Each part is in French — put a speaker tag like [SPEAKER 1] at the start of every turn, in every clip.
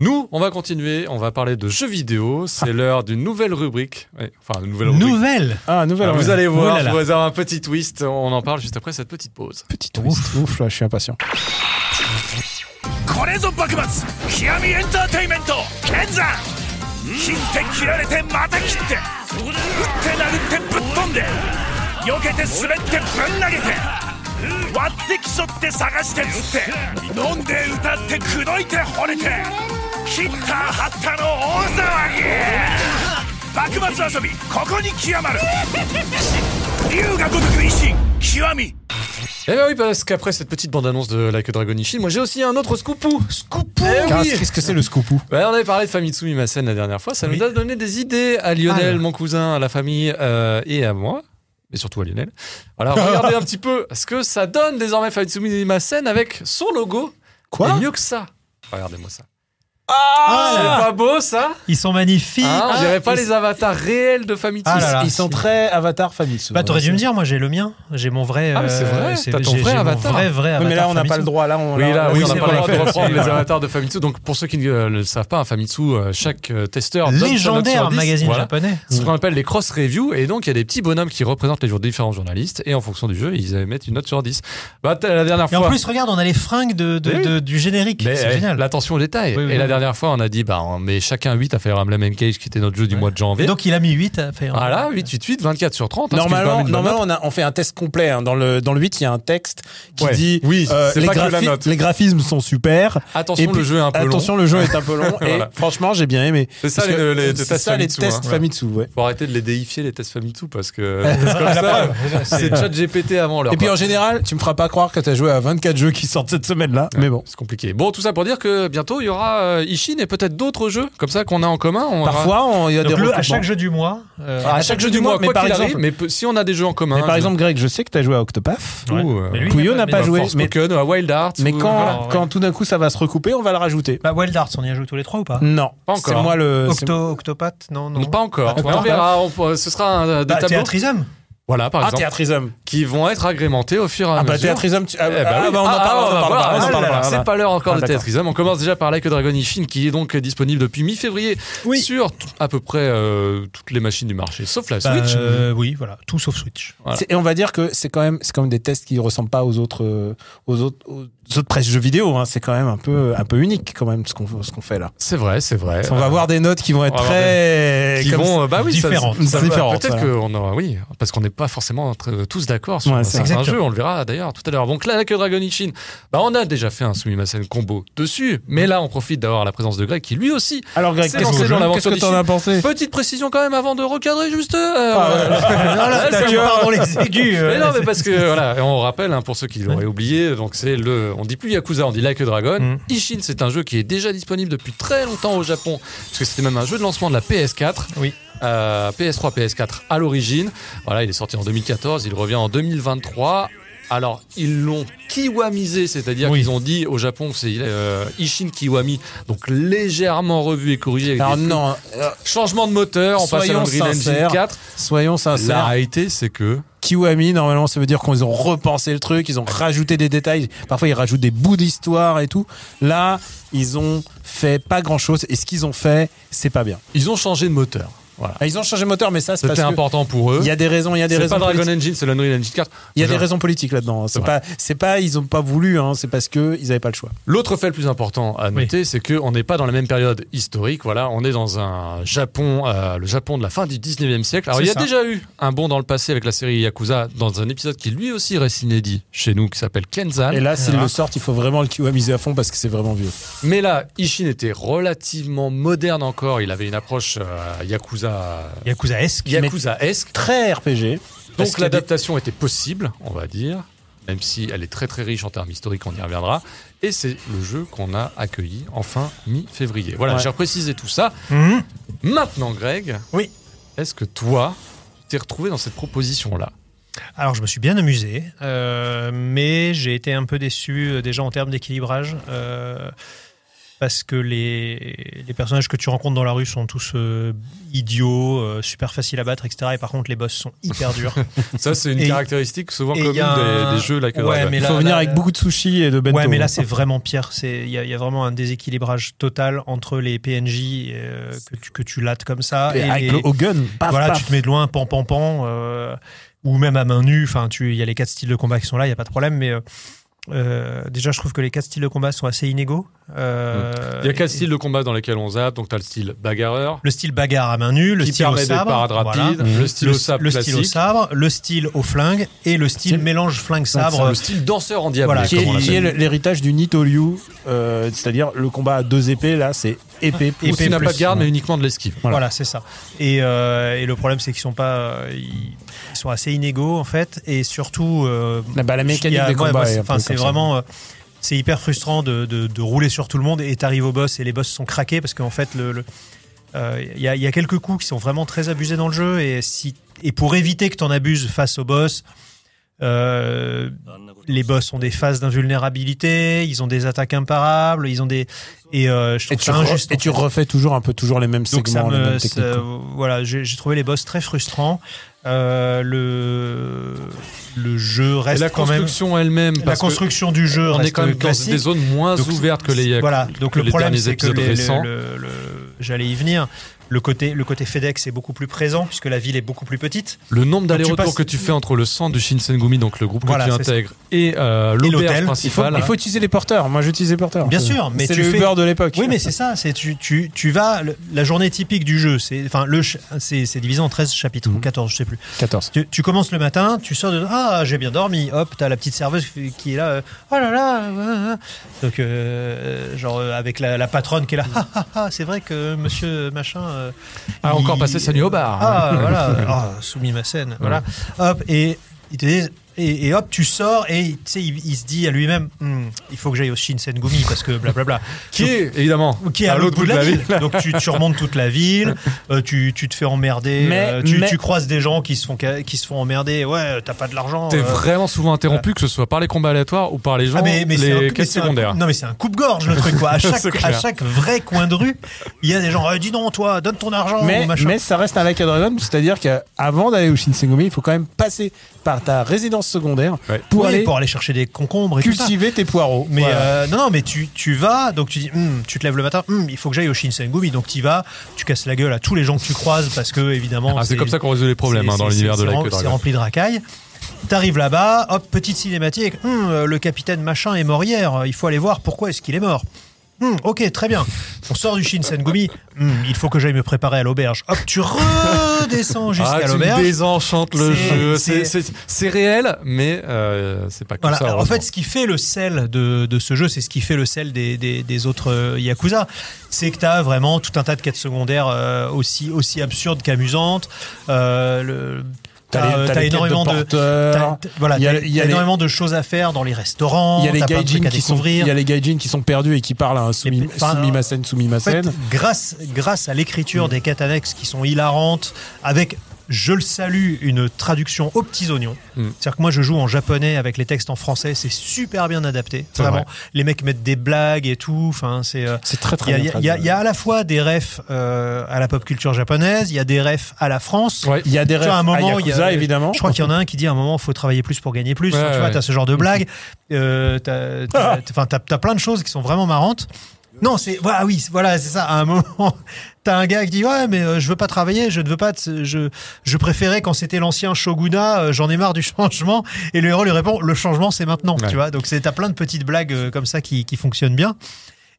[SPEAKER 1] Nous, on va continuer, on va parler de jeux vidéo. C'est l'heure d'une nouvelle rubrique. Ouais, enfin, une nouvelle rubrique.
[SPEAKER 2] Ah. Nouvelle
[SPEAKER 3] Ah, nouvelle.
[SPEAKER 1] Alors,
[SPEAKER 3] ouais.
[SPEAKER 1] vous allez voir,
[SPEAKER 2] Oh là là.
[SPEAKER 1] je vous avoir un petit twist. On en parle juste après cette petite pause.
[SPEAKER 3] Petit ouf, ouf, là, je suis impatient.
[SPEAKER 1] Ah
[SPEAKER 4] これぞ幕末極みエンターテイメント剣山切って切られてまた切って打って殴ってぶっ飛んで避けて滑ってぶん投げて割って競って探して釣って飲んで歌って口説いて惚れて切った張ったの大騒ぎ幕末遊びここに極まる龍が如く維新極み
[SPEAKER 1] Eh ben oui, parce qu'après cette petite bande-annonce de Like a Dragon Ishin, moi j'ai aussi un autre scoopou. Scoopou eh oui.
[SPEAKER 3] Qu'est-ce que c'est le scoopou
[SPEAKER 1] Ouais, On avait parlé de Famitsu Mimasen la dernière fois. Ça nous a donné des idées à Lionel,
[SPEAKER 2] Ah.
[SPEAKER 1] mon cousin, à la famille euh, et à moi. Et surtout à Lionel. Voilà, regardez un petit peu ce que ça donne désormais Famitsu Mimasen avec son logo.
[SPEAKER 3] Quoi
[SPEAKER 1] Et mieux que ça. Regardez-moi ça.
[SPEAKER 2] Ah
[SPEAKER 1] C'est
[SPEAKER 2] là là.
[SPEAKER 1] pas beau ça
[SPEAKER 2] Ils sont magnifiques
[SPEAKER 1] Hein, On
[SPEAKER 2] Ah,
[SPEAKER 1] dirait pas
[SPEAKER 2] ils-
[SPEAKER 1] les avatars réels de Famitsu.
[SPEAKER 2] Ah là là.
[SPEAKER 3] Ils sont très avatar Famitsu.
[SPEAKER 2] Bah, t'aurais dû me dire, moi j'ai le mien. J'ai mon vrai. euh,
[SPEAKER 1] Ah, mais c'est vrai, t'as ton
[SPEAKER 2] j'ai-
[SPEAKER 1] vrai
[SPEAKER 2] j'ai mon
[SPEAKER 1] avatar.
[SPEAKER 2] vrai, vrai
[SPEAKER 3] Ouais,
[SPEAKER 2] avatar.
[SPEAKER 3] mais là, on n'a pas
[SPEAKER 2] Famitsu.
[SPEAKER 3] le droit. Là, on
[SPEAKER 1] Oui, là,
[SPEAKER 3] là,
[SPEAKER 1] oui,
[SPEAKER 3] on
[SPEAKER 1] on n'a
[SPEAKER 3] n'a
[SPEAKER 2] c'est
[SPEAKER 1] pas
[SPEAKER 2] pas
[SPEAKER 1] le
[SPEAKER 2] la
[SPEAKER 1] droit de
[SPEAKER 2] peine,
[SPEAKER 1] reprendre
[SPEAKER 2] c'est-
[SPEAKER 1] les
[SPEAKER 2] voilà.
[SPEAKER 1] avatars de Famitsu. Donc, pour ceux qui ne euh, le savent pas, un Famitsu, euh, chaque euh, testeur donne sa note sur
[SPEAKER 2] Légendaire
[SPEAKER 1] 10.
[SPEAKER 2] magazine
[SPEAKER 1] Voilà. Mmh.
[SPEAKER 2] japonais.
[SPEAKER 1] C'est ce qu'on appelle les cross reviews et donc il y a des petits bonhommes qui représentent les jours différents journalistes et en fonction du jeu ils euh, mettent une note sur 10 bah t'as- la dernière
[SPEAKER 2] Et
[SPEAKER 1] fois
[SPEAKER 2] en plus, regarde, on a les fringues de, de-
[SPEAKER 1] Mais oui.
[SPEAKER 2] de- du générique.
[SPEAKER 1] mais,
[SPEAKER 2] C'est
[SPEAKER 1] eh,
[SPEAKER 2] génial.
[SPEAKER 1] l'attention aux détails
[SPEAKER 2] Oui, oui,
[SPEAKER 1] et la
[SPEAKER 2] oui.
[SPEAKER 1] dernière fois on a dit bah on met chacun 8 à Fire Emblem Engage qui était notre jeu du mois de
[SPEAKER 2] Et
[SPEAKER 1] janvier Ah
[SPEAKER 2] donc, il a mis euh, 8 à faire.
[SPEAKER 1] voilà 8 8 8 24 sur 30 hein, ce qui est quand
[SPEAKER 3] Normalement,
[SPEAKER 1] même une bonne
[SPEAKER 3] normalement
[SPEAKER 1] note.
[SPEAKER 3] on, a- on fait un test complet. hein. Dans, le, dans le 8, il y a un texte qui
[SPEAKER 1] Ouais.
[SPEAKER 3] dit euh,
[SPEAKER 1] Oui, c'est
[SPEAKER 3] les,
[SPEAKER 1] pas que la
[SPEAKER 3] graphi-
[SPEAKER 1] note.
[SPEAKER 3] les graphismes sont super.
[SPEAKER 1] attention
[SPEAKER 3] Et puis,
[SPEAKER 1] le jeu est un peu
[SPEAKER 3] Attention,
[SPEAKER 1] long
[SPEAKER 3] le jeu est un peu long. et
[SPEAKER 1] Voilà.
[SPEAKER 3] franchement, j'ai bien aimé.
[SPEAKER 1] c'est ça
[SPEAKER 3] Parce
[SPEAKER 1] les,
[SPEAKER 3] que
[SPEAKER 1] les- les
[SPEAKER 3] c'est
[SPEAKER 1] tests
[SPEAKER 3] ça, les
[SPEAKER 1] Famitsu,
[SPEAKER 3] tests
[SPEAKER 1] hein.
[SPEAKER 3] Famitsu, ouais.
[SPEAKER 1] faut arrêter de les déifier les tests Famitsu parce
[SPEAKER 3] Ah,
[SPEAKER 1] que c'est comme ça euh, c'est chat GPT avant l'heure
[SPEAKER 3] Et puis
[SPEAKER 1] quoi.
[SPEAKER 3] en général, tu me feras pas croire que t'as joué à 24 jeux qui sortent cette semaine-là. Mais bon.
[SPEAKER 1] c'est compliqué. Bon, tout ça pour dire que bientôt il y aura euh, Ishin et peut-être d'autres jeux comme ça qu'on a en commun. On aura-
[SPEAKER 3] Parfois, on- il y a
[SPEAKER 2] Donc,
[SPEAKER 3] des
[SPEAKER 2] le, à
[SPEAKER 3] recoupements.
[SPEAKER 2] chaque jeu du mois. euh,
[SPEAKER 3] Ah, à chaque jeu du mois, mais
[SPEAKER 1] quoi
[SPEAKER 3] par
[SPEAKER 1] qu'il arrive,
[SPEAKER 3] exemple-
[SPEAKER 1] mais peu- si on a des jeux en commun.
[SPEAKER 3] Mais par
[SPEAKER 1] Ah, je-
[SPEAKER 3] exemple, Greg, je sais que t'as joué à Octopath.
[SPEAKER 1] ou,
[SPEAKER 2] ouais.
[SPEAKER 1] euh,
[SPEAKER 2] Mais lui, il
[SPEAKER 3] Pouillot n'a
[SPEAKER 2] mais
[SPEAKER 3] pas
[SPEAKER 2] non.
[SPEAKER 3] joué.
[SPEAKER 1] Force Spoken, à Wild Hearts.
[SPEAKER 3] Mais
[SPEAKER 1] ou-
[SPEAKER 3] quand,
[SPEAKER 1] voilà.
[SPEAKER 3] quand tout d'un coup ça va se recouper, on va le rajouter.
[SPEAKER 2] Bah, Wild Arts, on y a joué tous les trois ou pas
[SPEAKER 3] Non,
[SPEAKER 1] Pas encore.
[SPEAKER 3] c'est moi le. c'est-
[SPEAKER 2] Octo, Octopath Non, non.
[SPEAKER 1] Non, pas encore.
[SPEAKER 3] Ah,
[SPEAKER 1] Ouais, on
[SPEAKER 3] pas
[SPEAKER 1] verra. on pourra- ce sera un, euh, des
[SPEAKER 2] Bah,
[SPEAKER 1] tableaux.
[SPEAKER 2] Théâtrisme
[SPEAKER 1] Voilà, par
[SPEAKER 3] Ah,
[SPEAKER 1] exemple,
[SPEAKER 3] Théâtrisum.
[SPEAKER 1] qui vont être agrémentés au fur et à
[SPEAKER 3] Ah, bah,
[SPEAKER 1] mesure.
[SPEAKER 3] Théâtrisum. tu- Ah,
[SPEAKER 1] Eh bah
[SPEAKER 3] ah,
[SPEAKER 1] oui.
[SPEAKER 3] bah, on en
[SPEAKER 1] Ah,
[SPEAKER 3] parle, on
[SPEAKER 1] ah,
[SPEAKER 3] en
[SPEAKER 1] voilà,
[SPEAKER 3] parle, on en
[SPEAKER 1] c'est
[SPEAKER 3] parle,
[SPEAKER 1] pas-
[SPEAKER 3] on en
[SPEAKER 1] C'est
[SPEAKER 3] parle.
[SPEAKER 1] pas l'heure encore
[SPEAKER 3] Ah,
[SPEAKER 1] de
[SPEAKER 3] d'accord.
[SPEAKER 1] Théâtrisum. On commence déjà par Like a Dragon Ishin qui est donc disponible depuis mi-février
[SPEAKER 2] Oui.
[SPEAKER 1] sur t- à peu près euh, toutes les machines du marché, sauf la
[SPEAKER 2] Bah,
[SPEAKER 1] Switch.
[SPEAKER 2] euh, Oui, voilà. Tout sauf Switch.
[SPEAKER 1] Voilà.
[SPEAKER 3] C'est- Et on va dire que c'est quand même, c'est quand même des tests qui ressemblent pas aux autres, euh, aux autres, aux autres presse jeux vidéo. hein. C'est quand même un peu, un peu unique quand même ce qu'on, ce qu'on fait là.
[SPEAKER 1] C'est vrai, c'est vrai.
[SPEAKER 3] on va avoir des notes qui vont être
[SPEAKER 1] Eh ben. on va avoir
[SPEAKER 3] très,
[SPEAKER 1] qui
[SPEAKER 3] comme
[SPEAKER 1] vont, euh, bah oui, ça-
[SPEAKER 2] différentes.
[SPEAKER 1] ça- ça-
[SPEAKER 3] Différentes,
[SPEAKER 1] Peut-être
[SPEAKER 3] voilà.
[SPEAKER 1] qu'on aura, oui, parce qu'on n'est pas forcément entre- tous d'accord sur
[SPEAKER 3] Ouais, c'est
[SPEAKER 1] certains
[SPEAKER 2] exact.
[SPEAKER 1] jeux. On le verra d'ailleurs tout à l'heure. Donc là, avec Dragon Ishin, bah on a déjà fait un Sumimasen combo dessus, mais là, on profite d'avoir la présence de Greg qui lui aussi.
[SPEAKER 3] ça. Alors Greg,
[SPEAKER 1] C'est
[SPEAKER 3] qu'est-ce
[SPEAKER 1] lancé
[SPEAKER 3] que,
[SPEAKER 1] dans
[SPEAKER 3] qu'est-ce
[SPEAKER 1] l'aventure
[SPEAKER 3] que t'en
[SPEAKER 1] d'ici.
[SPEAKER 3] as pensé
[SPEAKER 1] Petite précision quand même avant de recadrer juste. euh,
[SPEAKER 3] Ah, ouais.
[SPEAKER 2] Ah,
[SPEAKER 1] là,
[SPEAKER 2] t'as
[SPEAKER 1] c'est
[SPEAKER 2] mis
[SPEAKER 1] un-
[SPEAKER 2] part dans les aigus. euh,
[SPEAKER 1] Mais non, mais parce que voilà, et on rappelle hein, pour ceux qui l'auraient oublié, donc c'est le, on dit plus Yakuza, on dit Like a Dragon.
[SPEAKER 2] Mm.
[SPEAKER 1] Ishin, c'est un jeu qui est déjà disponible depuis très longtemps au Japon, parce que c'était même un jeu de lancement de la PS4.
[SPEAKER 2] Oui.
[SPEAKER 1] Euh, PS3, PS4 à l'origine. Voilà, il est sorti en 2014, il revient en 2023. Alors, ils l'ont kiwamisé, c'est-à-dire
[SPEAKER 2] Oui.
[SPEAKER 1] qu'ils ont dit au Japon, c'est euh, Ishin Kiwami, donc légèrement revu et corrigé. Avec
[SPEAKER 3] Alors
[SPEAKER 1] des
[SPEAKER 3] non, euh,
[SPEAKER 1] Changement de moteur, on passe à
[SPEAKER 3] Soyons
[SPEAKER 1] l'Unreal Engine
[SPEAKER 3] sincères.
[SPEAKER 1] 4.
[SPEAKER 3] soyons
[SPEAKER 1] La
[SPEAKER 3] sincères.
[SPEAKER 1] réalité, c'est que
[SPEAKER 3] Kiwami, normalement, ça veut dire qu'ils ont repensé le truc, ils ont rajouté des détails. Parfois, ils rajoutent des bouts d'histoire et tout. Là, ils ont fait pas grand chose. Et ce qu'ils ont fait, c'est pas bien.
[SPEAKER 1] ils ont changé de moteur. Voilà.
[SPEAKER 3] Ah, Ils ont changé de moteur, mais ça, c'est parce
[SPEAKER 1] C'était
[SPEAKER 3] que
[SPEAKER 1] important pour eux.
[SPEAKER 3] Il y a des raisons, il y a des
[SPEAKER 1] C'est
[SPEAKER 3] raisons.
[SPEAKER 1] pas Dragon
[SPEAKER 3] politi-
[SPEAKER 1] Engine, c'est l'Unreal Engine 4.
[SPEAKER 3] Il y a des
[SPEAKER 1] Genre,
[SPEAKER 3] raisons politiques là-dedans. hein. C'est
[SPEAKER 1] C'est
[SPEAKER 3] pas, c'est pas, ils ont pas voulu. Hein. C'est parce que ils avaient pas le choix.
[SPEAKER 1] L'autre fait le plus important à noter, c'est qu'on n'est pas dans la même période historique. Voilà, on est dans un Japon, euh, le Japon de la fin du 19e siècle. Alors,
[SPEAKER 2] C'est
[SPEAKER 1] il y a
[SPEAKER 2] ça.
[SPEAKER 1] déjà eu un bond dans le passé avec la série Yakuza, dans un épisode qui lui aussi reste inédit chez nous, qui s'appelle Kenzan.
[SPEAKER 3] Et là, s'ils
[SPEAKER 2] Ah.
[SPEAKER 3] le sortent, il faut vraiment le kiwamiser à fond parce que c'est vraiment vieux.
[SPEAKER 1] Mais là, Ishin était relativement moderne encore. Il avait une approche euh, Yakuza.
[SPEAKER 2] Yakuza-esque.
[SPEAKER 1] Yakuza-esque.
[SPEAKER 3] Très RPG. parce
[SPEAKER 1] Donc
[SPEAKER 3] qu'il y a des-
[SPEAKER 1] l'adaptation était possible, on va dire, même si elle est très très riche en termes historiques, on y reviendra. Et c'est le jeu qu'on a accueilli en fin mi-février. Voilà,
[SPEAKER 3] Ouais.
[SPEAKER 1] j'ai précisé tout ça.
[SPEAKER 2] Mhm.
[SPEAKER 1] Maintenant, Greg,
[SPEAKER 2] Oui.
[SPEAKER 1] est-ce que toi, tu t'es retrouvé dans cette proposition-là
[SPEAKER 2] Alors, je me suis bien amusé, euh, mais j'ai été un peu déçu euh, déjà en termes d'équilibrage. Euh, parce que les, les personnages que tu rencontres dans la rue sont tous euh, idiots, euh, super faciles à battre, etc. Et par contre, les boss sont hyper durs.
[SPEAKER 1] Ça, c'est une
[SPEAKER 2] Et-
[SPEAKER 1] caractéristique souvent
[SPEAKER 2] et
[SPEAKER 1] commune
[SPEAKER 2] il y a
[SPEAKER 1] des,
[SPEAKER 2] un-
[SPEAKER 1] des jeux là que
[SPEAKER 2] Ouais, mais
[SPEAKER 3] Il
[SPEAKER 2] là-
[SPEAKER 3] faut venir
[SPEAKER 2] là-
[SPEAKER 3] avec beaucoup de sushis et de bento.
[SPEAKER 2] ouais, mais
[SPEAKER 3] hein.
[SPEAKER 2] là, c'est vraiment pire. C'est- Il y, a- il y a vraiment un déséquilibrage total entre les PNJ euh, que, tu, que tu lattes comme ça
[SPEAKER 3] Et
[SPEAKER 2] et,
[SPEAKER 3] avec
[SPEAKER 2] les-
[SPEAKER 3] le Hogan, paf,
[SPEAKER 2] voilà,
[SPEAKER 3] paf.
[SPEAKER 2] tu te mets de loin, pan, pan, pan, euh, ou même à main nue. Enfin, tu, il y a les quatre styles de combat qui sont là, il y a pas de problème. Mais euh, euh, déjà, je trouve que les quatre styles de combat sont assez inégaux. Euh,
[SPEAKER 1] Il y a quatre
[SPEAKER 2] et-
[SPEAKER 1] styles de combat dans lesquels on zappe. Donc, t'as le style bagarreur,
[SPEAKER 2] Le style bagarre à main nue, le
[SPEAKER 1] qui
[SPEAKER 2] style au
[SPEAKER 1] permet des
[SPEAKER 2] sabre,
[SPEAKER 1] parades
[SPEAKER 2] voilà. Mhm.
[SPEAKER 1] rapides, le style
[SPEAKER 2] le,
[SPEAKER 1] au sabre
[SPEAKER 2] le
[SPEAKER 1] classique,
[SPEAKER 2] style au sabre, le style au flingue et le style
[SPEAKER 3] Style-
[SPEAKER 2] mélange flingue sabre.
[SPEAKER 1] le style danseur en diable.
[SPEAKER 2] Voilà,
[SPEAKER 3] qui
[SPEAKER 1] comme on
[SPEAKER 3] est, qui est
[SPEAKER 1] l'appelle.
[SPEAKER 3] l'héritage du Nitoryu, euh, c'est-à-dire le combat à deux épées, là, c'est épée plus.
[SPEAKER 1] Ou tu n'as
[SPEAKER 2] plus,
[SPEAKER 1] pas de garde, mais uniquement de l'esquive.
[SPEAKER 2] Voilà, c'est ça. Et, euh, et le problème, c'est qu'ils sont pas, euh, ils ils sont assez inégaux en fait, et surtout euh,
[SPEAKER 3] Ah bah, la mécanique
[SPEAKER 2] Il y a-
[SPEAKER 3] des
[SPEAKER 2] ouais,
[SPEAKER 3] combats
[SPEAKER 2] moi,
[SPEAKER 3] est
[SPEAKER 2] c'est-
[SPEAKER 3] un
[SPEAKER 2] enfin,
[SPEAKER 3] peu
[SPEAKER 2] c'est
[SPEAKER 3] comme ça.
[SPEAKER 2] vraiment euh, c'est hyper frustrant de, de- de rouler sur tout le monde et t'arrives au boss et les boss sont craqués parce qu'en fait le le- euh, il y, a, il y a quelques coups qui sont vraiment très abusés dans le jeu et si et pour éviter que t'en abuses face au boss euh, les boss ont des phases d'invulnérabilité, ils ont des attaques imparables, ils ont des et euh, je
[SPEAKER 3] Et
[SPEAKER 2] trouve
[SPEAKER 3] tu,
[SPEAKER 2] ça
[SPEAKER 3] re-
[SPEAKER 2] injuste.
[SPEAKER 3] et
[SPEAKER 2] en
[SPEAKER 3] tu
[SPEAKER 2] fait.
[SPEAKER 3] refais toujours un peu toujours les mêmes
[SPEAKER 2] Donc ça
[SPEAKER 3] segments, les
[SPEAKER 2] me, euh,
[SPEAKER 3] mêmes
[SPEAKER 2] ça-
[SPEAKER 3] techniques. quoi.
[SPEAKER 2] voilà, j'ai j'ai trouvé les boss très frustrants. Euh, le le jeu
[SPEAKER 1] Et
[SPEAKER 2] reste
[SPEAKER 1] la
[SPEAKER 2] quand même
[SPEAKER 1] construction elle-même,
[SPEAKER 2] la
[SPEAKER 1] parce que
[SPEAKER 2] construction du jeu
[SPEAKER 1] on
[SPEAKER 2] reste
[SPEAKER 1] est quand même dans
[SPEAKER 2] classique.
[SPEAKER 1] des zones moins
[SPEAKER 2] Donc,
[SPEAKER 1] ouvertes que les
[SPEAKER 2] voilà donc
[SPEAKER 1] que
[SPEAKER 2] le
[SPEAKER 1] les
[SPEAKER 2] problème
[SPEAKER 1] derniers
[SPEAKER 2] c'est que
[SPEAKER 1] épisodes
[SPEAKER 2] les- le-
[SPEAKER 1] récents.
[SPEAKER 2] le- le- j'allais y venir le côté le côté FedEx est beaucoup plus présent puisque la ville est beaucoup plus petite
[SPEAKER 1] Le nombre
[SPEAKER 2] tu
[SPEAKER 1] d'allers-retours
[SPEAKER 2] passes-
[SPEAKER 1] que tu fais entre le centre du Shinsengumi, donc le groupe
[SPEAKER 2] Voilà,
[SPEAKER 1] que tu
[SPEAKER 2] c'est ça.
[SPEAKER 1] intègres, et euh, l'auberge
[SPEAKER 2] l'hôtel.
[SPEAKER 3] Il faut,
[SPEAKER 1] principale.
[SPEAKER 3] il faut utiliser les porteurs. Moi, j'utilise les porteurs.
[SPEAKER 2] Bien
[SPEAKER 3] C'est-
[SPEAKER 2] sûr, mais
[SPEAKER 3] c'est
[SPEAKER 2] tu
[SPEAKER 3] le
[SPEAKER 2] fais-
[SPEAKER 3] Uber de l'époque.
[SPEAKER 2] oui mais c'est ça c'est tu, tu, tu vas le- la journée typique du jeu c'est enfin le ch- c'est c'est divisé en 13 chapitres
[SPEAKER 1] Mhm.
[SPEAKER 2] ou 14 je sais plus
[SPEAKER 3] 14.
[SPEAKER 2] tu, tu commences le matin tu sors de ah j'ai bien dormi hop t'as la petite serveuse qui- qui est là euh, oh là là euh, euh. donc euh, genre euh, avec la, la patronne qui est là Ah, ah, ah, c'est vrai que monsieur machin euh,
[SPEAKER 1] Ah, encore passé sa nuit au bar. hein.
[SPEAKER 2] Ah, voilà. Ah, soumis ma scène. Voilà. Hop, et ils te disent- Et, et hop, tu sors et tu sais, il, il se dit à lui-même, Hmm, il faut que j'aille au Shinsengumi parce que blablabla.
[SPEAKER 1] qui est évidemment
[SPEAKER 2] Qui est à l'autre bout de la, ville. Donc tu, tu remontes toute la ville, euh, tu, tu te fais emmerder,
[SPEAKER 3] Mais-
[SPEAKER 2] euh, tu,
[SPEAKER 3] mais-
[SPEAKER 2] tu croises des gens qui se font ca- qui se font emmerder. Ouais, t'as pas de l'argent.
[SPEAKER 1] T'es
[SPEAKER 2] euh.
[SPEAKER 1] vraiment souvent interrompu, que ce soit par les combats aléatoires ou par les gens,
[SPEAKER 2] Ah, mais, mais c'est un- mais
[SPEAKER 1] les quêtes
[SPEAKER 2] c'est un-
[SPEAKER 1] secondaires.
[SPEAKER 2] non mais c'est un coupe-gorge le truc quoi. À
[SPEAKER 1] C'est
[SPEAKER 2] chaque, à
[SPEAKER 1] clair.
[SPEAKER 2] chaque vrai coin de rue, il y a des gens. Eh, dis donc toi, donne ton argent.
[SPEAKER 3] Mais,
[SPEAKER 2] machin.
[SPEAKER 3] mais ça reste un lac à Dragon, c'est-à-dire qu'avant d'aller au Shinsengumi, il faut quand même passer par ta résidence secondaire
[SPEAKER 1] Ouais.
[SPEAKER 3] pour
[SPEAKER 2] Oui,
[SPEAKER 3] aller
[SPEAKER 2] pour aller chercher des concombres et tout ça.
[SPEAKER 3] cultiver tes poireaux.
[SPEAKER 2] Mais
[SPEAKER 3] Voilà.
[SPEAKER 2] euh, non, non, mais tu, tu vas, donc tu dis, Hmm, tu te lèves le matin, Hmm, il faut que j'aille au Shinsengumi, donc tu y vas, tu casses la gueule à tous les gens que tu croises parce que évidemment.
[SPEAKER 1] Ah, c'est comme ça qu'on résout les problèmes
[SPEAKER 2] c'est-
[SPEAKER 1] hein, dans
[SPEAKER 2] c'est-
[SPEAKER 1] l'univers de
[SPEAKER 2] c'est
[SPEAKER 1] la
[SPEAKER 2] rem-
[SPEAKER 1] queue
[SPEAKER 2] C'est
[SPEAKER 1] dragon.
[SPEAKER 2] rempli de racailles. T'arrives là-bas, hop, petite cinématique. Hum, euh, le capitaine machin est mort hier. Il faut aller voir pourquoi est-ce qu'il est mort. Hum, ok, très bien. On sort du Shinsengumi. Hum, il faut que j'aille me préparer à l'auberge. Hop, tu redescends
[SPEAKER 1] Ah,
[SPEAKER 2] jusqu'à
[SPEAKER 1] tu
[SPEAKER 2] l'auberge.
[SPEAKER 1] désenchantes le
[SPEAKER 2] C'est-
[SPEAKER 1] jeu. C'est
[SPEAKER 2] c'est-
[SPEAKER 1] c'est- c'est réel, mais euh, c'est pas comme
[SPEAKER 2] Voilà.
[SPEAKER 1] ça.
[SPEAKER 2] Alors, en
[SPEAKER 1] heureusement.
[SPEAKER 2] fait, ce qui fait le sel de, de ce jeu, c'est ce qui fait le sel des, des, des autres euh, Yakuza. C'est que tu as vraiment tout un tas de quêtes secondaires euh, aussi, aussi absurdes qu'amusantes. Euh, le-
[SPEAKER 3] T'as les-
[SPEAKER 2] t'as, euh,
[SPEAKER 3] t'as
[SPEAKER 2] t'as
[SPEAKER 3] les quêtes
[SPEAKER 2] énormément
[SPEAKER 3] de
[SPEAKER 2] de.
[SPEAKER 3] porteurs,
[SPEAKER 2] t'as- t'as- voilà,
[SPEAKER 3] il y a-
[SPEAKER 2] t'as-
[SPEAKER 3] il y a
[SPEAKER 2] t'as
[SPEAKER 3] les-
[SPEAKER 2] énormément de choses à faire dans les restaurants.
[SPEAKER 3] Il y a les
[SPEAKER 2] t'as plein de
[SPEAKER 3] gaijins
[SPEAKER 2] trucs à
[SPEAKER 3] qui sont, il
[SPEAKER 2] découvrir.
[SPEAKER 3] y a les gaijins qui sont perdus et qui parlent à un
[SPEAKER 2] Et
[SPEAKER 3] soumi,
[SPEAKER 2] puis, enfin, euh,
[SPEAKER 3] soumi Masen, soumi
[SPEAKER 2] En fait,
[SPEAKER 3] Masen.
[SPEAKER 2] grâce, grâce à l'écriture
[SPEAKER 3] Mm.
[SPEAKER 2] des quêtes annexes qui sont hilarantes, avec, je le salue, une traduction aux petits oignons.
[SPEAKER 1] Mm.
[SPEAKER 2] C'est-à-dire que moi, je joue en japonais avec les textes en français, c'est super bien adapté.
[SPEAKER 1] C'est
[SPEAKER 2] Vraiment,
[SPEAKER 1] vrai.
[SPEAKER 2] les mecs mettent des blagues et tout. Enfin, c'est. euh,
[SPEAKER 3] C'est très très
[SPEAKER 2] il y a-
[SPEAKER 3] bien
[SPEAKER 2] il y, a-
[SPEAKER 3] traduit.
[SPEAKER 2] il y a à la fois des refs euh, à la pop culture japonaise, il y a des refs à la France.
[SPEAKER 1] Ouais.
[SPEAKER 3] Il y a des
[SPEAKER 2] Tu vois,
[SPEAKER 3] refs
[SPEAKER 2] à un moment,
[SPEAKER 3] à
[SPEAKER 2] il y a- euh,
[SPEAKER 3] Yakuza, évidemment.
[SPEAKER 2] Je crois qu'il y en a un qui dit à un moment, faut travailler plus pour gagner plus.
[SPEAKER 1] Ouais,
[SPEAKER 2] Enfin, tu vois,
[SPEAKER 1] ouais.
[SPEAKER 2] t'as ce genre de blague. Euh, t'as, t'as- enfin, t'as- t'as plein de choses qui sont vraiment marrantes. Non, c'est voilà, ah oui, c'est- voilà, c'est ça. À un moment, t'as un gars qui dit ouais, mais euh, je veux pas travailler, je ne veux pas. te- je je préférais quand c'était l'ancien shogunat, euh, j'en ai marre du changement. Et le héros lui répond le changement, c'est maintenant.
[SPEAKER 1] Ouais.
[SPEAKER 2] Tu vois, donc c'est t'as plein de petites blagues euh, comme ça qui qui fonctionnent bien.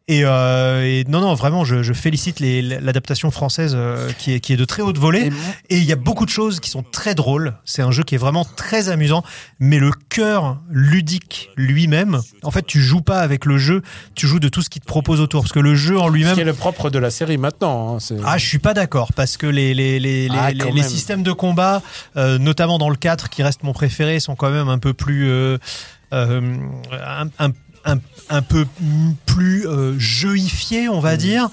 [SPEAKER 2] Et, euh, et non, non, vraiment, je, je félicite les- l'adaptation française euh, qui, est, qui est de très haute volée. Et il y a beaucoup de choses qui sont très drôles. C'est un jeu qui est vraiment très amusant, mais le cœur ludique lui-même, en fait, tu joues pas avec le jeu, tu joues de tout ce qui te propose autour. Parce que le jeu en
[SPEAKER 3] Ce qui est
[SPEAKER 2] lui-même.
[SPEAKER 3] le propre de la série maintenant. hein, c'est-
[SPEAKER 2] Ah, je suis pas d'accord parce que les les les les,
[SPEAKER 3] Ah,
[SPEAKER 2] les-
[SPEAKER 3] quand
[SPEAKER 2] les
[SPEAKER 3] même.
[SPEAKER 2] systèmes de combat, euh, notamment dans le 4 qui reste mon préféré, sont quand même un peu plus euh, euh, un, un- un, un peu m- plus euh, jeuifié, on
[SPEAKER 3] Mm.
[SPEAKER 2] va dire.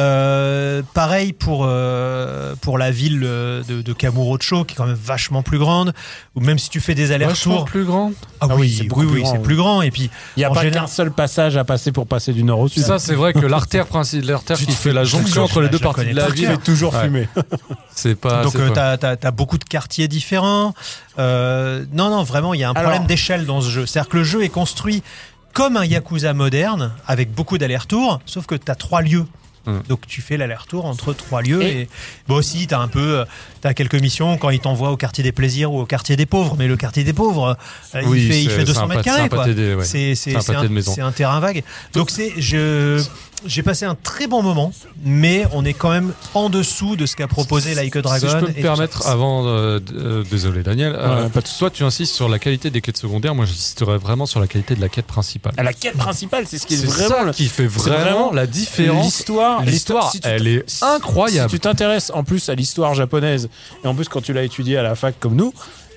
[SPEAKER 2] Euh, pareil pour, euh, pour la ville euh, de, de Kamurocho, qui est quand même vachement plus grande. Ou même si tu fais des allers-retours.
[SPEAKER 1] plus grande.
[SPEAKER 3] Ah oui, c'est
[SPEAKER 2] oui,
[SPEAKER 3] beaucoup
[SPEAKER 2] oui,
[SPEAKER 3] plus
[SPEAKER 2] oui,
[SPEAKER 3] grand,
[SPEAKER 2] c'est
[SPEAKER 3] oui.
[SPEAKER 2] plus grand. Et puis,
[SPEAKER 3] Il n'y a
[SPEAKER 2] en
[SPEAKER 3] pas
[SPEAKER 2] général-
[SPEAKER 3] qu'un seul passage à passer pour passer du nord au sud.
[SPEAKER 1] Ça, c'est vrai que l'artère principale, l'artère qui fait la jonction
[SPEAKER 2] je-
[SPEAKER 1] entre les
[SPEAKER 2] je
[SPEAKER 1] deux
[SPEAKER 2] la
[SPEAKER 1] parties
[SPEAKER 2] connais
[SPEAKER 1] de la
[SPEAKER 2] par
[SPEAKER 1] ville,
[SPEAKER 2] cœur.
[SPEAKER 3] toujours
[SPEAKER 1] Ouais.
[SPEAKER 3] fumé.
[SPEAKER 1] c'est pas.
[SPEAKER 2] Donc
[SPEAKER 1] c'est
[SPEAKER 2] euh,
[SPEAKER 1] pas-
[SPEAKER 2] t'as as, beaucoup de quartiers différents. Euh, non, non, vraiment, il y a un
[SPEAKER 3] Alors-
[SPEAKER 2] problème d'échelle dans ce jeu. C'est-à-dire que le jeu est construit comme un Yakuza moderne, avec beaucoup d'allers-retours, sauf que t'as trois lieux.
[SPEAKER 1] Hmm.
[SPEAKER 2] Donc tu fais l'aller-retour entre trois lieux
[SPEAKER 3] Et-
[SPEAKER 2] et, bon aussi t'as un peu euh, t'as quelques missions quand il t'envoie au quartier des plaisirs ou au quartier des pauvres mais le quartier des pauvres euh,
[SPEAKER 1] Oui,
[SPEAKER 2] il fait, il
[SPEAKER 1] c'est-
[SPEAKER 2] fait
[SPEAKER 1] c'est
[SPEAKER 2] 200
[SPEAKER 1] un
[SPEAKER 2] mètres
[SPEAKER 1] pâté- c'est un
[SPEAKER 2] carrés quoi.
[SPEAKER 1] pâté de- ouais.
[SPEAKER 2] c'est c'est-
[SPEAKER 1] C'est un
[SPEAKER 2] c'est
[SPEAKER 1] pâté de maison.
[SPEAKER 2] c'est un terrain vague donc c'est je j'ai passé un très bon moment mais on est quand même en dessous de ce qu'a proposé Like a Dragon
[SPEAKER 1] Si je peux
[SPEAKER 2] et tout
[SPEAKER 1] me permettre,
[SPEAKER 2] ça.
[SPEAKER 1] avant, euh, d- euh, désolé Daniel, euh,
[SPEAKER 3] Ouais, pas de souci.
[SPEAKER 1] toi tu insistes sur la qualité des quêtes secondaires, moi j'insisterais vraiment sur la qualité de la quête principale.
[SPEAKER 3] La quête principale, c'est ce qui est,
[SPEAKER 1] C'est
[SPEAKER 3] vraiment
[SPEAKER 1] ça
[SPEAKER 3] le-
[SPEAKER 1] qui fait vraiment,
[SPEAKER 3] vraiment
[SPEAKER 1] la différence.
[SPEAKER 3] L'histoire,
[SPEAKER 1] L'histoire,
[SPEAKER 3] si tu-
[SPEAKER 1] elle est
[SPEAKER 3] si-
[SPEAKER 1] incroyable.
[SPEAKER 3] Si tu t'intéresses en plus à l'histoire japonaise, et en plus quand tu l'as étudié à la fac comme nous,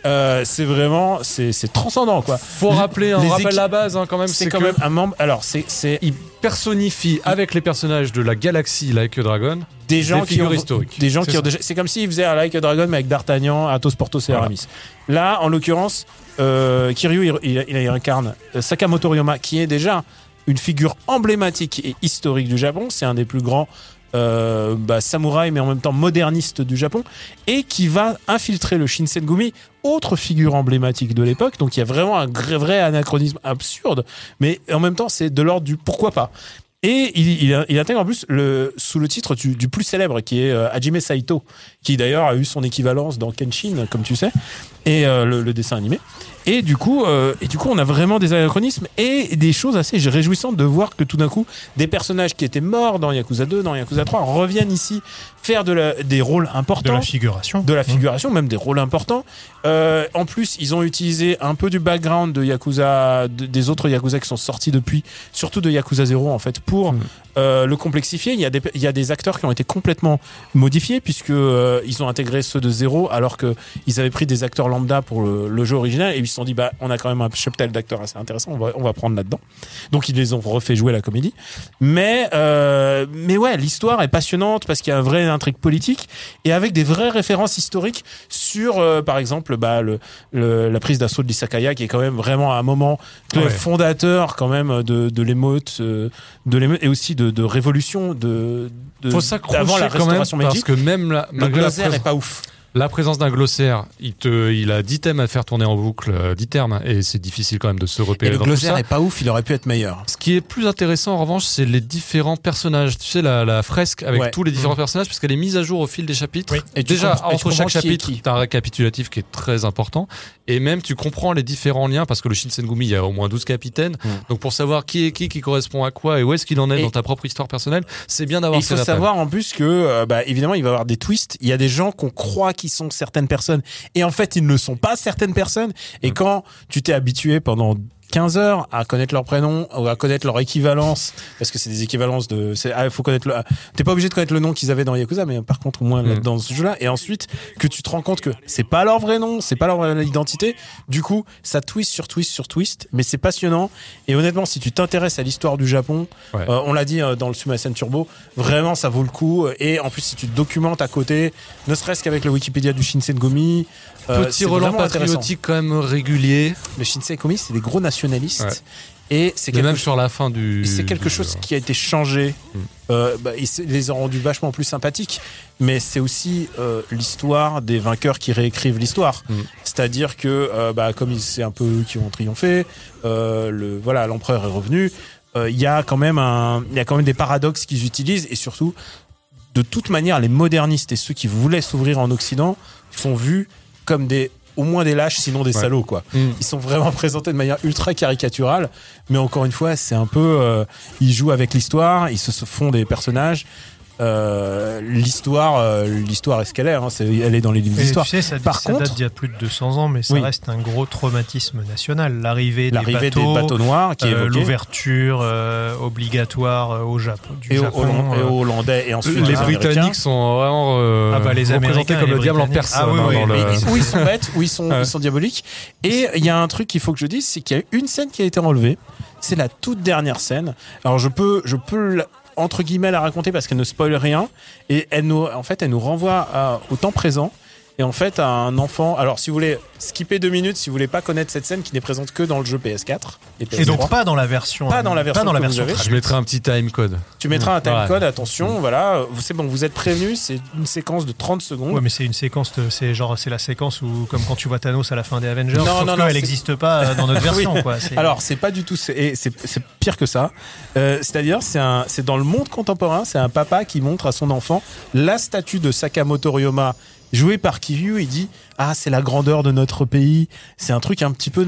[SPEAKER 3] euh, c'est vraiment c'est c'est transcendant quoi.
[SPEAKER 1] Faut rappeler, hein,
[SPEAKER 3] Les
[SPEAKER 1] on rappelle
[SPEAKER 3] équipes-
[SPEAKER 1] la base hein, quand même.
[SPEAKER 3] C'est
[SPEAKER 1] C'est
[SPEAKER 3] quand
[SPEAKER 1] que
[SPEAKER 3] même un membre. Alors c'est c'est
[SPEAKER 1] il personnifie avec les personnages de la galaxie Like a Dragon.
[SPEAKER 3] des gens qui
[SPEAKER 1] figures
[SPEAKER 3] ont
[SPEAKER 1] historiques.
[SPEAKER 3] des gens
[SPEAKER 1] C'est
[SPEAKER 3] qui ont
[SPEAKER 1] ça.
[SPEAKER 3] déjà. C'est comme s'ils faisaient un Like a Dragon mais avec D'Artagnan, Athos, Porthos et
[SPEAKER 1] Voilà.
[SPEAKER 3] Aramis. Là, en l'occurrence, euh, Kiryu il, il- il incarne euh, Sakamoto Ryoma qui est déjà une figure emblématique et historique du Japon. C'est un des plus grands euh, bah, samouraïs mais en même temps moderniste du Japon et qui va infiltrer le Shinsengumi, autre figure emblématique de l'époque. Donc il y a vraiment un vrai, vrai anachronisme absurde, mais en même temps c'est de l'ordre du pourquoi pas. Et il, il- il intègre en plus le, sous le titre du, du plus célèbre, qui est euh, Hajime Saito, qui d'ailleurs a eu son équivalence dans Kenshin, comme tu sais, et euh, le, le dessin animé. Et du coup, euh, et du coup, on a vraiment des anachronismes et des choses assez réjouissantes de voir que tout d'un coup, des personnages qui étaient morts dans Yakuza 2, dans Yakuza 3, reviennent ici faire de la- des rôles
[SPEAKER 2] de
[SPEAKER 3] importants
[SPEAKER 2] la figuration
[SPEAKER 3] de la figuration, même des rôles importants. Euh, en plus, ils ont utilisé un peu du background de Yakuza, de- des autres Yakuza qui sont sortis depuis, surtout de Yakuza 0 en fait, pour
[SPEAKER 1] Mm.
[SPEAKER 3] euh, le complexifier. Il y, a des, il y a des acteurs qui ont été complètement modifiés puisque euh, ils ont intégré ceux de 0 alors que ils avaient pris des acteurs lambda pour le, le jeu original et ils se sont dit bah on a quand même un cheptel d'acteurs assez intéressant, on va, on va prendre là-dedans. Donc ils les ont refait jouer la comédie. Mais euh, mais ouais, l'histoire est passionnante parce qu'il y a un vrai intrigue politique et avec des vraies références historiques sur, euh, par exemple, bah, le, le- la prise d'assaut de l'Isakaya, qui est quand même vraiment un moment de
[SPEAKER 1] Ouais.
[SPEAKER 3] fondateur quand même de, de l'émeute, euh, de l'émeute et aussi de, de révolution de, de
[SPEAKER 1] Faut
[SPEAKER 3] avant
[SPEAKER 1] s'accrocher
[SPEAKER 3] la
[SPEAKER 1] quand même
[SPEAKER 3] restauration
[SPEAKER 1] parce
[SPEAKER 3] Meiji.
[SPEAKER 1] que même la,
[SPEAKER 3] Le
[SPEAKER 1] malgré la
[SPEAKER 3] glossaire
[SPEAKER 1] présence-
[SPEAKER 3] est pas ouf.
[SPEAKER 1] La présence d'un glossaire, il, te, il a 10 thèmes à faire tourner en boucle, euh, 10 termes, et c'est difficile quand même de se repérer dans tout ça.
[SPEAKER 3] pas ouf, il aurait pu être meilleur.
[SPEAKER 1] Ce qui est plus intéressant en revanche, c'est les différents personnages. Tu sais, la, la fresque avec
[SPEAKER 3] Ouais. Mmh.
[SPEAKER 1] tous les différents personnages, puisqu'elle est mise à jour au fil des chapitres.
[SPEAKER 3] Oui. Et tu
[SPEAKER 1] Déjà,
[SPEAKER 3] comprends- et tu
[SPEAKER 1] entre chaque
[SPEAKER 3] comprends qui est
[SPEAKER 1] chapitre,
[SPEAKER 3] qui.
[SPEAKER 1] tu as un récapitulatif qui est très important. Et même, tu comprends les différents liens, parce que le Shinsengumi, il y a au moins 12 capitaines.
[SPEAKER 3] Mm.
[SPEAKER 1] Donc, pour savoir qui est qui, qui correspond à quoi, et où est-ce qu'il en est
[SPEAKER 3] Et-
[SPEAKER 1] dans ta propre histoire personnelle, c'est bien
[SPEAKER 3] Et
[SPEAKER 1] d'avoir
[SPEAKER 3] il
[SPEAKER 1] ces
[SPEAKER 3] faut
[SPEAKER 1] rappels.
[SPEAKER 3] savoir en plus que, euh, bah, évidemment, il va y avoir des twists. Il y a des gens qu'on croit qu'ils sont certaines personnes et en fait, ils ne le sont pas certaines personnes. Et quand tu t'es habitué pendant 15 heures à connaître leur prénom ou à connaître leur équivalence, parce que c'est des équivalences de, c'est, ah, faut connaître le, ah, t'es pas obligé de connaître le nom qu'ils avaient dans Yakuza, mais par contre, au moins, là,
[SPEAKER 1] Mhm.
[SPEAKER 3] dans ce jeu-là. Et ensuite, que tu te rends compte que c'est pas leur vrai nom, c'est pas leur vraie identité. Du coup, ça twist sur twist sur twist, mais c'est passionnant. Et honnêtement, si tu t'intéresses à l'histoire du Japon,
[SPEAKER 1] Ouais.
[SPEAKER 3] euh, on l'a dit euh, dans le Sumasen Turbo, vraiment ça vaut le coup. Et en plus, si tu te documentes à côté, ne serait-ce qu'avec le Wikipédia du Shinsengumi, euh,
[SPEAKER 1] Petit
[SPEAKER 3] c'est
[SPEAKER 1] relent
[SPEAKER 3] vraiment intéressant.
[SPEAKER 1] patriotique quand même régulier,
[SPEAKER 3] Le Shinsengumi, c'est des gros nationalistes. Et c'est
[SPEAKER 1] et
[SPEAKER 3] quelque,
[SPEAKER 1] même sur la fin du...
[SPEAKER 3] et c'est quelque
[SPEAKER 1] du-
[SPEAKER 3] chose qui a été changé. Euh, bah, ils se- les ont rendus vachement plus sympathiques. Mais c'est aussi euh, l'histoire des vainqueurs qui réécrivent l'histoire.
[SPEAKER 1] Mm.
[SPEAKER 3] C'est-à-dire que, euh, bah, comme ils- c'est un peu eux qui ont triomphé, euh, le, voilà, l'empereur est revenu. Euh, Il y a quand même un, il y a quand même des paradoxes qu'ils utilisent et surtout, de toute manière, les modernistes et ceux qui voulaient s'ouvrir en Occident sont vus comme des, au moins des lâches, sinon des
[SPEAKER 1] Ouais.
[SPEAKER 3] salauds, quoi.
[SPEAKER 1] Mm.
[SPEAKER 3] Ils sont vraiment présentés de manière ultra caricaturale, mais encore une fois, c'est un peu, euh, ils jouent avec l'histoire, ils se se font des personnages. euh, l'histoire, euh, l'histoire est ce qu'elle est. hein. C'est- elle est dans les livres
[SPEAKER 2] Et
[SPEAKER 3] d'histoire.
[SPEAKER 2] tu sais, ça,
[SPEAKER 3] Par
[SPEAKER 2] ça
[SPEAKER 3] contre-
[SPEAKER 2] date d'il y a plus de 200 ans, mais ça
[SPEAKER 3] Oui.
[SPEAKER 2] reste un gros traumatisme national. L'arrivée des,
[SPEAKER 3] L'arrivée des bateaux noirs qui est
[SPEAKER 2] euh,
[SPEAKER 3] évoquée.
[SPEAKER 2] l'ouverture euh, obligatoire euh, au Japon, du
[SPEAKER 3] et aux,
[SPEAKER 2] Japon.
[SPEAKER 3] aux- et
[SPEAKER 2] euh,
[SPEAKER 3] aux hollandais et ensuite
[SPEAKER 1] les
[SPEAKER 3] Américains.
[SPEAKER 1] Britanniques sont vraiment euh,
[SPEAKER 2] Ah bah, les
[SPEAKER 1] représentés
[SPEAKER 2] Américains et
[SPEAKER 1] comme
[SPEAKER 2] les
[SPEAKER 1] le diable en
[SPEAKER 2] Britanniques.
[SPEAKER 1] personne.
[SPEAKER 2] Ah oui,
[SPEAKER 1] hein,
[SPEAKER 2] oui,
[SPEAKER 1] dans
[SPEAKER 2] oui,
[SPEAKER 1] le-
[SPEAKER 2] ils
[SPEAKER 3] Ou ils sont bêtes, ou ils sont,
[SPEAKER 1] Ouais.
[SPEAKER 3] ils sont diaboliques. Et il y a un truc qu'il faut que je dise, c'est qu'il y a une scène qui a été enlevée. C'est la toute dernière scène. Alors je peux, je peux la- entre guillemets la raconter parce qu'elle ne spoil rien. Et elle nous, en fait, elle nous renvoie à- au temps présent. Et en fait, à un enfant. Alors si vous voulez skipper deux minutes, si vous voulez pas connaître cette scène qui n'est présente que dans le jeu PS4 et
[SPEAKER 2] Et donc
[SPEAKER 3] PS3.
[SPEAKER 2] pas dans la version
[SPEAKER 3] Pas dans la version que vous
[SPEAKER 2] version
[SPEAKER 3] avez.
[SPEAKER 1] Je
[SPEAKER 2] traduite.
[SPEAKER 1] mettrai un petit time code.
[SPEAKER 3] tu mettras un
[SPEAKER 1] Ouais.
[SPEAKER 3] timecode. code. Attention, voilà, euh, c'est bon, vous êtes prévenus. C'est une séquence de 30 secondes.
[SPEAKER 2] Ouais, mais c'est une séquence, de- c'est genre c'est la séquence où comme quand tu vois Thanos à la fin des Avengers,
[SPEAKER 3] Non,
[SPEAKER 2] sauf
[SPEAKER 3] non,
[SPEAKER 2] que
[SPEAKER 3] non,
[SPEAKER 2] elle
[SPEAKER 3] c'est-
[SPEAKER 2] n'existe pas euh, dans notre version
[SPEAKER 3] Oui.
[SPEAKER 2] quoi. C'est-
[SPEAKER 3] Alors, c'est pas du tout. c'est- et C'est c'est pire que ça. Euh, C'est-à-dire, c'est un- c'est dans le monde contemporain, c'est un papa qui montre à son enfant la statue de Sakamoto Ryoma jouée par Kiryu et dit Ah, c'est la grandeur de notre pays. C'est un truc un petit peu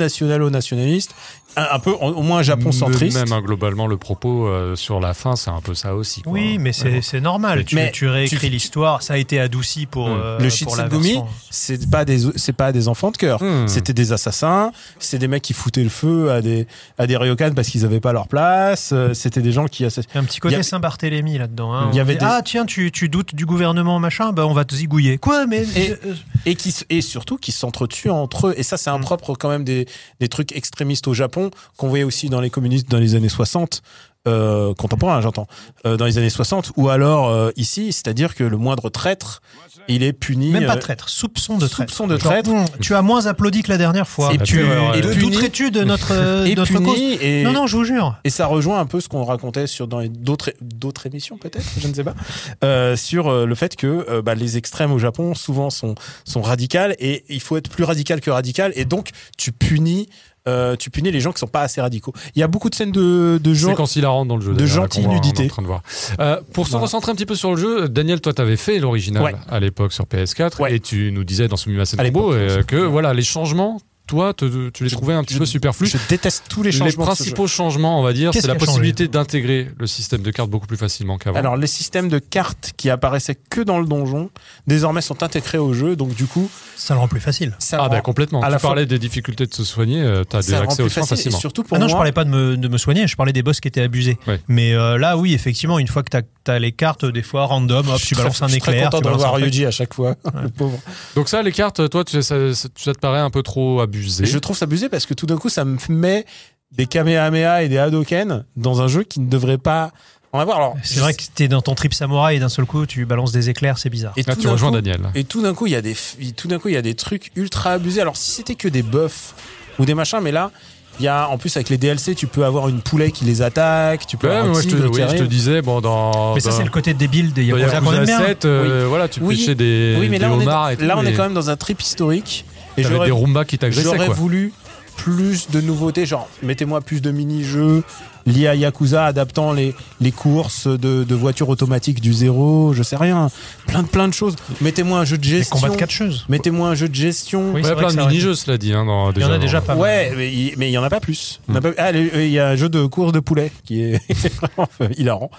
[SPEAKER 3] nationalo-nationaliste, un, un peu au au moins japon-centriste.
[SPEAKER 2] euh,
[SPEAKER 1] Même hein, globalement, le propos euh, sur la fin, c'est un peu ça aussi. quoi.
[SPEAKER 2] oui, mais c'est c'est normal. tu,
[SPEAKER 3] Mais
[SPEAKER 2] tu réécris
[SPEAKER 3] tu- Hmm.
[SPEAKER 2] l'histoire, ça a été adouci pour
[SPEAKER 1] Mm.
[SPEAKER 2] euh,
[SPEAKER 3] le
[SPEAKER 2] pour la
[SPEAKER 3] Shitsugumi,
[SPEAKER 2] version.
[SPEAKER 3] c'est pas des c'est pas des enfants de cœur.
[SPEAKER 1] Hmm.
[SPEAKER 3] C'était des assassins, c'est des mecs qui foutaient le feu à des à des ryokan parce qu'ils avaient pas leur place. euh, C'était des gens qui assass-
[SPEAKER 2] Il y a un petit
[SPEAKER 3] Il y
[SPEAKER 2] côté
[SPEAKER 3] a-
[SPEAKER 2] Saint-Barthélemy là-dedans. hein.
[SPEAKER 3] Il y
[SPEAKER 2] On
[SPEAKER 3] avait
[SPEAKER 2] dit,
[SPEAKER 3] des-
[SPEAKER 2] Ah tiens, tu, tu doutes du gouvernement, machin, bah on va te zigouiller. Quoi, mais...
[SPEAKER 3] Et-
[SPEAKER 2] euh,
[SPEAKER 3] et qui s- et surtout qui s'entretuent entre eux et ça c'est
[SPEAKER 2] Mm.
[SPEAKER 3] un propre quand même des, des trucs extrémistes au Japon qu'on voyait aussi dans les communistes dans les années 60 euh, contemporains j'entends euh, dans les années 60 ou alors euh, ici c'est-à-dire que le moindre traître il est puni
[SPEAKER 2] Même pas
[SPEAKER 3] euh,
[SPEAKER 2] traître, soupçon de traître.
[SPEAKER 3] soupçon de
[SPEAKER 2] Genre,
[SPEAKER 3] traître
[SPEAKER 2] hum, tu as moins applaudi que la dernière fois.
[SPEAKER 3] Et
[SPEAKER 1] tu-
[SPEAKER 2] Euh,
[SPEAKER 1] et
[SPEAKER 2] de-
[SPEAKER 3] puni-
[SPEAKER 2] Douterais-tu de notre, euh,
[SPEAKER 3] et
[SPEAKER 2] notre
[SPEAKER 3] puni,
[SPEAKER 2] cause
[SPEAKER 3] et
[SPEAKER 2] Non, non, je vous jure.
[SPEAKER 3] et ça rejoint un peu ce qu'on racontait sur dans les- d'autres d'autres émissions peut-être, je ne sais pas, euh, sur euh, le fait que euh, bah, les extrêmes au Japon souvent sont sont radicales et il faut être plus radical que radical et donc tu punis euh, tu punis les gens qui sont pas assez radicaux. Il y a beaucoup de scènes de de gens
[SPEAKER 1] Séquence hilarante dans le jeu.
[SPEAKER 3] de
[SPEAKER 1] d'ailleurs, là,
[SPEAKER 3] gentille
[SPEAKER 1] qu'on voit, hein,
[SPEAKER 3] nudité.
[SPEAKER 1] on est en train de voir. Euh, pour se
[SPEAKER 3] Voilà.
[SPEAKER 1] recentrer un petit peu sur le jeu, Daniel, toi, t'avais fait l'original
[SPEAKER 3] Ouais.
[SPEAKER 1] à l'époque sur PS4
[SPEAKER 3] Ouais.
[SPEAKER 1] et tu nous disais dans Sumimasen
[SPEAKER 3] À
[SPEAKER 1] Combo
[SPEAKER 3] l'époque,
[SPEAKER 1] euh,
[SPEAKER 3] ouais.
[SPEAKER 1] que voilà, les changements, toi, te- tu les
[SPEAKER 3] Je-
[SPEAKER 1] trouvais un petit peu superflus.
[SPEAKER 3] je déteste tous les changements. de ce jeu.
[SPEAKER 1] principaux changements, on va dire,
[SPEAKER 2] Qu'est-ce
[SPEAKER 1] c'est la
[SPEAKER 2] qui a changé
[SPEAKER 1] possibilité d'intégrer le système de cartes beaucoup plus facilement qu'avant.
[SPEAKER 3] Alors les systèmes de cartes qui apparaissaient que dans le donjon désormais sont intégrés au jeu donc du coup
[SPEAKER 2] Ça le rend plus facile.
[SPEAKER 3] ça
[SPEAKER 1] ah
[SPEAKER 3] rend-
[SPEAKER 1] bah complètement.
[SPEAKER 3] à
[SPEAKER 1] tu
[SPEAKER 3] la fois-
[SPEAKER 1] parlais des difficultés de se soigner, euh, t'as des
[SPEAKER 3] ça rend
[SPEAKER 1] accès aux
[SPEAKER 3] plus
[SPEAKER 1] soins
[SPEAKER 3] facile et
[SPEAKER 1] facilement.
[SPEAKER 3] surtout pour
[SPEAKER 2] Ah non,
[SPEAKER 3] moi
[SPEAKER 2] je parlais pas de me, de me soigner, je parlais des boss qui étaient abusés.
[SPEAKER 1] Ouais.
[SPEAKER 2] Mais euh, là, oui, effectivement, une fois que t'as as les cartes, des fois, random, hop,
[SPEAKER 3] je suis
[SPEAKER 2] tu
[SPEAKER 3] très-
[SPEAKER 2] balances un
[SPEAKER 3] je suis très
[SPEAKER 2] éclair.
[SPEAKER 3] content
[SPEAKER 2] tu
[SPEAKER 3] de
[SPEAKER 2] balances un
[SPEAKER 3] voir
[SPEAKER 2] truc.
[SPEAKER 3] Yuji à chaque fois le pauvre
[SPEAKER 1] Donc ça, les cartes, toi, tu, ça, ça- ça te paraît un peu trop abusé.
[SPEAKER 3] Je trouve ça abusé parce que tout d'un coup, ça me met des Kamehameha et des Hadoken dans un jeu qui ne devrait pas en avoir. Alors,
[SPEAKER 2] C'est vrai que t'es dans ton trip samouraï et d'un seul coup, tu balances des éclairs, c'est bizarre.
[SPEAKER 3] Et
[SPEAKER 1] Là,
[SPEAKER 3] tout
[SPEAKER 1] tu
[SPEAKER 3] d'un
[SPEAKER 1] rejoins
[SPEAKER 3] coup-
[SPEAKER 1] Daniel.
[SPEAKER 3] Et tout d'un coup, il y a des, f- tout d'un coup, il y a des trucs ultra abusés. Alors, si c'était que des buffs ou des machins, mais là, il y a, en plus, avec les DLC, tu peux avoir une poulet qui les attaque, tu peux
[SPEAKER 1] Ouais,
[SPEAKER 3] avoir
[SPEAKER 1] mais
[SPEAKER 3] un
[SPEAKER 1] moi, je te,
[SPEAKER 3] tigre qui
[SPEAKER 1] oui, je te
[SPEAKER 3] arrive.
[SPEAKER 1] disais, bon, dans.
[SPEAKER 2] Mais ça,
[SPEAKER 1] dans-
[SPEAKER 2] c'est le côté débile des
[SPEAKER 1] dans
[SPEAKER 2] Yakuza qu'on
[SPEAKER 1] bah. Yakuza
[SPEAKER 2] aime bien.
[SPEAKER 1] 7, euh, voilà, tu
[SPEAKER 3] Oui.
[SPEAKER 1] pêchais des,
[SPEAKER 3] Oui, mais là,
[SPEAKER 1] des
[SPEAKER 3] on est,
[SPEAKER 1] homards et tout.
[SPEAKER 3] là, on est
[SPEAKER 1] et
[SPEAKER 3] quand même dans un trip historique. Et
[SPEAKER 1] t'avais
[SPEAKER 3] j'aurais
[SPEAKER 1] des Roomba qui t'agressaient,
[SPEAKER 3] J'aurais
[SPEAKER 1] quoi.
[SPEAKER 3] voulu plus de nouveautés, genre mettez-moi plus de mini-jeux liés à Yakuza, adaptant les, les courses de, de voitures automatiques du zéro, je sais rien, plein de plein de choses. Mettez-moi un jeu de
[SPEAKER 2] Les combats
[SPEAKER 3] gestion.
[SPEAKER 2] de catcheuses.
[SPEAKER 3] Mettez-moi un jeu de gestion.
[SPEAKER 2] Oui,
[SPEAKER 1] Ouais,
[SPEAKER 2] c'est vrai
[SPEAKER 1] plein
[SPEAKER 2] que
[SPEAKER 1] de
[SPEAKER 2] ça aurait-
[SPEAKER 1] mini-jeux, cela dit. hein, dans-
[SPEAKER 2] Il y en a
[SPEAKER 1] dans-
[SPEAKER 2] déjà pas mal. Hmm.
[SPEAKER 3] Ouais, mais il mais il y en a pas plus. Il y en a pas- ah, le- il y a un jeu de course de poulet qui est vraiment hilarant.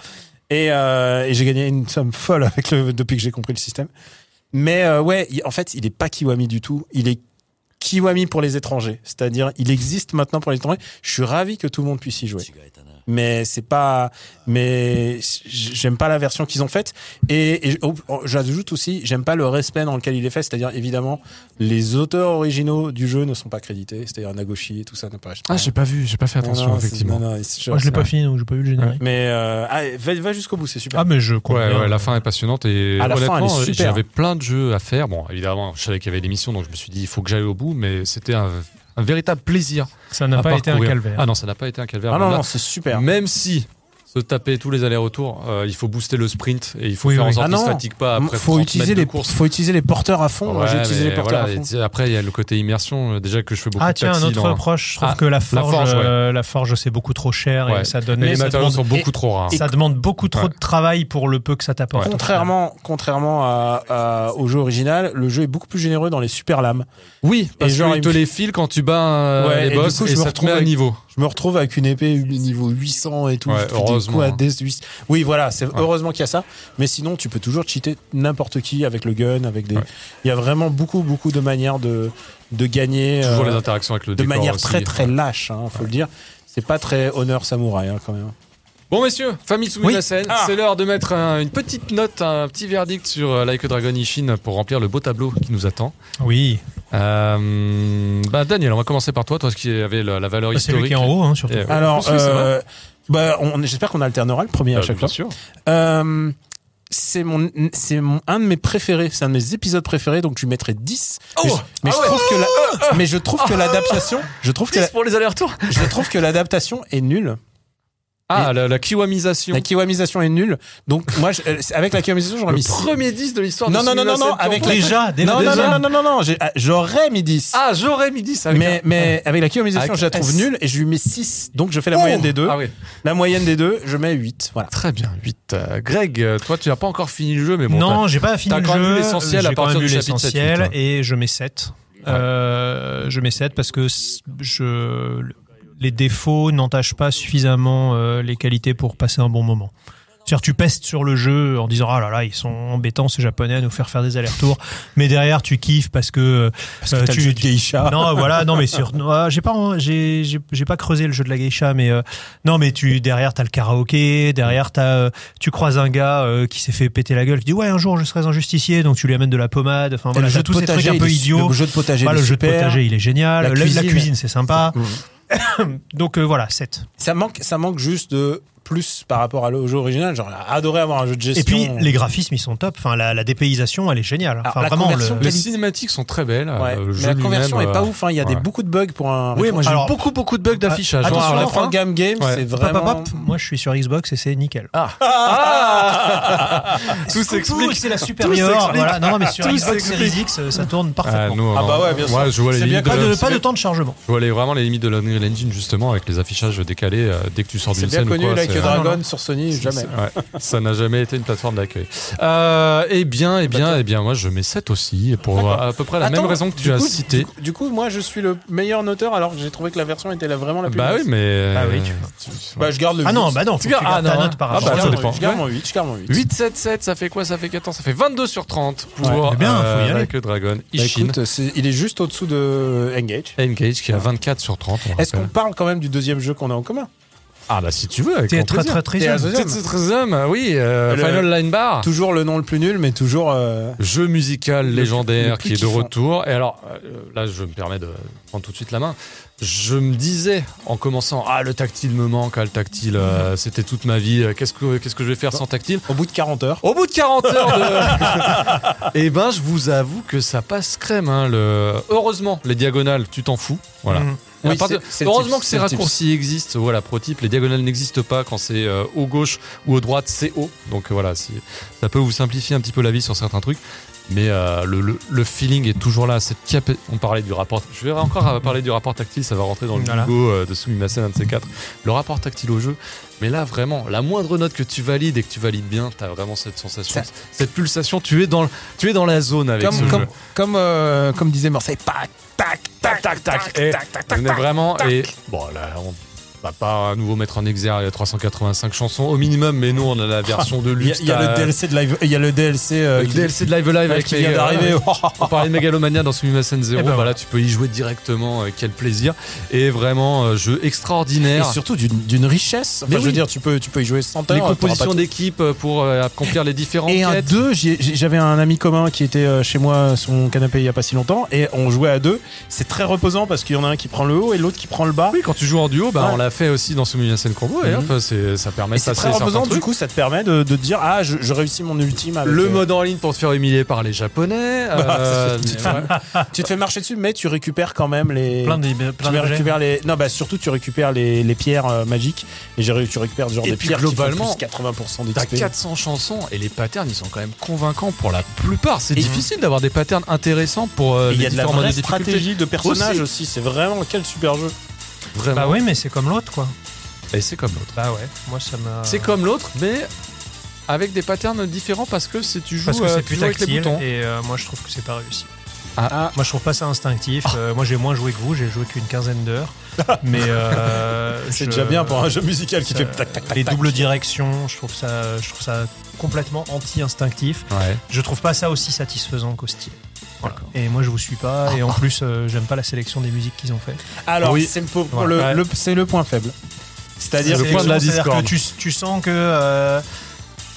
[SPEAKER 3] Et, euh, et j'ai gagné une somme folle avec le, depuis que j'ai compris le système. Mais euh, ouais, il- en fait, il est pas Kiwami du tout. Il est Kiwami pour les étrangers. C'est-à-dire, il existe maintenant pour les étrangers. Je suis ravi que tout le monde puisse y jouer. Mais c'est pas. Mais j'aime pas la version qu'ils ont faite. Et, et- oh, oh, j'ajoute aussi, j'aime pas le respect dans lequel il est fait. C'est-à-dire, évidemment, les auteurs originaux du jeu ne sont pas crédités. C'est-à-dire, Nagoshi et tout ça n'apparaissent pas.
[SPEAKER 1] Ah, j'ai pas vu, j'ai pas fait
[SPEAKER 3] Non,
[SPEAKER 1] attention,
[SPEAKER 3] non, c'est-
[SPEAKER 1] effectivement.
[SPEAKER 3] non, non, c'est-
[SPEAKER 2] Moi, Ah, je l'ai pas fini, donc j'ai pas vu le générique.
[SPEAKER 3] Mais euh, ah, va, va jusqu'au bout, c'est super.
[SPEAKER 2] Ah, mais je comprends.
[SPEAKER 1] Ouais,
[SPEAKER 2] bien.
[SPEAKER 1] ouais, la fin est passionnante et
[SPEAKER 3] À la fin, elle est
[SPEAKER 1] honnêtement,
[SPEAKER 3] super.
[SPEAKER 1] j'avais plein de jeux à faire. Bon, évidemment, je savais qu'il y avait des missions, donc je me suis dit, il faut que j'aille au bout, mais c'était un, un véritable plaisir.
[SPEAKER 2] Ça n'a
[SPEAKER 1] à
[SPEAKER 2] pas été un
[SPEAKER 1] parcourir.
[SPEAKER 2] calvaire.
[SPEAKER 1] Ah non, ça n'a pas été un calvaire.
[SPEAKER 3] Ah
[SPEAKER 1] loin
[SPEAKER 3] non,
[SPEAKER 1] de là.
[SPEAKER 3] non, c'est super.
[SPEAKER 1] Même si se taper tous les allers-retours, euh, il faut booster le sprint et il faut
[SPEAKER 2] Oui,
[SPEAKER 1] faire en
[SPEAKER 2] oui.
[SPEAKER 1] sorte
[SPEAKER 3] Ah
[SPEAKER 1] qu'il se
[SPEAKER 3] non.
[SPEAKER 1] fatigue pas après
[SPEAKER 3] faut
[SPEAKER 1] 30
[SPEAKER 3] utiliser
[SPEAKER 1] mètres
[SPEAKER 3] les
[SPEAKER 1] de course.
[SPEAKER 3] faut utiliser les porteurs à fond. Moi,
[SPEAKER 1] Ouais,
[SPEAKER 3] J'ai utilisé
[SPEAKER 1] mais
[SPEAKER 3] les porteurs
[SPEAKER 1] voilà,
[SPEAKER 3] à
[SPEAKER 1] et
[SPEAKER 3] fond.
[SPEAKER 1] tu sais, Après, il y a le côté immersion. euh, Déjà que je fais beaucoup
[SPEAKER 2] Ah
[SPEAKER 1] de
[SPEAKER 2] tiens, un
[SPEAKER 1] taxi
[SPEAKER 2] autre
[SPEAKER 1] dans-
[SPEAKER 2] reproche, je trouve
[SPEAKER 1] Ah,
[SPEAKER 2] que la forge,
[SPEAKER 1] forge, ouais.
[SPEAKER 2] euh, la forge, c'est beaucoup trop cher
[SPEAKER 1] Ouais.
[SPEAKER 2] et ça donne
[SPEAKER 1] Mais les
[SPEAKER 2] ça
[SPEAKER 1] matériaux
[SPEAKER 2] demande-
[SPEAKER 1] sont beaucoup
[SPEAKER 3] et-
[SPEAKER 1] trop rares.
[SPEAKER 2] ça demande beaucoup trop
[SPEAKER 1] Ouais.
[SPEAKER 2] de travail pour le peu que ça t'apporte. au final.
[SPEAKER 3] Contrairement, contrairement à, à- au jeu original, le jeu est beaucoup plus généreux dans les super lames.
[SPEAKER 1] Oui, parce
[SPEAKER 3] genre,
[SPEAKER 1] qu'ils
[SPEAKER 3] il
[SPEAKER 1] te
[SPEAKER 3] me-
[SPEAKER 1] les file quand tu bats euh,
[SPEAKER 3] Ouais, et
[SPEAKER 1] les
[SPEAKER 3] du
[SPEAKER 1] boss
[SPEAKER 3] coup,
[SPEAKER 1] et,
[SPEAKER 3] je me
[SPEAKER 1] ça te
[SPEAKER 3] retrouve
[SPEAKER 1] met à
[SPEAKER 3] avec-
[SPEAKER 1] niveau.
[SPEAKER 3] Je je me retrouve avec une épée niveau 800 et tout.
[SPEAKER 1] Ouais,
[SPEAKER 3] je fais des
[SPEAKER 1] heureusement,
[SPEAKER 3] coups à
[SPEAKER 1] hein.
[SPEAKER 3] des- huit- Oui, voilà, c'est heureusement qu'il y a ça. Mais sinon, tu peux toujours cheater n'importe qui avec le gun, avec des.
[SPEAKER 1] Ouais.
[SPEAKER 3] Il y a vraiment beaucoup, beaucoup de manières de, de gagner.
[SPEAKER 1] Toujours
[SPEAKER 3] euh,
[SPEAKER 1] les interactions avec le
[SPEAKER 3] de
[SPEAKER 1] décor
[SPEAKER 3] manière
[SPEAKER 1] aussi.
[SPEAKER 3] très, très lâche, hein, faut le dire. C'est pas très honneur samouraï, hein, quand même.
[SPEAKER 1] Bon messieurs, famille soumise
[SPEAKER 2] Oui.
[SPEAKER 1] la scène,
[SPEAKER 3] Ah.
[SPEAKER 1] c'est l'heure de mettre un- une petite note, un petit verdict sur euh, Like a Dragon Ishin pour remplir le beau tableau qui nous attend.
[SPEAKER 2] Oui,
[SPEAKER 1] Euh, bah Daniel, on va commencer par toi, toi qui avait la, la valeur
[SPEAKER 2] Bah, c'est
[SPEAKER 1] historique.
[SPEAKER 2] lui qui est en haut, hein, surtout.
[SPEAKER 1] Et, ouais, en
[SPEAKER 3] Alors,
[SPEAKER 1] plus, oui, c'est vrai.
[SPEAKER 3] euh, bah, on- j'espère qu'on alternera le premier à
[SPEAKER 1] Euh,
[SPEAKER 3] chaque
[SPEAKER 1] bien
[SPEAKER 3] fois.
[SPEAKER 1] sûr.
[SPEAKER 3] Euh, c'est mon, c'est mon, un de mes préférés, c'est un de mes épisodes préférés, donc je lui mettrais 10. mais je,
[SPEAKER 1] Ah
[SPEAKER 3] mais je trouve que la- mais je trouve que l'adaptation, je trouve que, la-
[SPEAKER 1] pour les allers-retours.
[SPEAKER 3] je trouve que l'adaptation est nulle.
[SPEAKER 1] Ah, la, la kiwamisation.
[SPEAKER 3] La kiwamisation est nulle. Donc, moi, je- euh, avec la kiwamisation, j'aurais
[SPEAKER 1] le
[SPEAKER 3] mis 6.
[SPEAKER 1] premier 10 de l'histoire
[SPEAKER 3] Non,
[SPEAKER 1] de
[SPEAKER 3] non, non, non,
[SPEAKER 1] Sumimasen
[SPEAKER 3] non,
[SPEAKER 1] Camp.
[SPEAKER 3] avec la-
[SPEAKER 2] Déjà, dès
[SPEAKER 3] Non,
[SPEAKER 2] la
[SPEAKER 3] non,
[SPEAKER 2] deuxième.
[SPEAKER 3] non, non, non, non, non, j'ai- ah, j'aurais mis 10.
[SPEAKER 1] Ah, j'aurais mis 10 avec
[SPEAKER 3] mais,
[SPEAKER 1] un-
[SPEAKER 3] mais avec la kiwamisation,
[SPEAKER 1] Avec
[SPEAKER 3] je la trouve
[SPEAKER 1] S.
[SPEAKER 3] nulle et je lui mets 6. Donc, je fais la
[SPEAKER 1] Oh
[SPEAKER 3] moyenne des deux.
[SPEAKER 1] Ah oui.
[SPEAKER 3] La moyenne des deux, je mets 8. Voilà.
[SPEAKER 1] Très bien, 8. Greg, euh, toi, tu n'as pas encore fini le jeu, mais bon.
[SPEAKER 2] non, j'ai pas fini
[SPEAKER 1] t'as
[SPEAKER 2] le
[SPEAKER 1] quand même
[SPEAKER 2] jeu.
[SPEAKER 1] lu l'essentiel à
[SPEAKER 2] J'ai quand
[SPEAKER 1] partir
[SPEAKER 2] même lu
[SPEAKER 1] du chapitre
[SPEAKER 2] l'essentiel
[SPEAKER 1] 7,
[SPEAKER 2] et je mets 7. Euh, je mets 7 parce que c- je, les défauts n'entachent pas suffisamment euh, les qualités pour passer un bon moment. C'est-à-dire, tu pestes sur le jeu en disant Ah là là, ils sont embêtants ces japonais à nous faire faire des allers-retours. Mais derrière, tu kiffes parce que. euh,
[SPEAKER 3] t'as le jeu de geisha.
[SPEAKER 2] Non, voilà, non, mais sur. ah, j'ai pas, en- j'ai, j'ai, j'ai pas creusé le jeu de la geisha, mais. euh, non, mais tu, derrière, t'as le karaoké, derrière, t'as, euh, tu croises un gars euh, qui s'est fait péter la gueule, qui dit Ouais, un jour, je serai un justicier, donc tu lui amènes de la pommade. Enfin, voilà,
[SPEAKER 3] le
[SPEAKER 2] t'as
[SPEAKER 3] jeu de
[SPEAKER 2] tous ces trucs
[SPEAKER 3] potager,
[SPEAKER 2] un peu
[SPEAKER 3] il est-
[SPEAKER 2] idiots.
[SPEAKER 3] Le jeu de potager,
[SPEAKER 2] Voilà,
[SPEAKER 3] il est
[SPEAKER 2] le jeu de
[SPEAKER 3] super. Mmh.
[SPEAKER 2] potager, il est génial.
[SPEAKER 3] La
[SPEAKER 2] La, la
[SPEAKER 3] cuisine.
[SPEAKER 2] cuisine, c'est sympa. Donc euh, voilà, 7.
[SPEAKER 3] Ça manque, ça manque juste de plus par rapport à le- au jeu original. Genre, j'aurais adoré avoir un jeu de gestion.
[SPEAKER 2] Et puis, les graphismes, ils sont top. Enfin, la, la dépaysation, elle est géniale.
[SPEAKER 3] Ah,
[SPEAKER 2] Enfin,
[SPEAKER 3] la
[SPEAKER 2] vraiment,
[SPEAKER 3] conversion
[SPEAKER 2] le-
[SPEAKER 1] Les
[SPEAKER 3] quali-
[SPEAKER 1] cinématiques sont très belles.
[SPEAKER 3] Ouais.
[SPEAKER 1] euh, le
[SPEAKER 3] mais
[SPEAKER 1] jeu
[SPEAKER 3] la conversion
[SPEAKER 1] lui-même,
[SPEAKER 3] est pas
[SPEAKER 1] euh,
[SPEAKER 3] ouf. hein. Il y a des
[SPEAKER 1] ouais. beaucoup
[SPEAKER 3] beaucoup de bugs pour un.
[SPEAKER 1] Oui, moi j'ai
[SPEAKER 2] Alors-
[SPEAKER 1] beaucoup beaucoup de bugs d'affichage.
[SPEAKER 2] Ah,
[SPEAKER 1] Genre,
[SPEAKER 2] attention,
[SPEAKER 1] à la
[SPEAKER 2] enfin,
[SPEAKER 1] fin,
[SPEAKER 3] Game Game,
[SPEAKER 1] Ouais.
[SPEAKER 3] c'est
[SPEAKER 2] Pap, pap,
[SPEAKER 3] vraiment. Ah.
[SPEAKER 2] pap, moi, je suis sur Xbox et c'est nickel.
[SPEAKER 1] tout
[SPEAKER 2] Coucou,
[SPEAKER 1] s'explique.
[SPEAKER 2] c'est la supérieure.
[SPEAKER 1] s'explique.
[SPEAKER 2] Voilà. Non, non, mais sur
[SPEAKER 1] Tout
[SPEAKER 2] Xbox
[SPEAKER 1] s'explique.
[SPEAKER 2] Series X, euh, ça tourne parfaitement.
[SPEAKER 3] Ah bah ouais, bien sûr.
[SPEAKER 1] Moi, je vois les
[SPEAKER 3] C'est bien
[SPEAKER 1] limites de,
[SPEAKER 2] pas, de,
[SPEAKER 1] la-
[SPEAKER 2] pas de temps de chargement.
[SPEAKER 1] je vois les- vraiment les limites de l'Unreal Engine justement avec les affichages décalés euh, dès que tu sors
[SPEAKER 3] C'est
[SPEAKER 1] d'une
[SPEAKER 3] bien
[SPEAKER 1] scène. ou
[SPEAKER 3] connu,
[SPEAKER 1] quoi,
[SPEAKER 3] Like
[SPEAKER 1] c'est-
[SPEAKER 3] a
[SPEAKER 2] Ah, non,
[SPEAKER 3] Dragon
[SPEAKER 2] non.
[SPEAKER 3] sur Sony, jamais.
[SPEAKER 1] Ouais, ça n'a jamais été une plateforme d'accueil. Euh, eh bien, eh bien, eh bien, moi je mets 7 aussi pour à peu près la
[SPEAKER 3] Attends,
[SPEAKER 1] même raison que
[SPEAKER 3] du
[SPEAKER 1] tu as
[SPEAKER 3] coup,
[SPEAKER 1] citée.
[SPEAKER 3] Du coup, du coup, moi, je suis le meilleur noteur alors que j'ai trouvé que la version était la- vraiment la plus.
[SPEAKER 1] Bah oui,
[SPEAKER 3] basse.
[SPEAKER 1] mais
[SPEAKER 2] Ah oui, tu
[SPEAKER 3] Bah, je garde le.
[SPEAKER 2] Ah non,
[SPEAKER 3] 8.
[SPEAKER 2] bah non, faut que tu
[SPEAKER 1] Ah
[SPEAKER 2] gardes ta
[SPEAKER 1] non.
[SPEAKER 2] note par
[SPEAKER 1] Ah
[SPEAKER 2] rapport.
[SPEAKER 1] bah,
[SPEAKER 3] je
[SPEAKER 1] ça
[SPEAKER 3] garde,
[SPEAKER 1] dépend.
[SPEAKER 3] mon- je garde mon 8. Je garde mon 8.
[SPEAKER 1] 8, 7, 7, ça fait quoi Ça fait 14, ça fait 22 sur 30 pour
[SPEAKER 2] Eh bien, faut y
[SPEAKER 1] euh,
[SPEAKER 2] aller.
[SPEAKER 1] Like a Dragon
[SPEAKER 3] Bah,
[SPEAKER 1] Ishin.
[SPEAKER 3] écoute, c'est- il est juste au-dessous de Engage.
[SPEAKER 1] Engage qui a 24 sur 30. on
[SPEAKER 3] Est-ce qu'on
[SPEAKER 1] rappelle.
[SPEAKER 3] parle quand même du deuxième jeu qu'on a en commun
[SPEAKER 1] Ah bah si tu veux, avec
[SPEAKER 2] T'es
[SPEAKER 1] grand
[SPEAKER 2] très
[SPEAKER 1] plaisir.
[SPEAKER 2] très très
[SPEAKER 3] T'es
[SPEAKER 2] jeune.
[SPEAKER 3] à-
[SPEAKER 1] Titre Rhythm, oui, euh,
[SPEAKER 3] Le-
[SPEAKER 1] Final Line Bar.
[SPEAKER 3] Toujours le nom le plus nul, mais toujours. euh,
[SPEAKER 1] Jeu musical
[SPEAKER 3] le
[SPEAKER 1] légendaire
[SPEAKER 3] plus
[SPEAKER 1] qui est de
[SPEAKER 3] kiffant.
[SPEAKER 1] retour. Et alors, euh, là, je me permets de prendre tout de suite la main. Je me disais, en commençant, ah, le tactile me manque, ah, le tactile, euh, c'était toute ma vie, euh, qu'est-ce que, qu'est-ce que je vais faire sans tactile
[SPEAKER 3] Au bout de 40 heures.
[SPEAKER 1] Au bout de 40 heures de... Eh ben, je vous avoue que ça passe crème. hein, le... Heureusement, les diagonales, tu t'en fous. Voilà.
[SPEAKER 2] Mhm.
[SPEAKER 1] Et à
[SPEAKER 3] Mm-hmm. Oui,
[SPEAKER 1] partir-
[SPEAKER 3] c'est- c'est le
[SPEAKER 1] Heureusement
[SPEAKER 3] tips,
[SPEAKER 1] que
[SPEAKER 3] c'est
[SPEAKER 1] ces
[SPEAKER 3] le tips.
[SPEAKER 1] raccourcis existent. Voilà, pro-type, les diagonales n'existent pas quand c'est euh, au gauche ou au droite, c'est haut. Donc euh, voilà, si... ça peut vous simplifier un petit peu la vie sur certains trucs. Mais euh, le, le- le feeling est toujours là. Cette cap- On parlait du rapport. Je vais encore euh, parler du rapport tactile. Ça va rentrer dans le
[SPEAKER 2] Voilà.
[SPEAKER 1] logo euh, de Sumimasen, un de ces quatre. Le rapport tactile au jeu. Mais là, vraiment, la moindre note que tu valides et que tu valides bien, t'as vraiment cette sensation, cette pulsation. Tu es dans, le- tu es dans la zone avec ce
[SPEAKER 3] Comme, comme,
[SPEAKER 1] jeu.
[SPEAKER 3] comme, euh, comme disait Marseille, tac, tac, tac, tac, tac,
[SPEAKER 1] Et
[SPEAKER 3] tac, tac, tac,
[SPEAKER 1] on est
[SPEAKER 3] tac.
[SPEAKER 1] vraiment. Et bon, là, on va pas à nouveau mettre en exergue 385 chansons au minimum, mais nous, on a la version de
[SPEAKER 3] Ah. Il y a-
[SPEAKER 1] luxe.
[SPEAKER 3] il y a
[SPEAKER 1] euh,
[SPEAKER 3] le DLC de live. Il y a le DLC. euh,
[SPEAKER 1] le
[SPEAKER 3] qui-
[SPEAKER 1] DLC de Live Alive
[SPEAKER 3] Ouais,
[SPEAKER 1] avec
[SPEAKER 3] qui
[SPEAKER 1] les- euh,
[SPEAKER 3] vient d'arriver. Oh,
[SPEAKER 1] On parlait de Megalomania dans Sumimasen 0.
[SPEAKER 2] Eh ben
[SPEAKER 1] bah
[SPEAKER 2] voilà.
[SPEAKER 1] là, tu peux y jouer directement. euh, quel plaisir. Et vraiment, euh, jeu
[SPEAKER 3] Et
[SPEAKER 1] extraordinaire.
[SPEAKER 3] surtout d'une d'une richesse. Enfin,
[SPEAKER 1] Mais
[SPEAKER 3] je veux
[SPEAKER 1] oui.
[SPEAKER 3] dire, tu peux, tu peux y jouer sans
[SPEAKER 1] Les
[SPEAKER 3] heures, t'auras
[SPEAKER 1] compositions
[SPEAKER 3] pas-
[SPEAKER 1] d'équipe euh, pour euh, accomplir les différentes
[SPEAKER 3] Et un
[SPEAKER 1] quêtes.
[SPEAKER 3] 2, j'avais un ami commun qui était euh, chez moi sur mon canapé il y a pas si longtemps et on jouait à deux. C'est très reposant parce qu'il y en a un qui prend le haut et l'autre qui prend le bas.
[SPEAKER 1] Oui, quand tu joues en duo, bah,
[SPEAKER 3] Ouais.
[SPEAKER 1] on l'a fait aussi dans Sumimasen Combo. Et
[SPEAKER 3] Mhm.
[SPEAKER 1] hop, euh, c'est- ça permet
[SPEAKER 3] Et
[SPEAKER 1] de
[SPEAKER 3] c'est
[SPEAKER 1] passer
[SPEAKER 3] très
[SPEAKER 1] certains
[SPEAKER 3] reposant, du
[SPEAKER 1] trucs.
[SPEAKER 3] coup, ça te permet de, de te dire Ah, je, je réussis mon ultime. Avec,
[SPEAKER 1] le
[SPEAKER 3] euh,
[SPEAKER 1] mode en ligne pour te faire humilier par les Japonais. euh,
[SPEAKER 3] Bah, c'est-
[SPEAKER 1] mais ouais.
[SPEAKER 3] Tu te fais marcher dessus, mais tu récupères quand même les.
[SPEAKER 2] Plein de,
[SPEAKER 3] tu
[SPEAKER 2] plein d'objets.
[SPEAKER 3] récupères les. Non, bah surtout, tu récupères les, les pierres euh, magiques et j'ai ré- tu récupères genre
[SPEAKER 1] Et
[SPEAKER 3] des
[SPEAKER 1] puis,
[SPEAKER 3] pierres
[SPEAKER 1] globalement,
[SPEAKER 3] qui font plus 80%
[SPEAKER 1] T'as
[SPEAKER 3] d'XP.
[SPEAKER 1] 400 chansons et les patterns ils sont quand même convaincants pour la plupart. C'est difficile d'avoir des patterns intéressants pour euh,
[SPEAKER 3] Et Il y
[SPEAKER 1] les
[SPEAKER 3] a de la
[SPEAKER 1] différents modes de
[SPEAKER 3] vraie
[SPEAKER 1] difficulté.
[SPEAKER 3] stratégie de personnages aussi. C'est vraiment quel super jeu.
[SPEAKER 1] Vraiment.
[SPEAKER 2] Bah oui, mais c'est comme l'autre, quoi.
[SPEAKER 1] Et c'est comme l'autre.
[SPEAKER 2] Bah ouais, moi ça m'a.
[SPEAKER 1] C'est comme l'autre, mais avec des patterns différents parce que si tu joues,
[SPEAKER 2] Parce que
[SPEAKER 1] euh,
[SPEAKER 2] c'est
[SPEAKER 1] tu
[SPEAKER 2] plus
[SPEAKER 1] joues avec les
[SPEAKER 2] tactile
[SPEAKER 1] boutons.
[SPEAKER 2] et euh, moi je trouve que c'est pas réussi.
[SPEAKER 3] Ah,
[SPEAKER 2] Moi, je trouve pas ça instinctif. Euh, moi, j'ai moins joué que vous. J'ai joué qu'une quinzaine d'heures. Mais euh,
[SPEAKER 3] c'est
[SPEAKER 2] je-
[SPEAKER 3] déjà bien pour un jeu musical qui
[SPEAKER 2] ça-
[SPEAKER 3] fait tac tac tac.
[SPEAKER 2] les
[SPEAKER 3] tac.
[SPEAKER 2] doubles directions, je trouve ça, je trouve ça complètement anti-instinctif.
[SPEAKER 1] Ouais.
[SPEAKER 2] Je trouve pas ça aussi satisfaisant qu'au style. Voilà. Et moi, je vous suis pas. Et en plus, euh, j'aime pas la sélection des musiques qu'ils ont fait.
[SPEAKER 3] Alors,
[SPEAKER 1] Oui.
[SPEAKER 3] c'est pour- pour
[SPEAKER 2] Voilà.
[SPEAKER 3] le-
[SPEAKER 1] Ouais.
[SPEAKER 3] le- c'est le point faible. C'est-à-dire
[SPEAKER 1] le
[SPEAKER 3] que-
[SPEAKER 1] point de la
[SPEAKER 2] C'est-à-dire
[SPEAKER 1] discorde.
[SPEAKER 2] que tu, tu sens que. euh,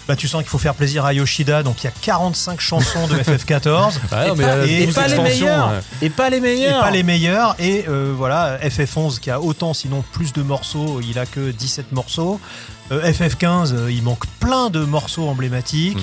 [SPEAKER 2] bah, tu sens qu'il faut faire plaisir à Yoshida, donc il y a 45 chansons de FF14.
[SPEAKER 1] Ah, non, mais
[SPEAKER 2] pas-
[SPEAKER 1] il y a
[SPEAKER 2] et
[SPEAKER 1] douze
[SPEAKER 2] pas les
[SPEAKER 1] extensions,
[SPEAKER 3] meilleurs.
[SPEAKER 1] ouais.
[SPEAKER 3] Et pas les
[SPEAKER 2] et
[SPEAKER 3] meilleurs.
[SPEAKER 2] pas les meilleurs. Et euh, voilà, FF11 qui a autant, sinon plus de morceaux, il a que 17 morceaux. Euh, FF15, euh, il manque plein de morceaux emblématiques.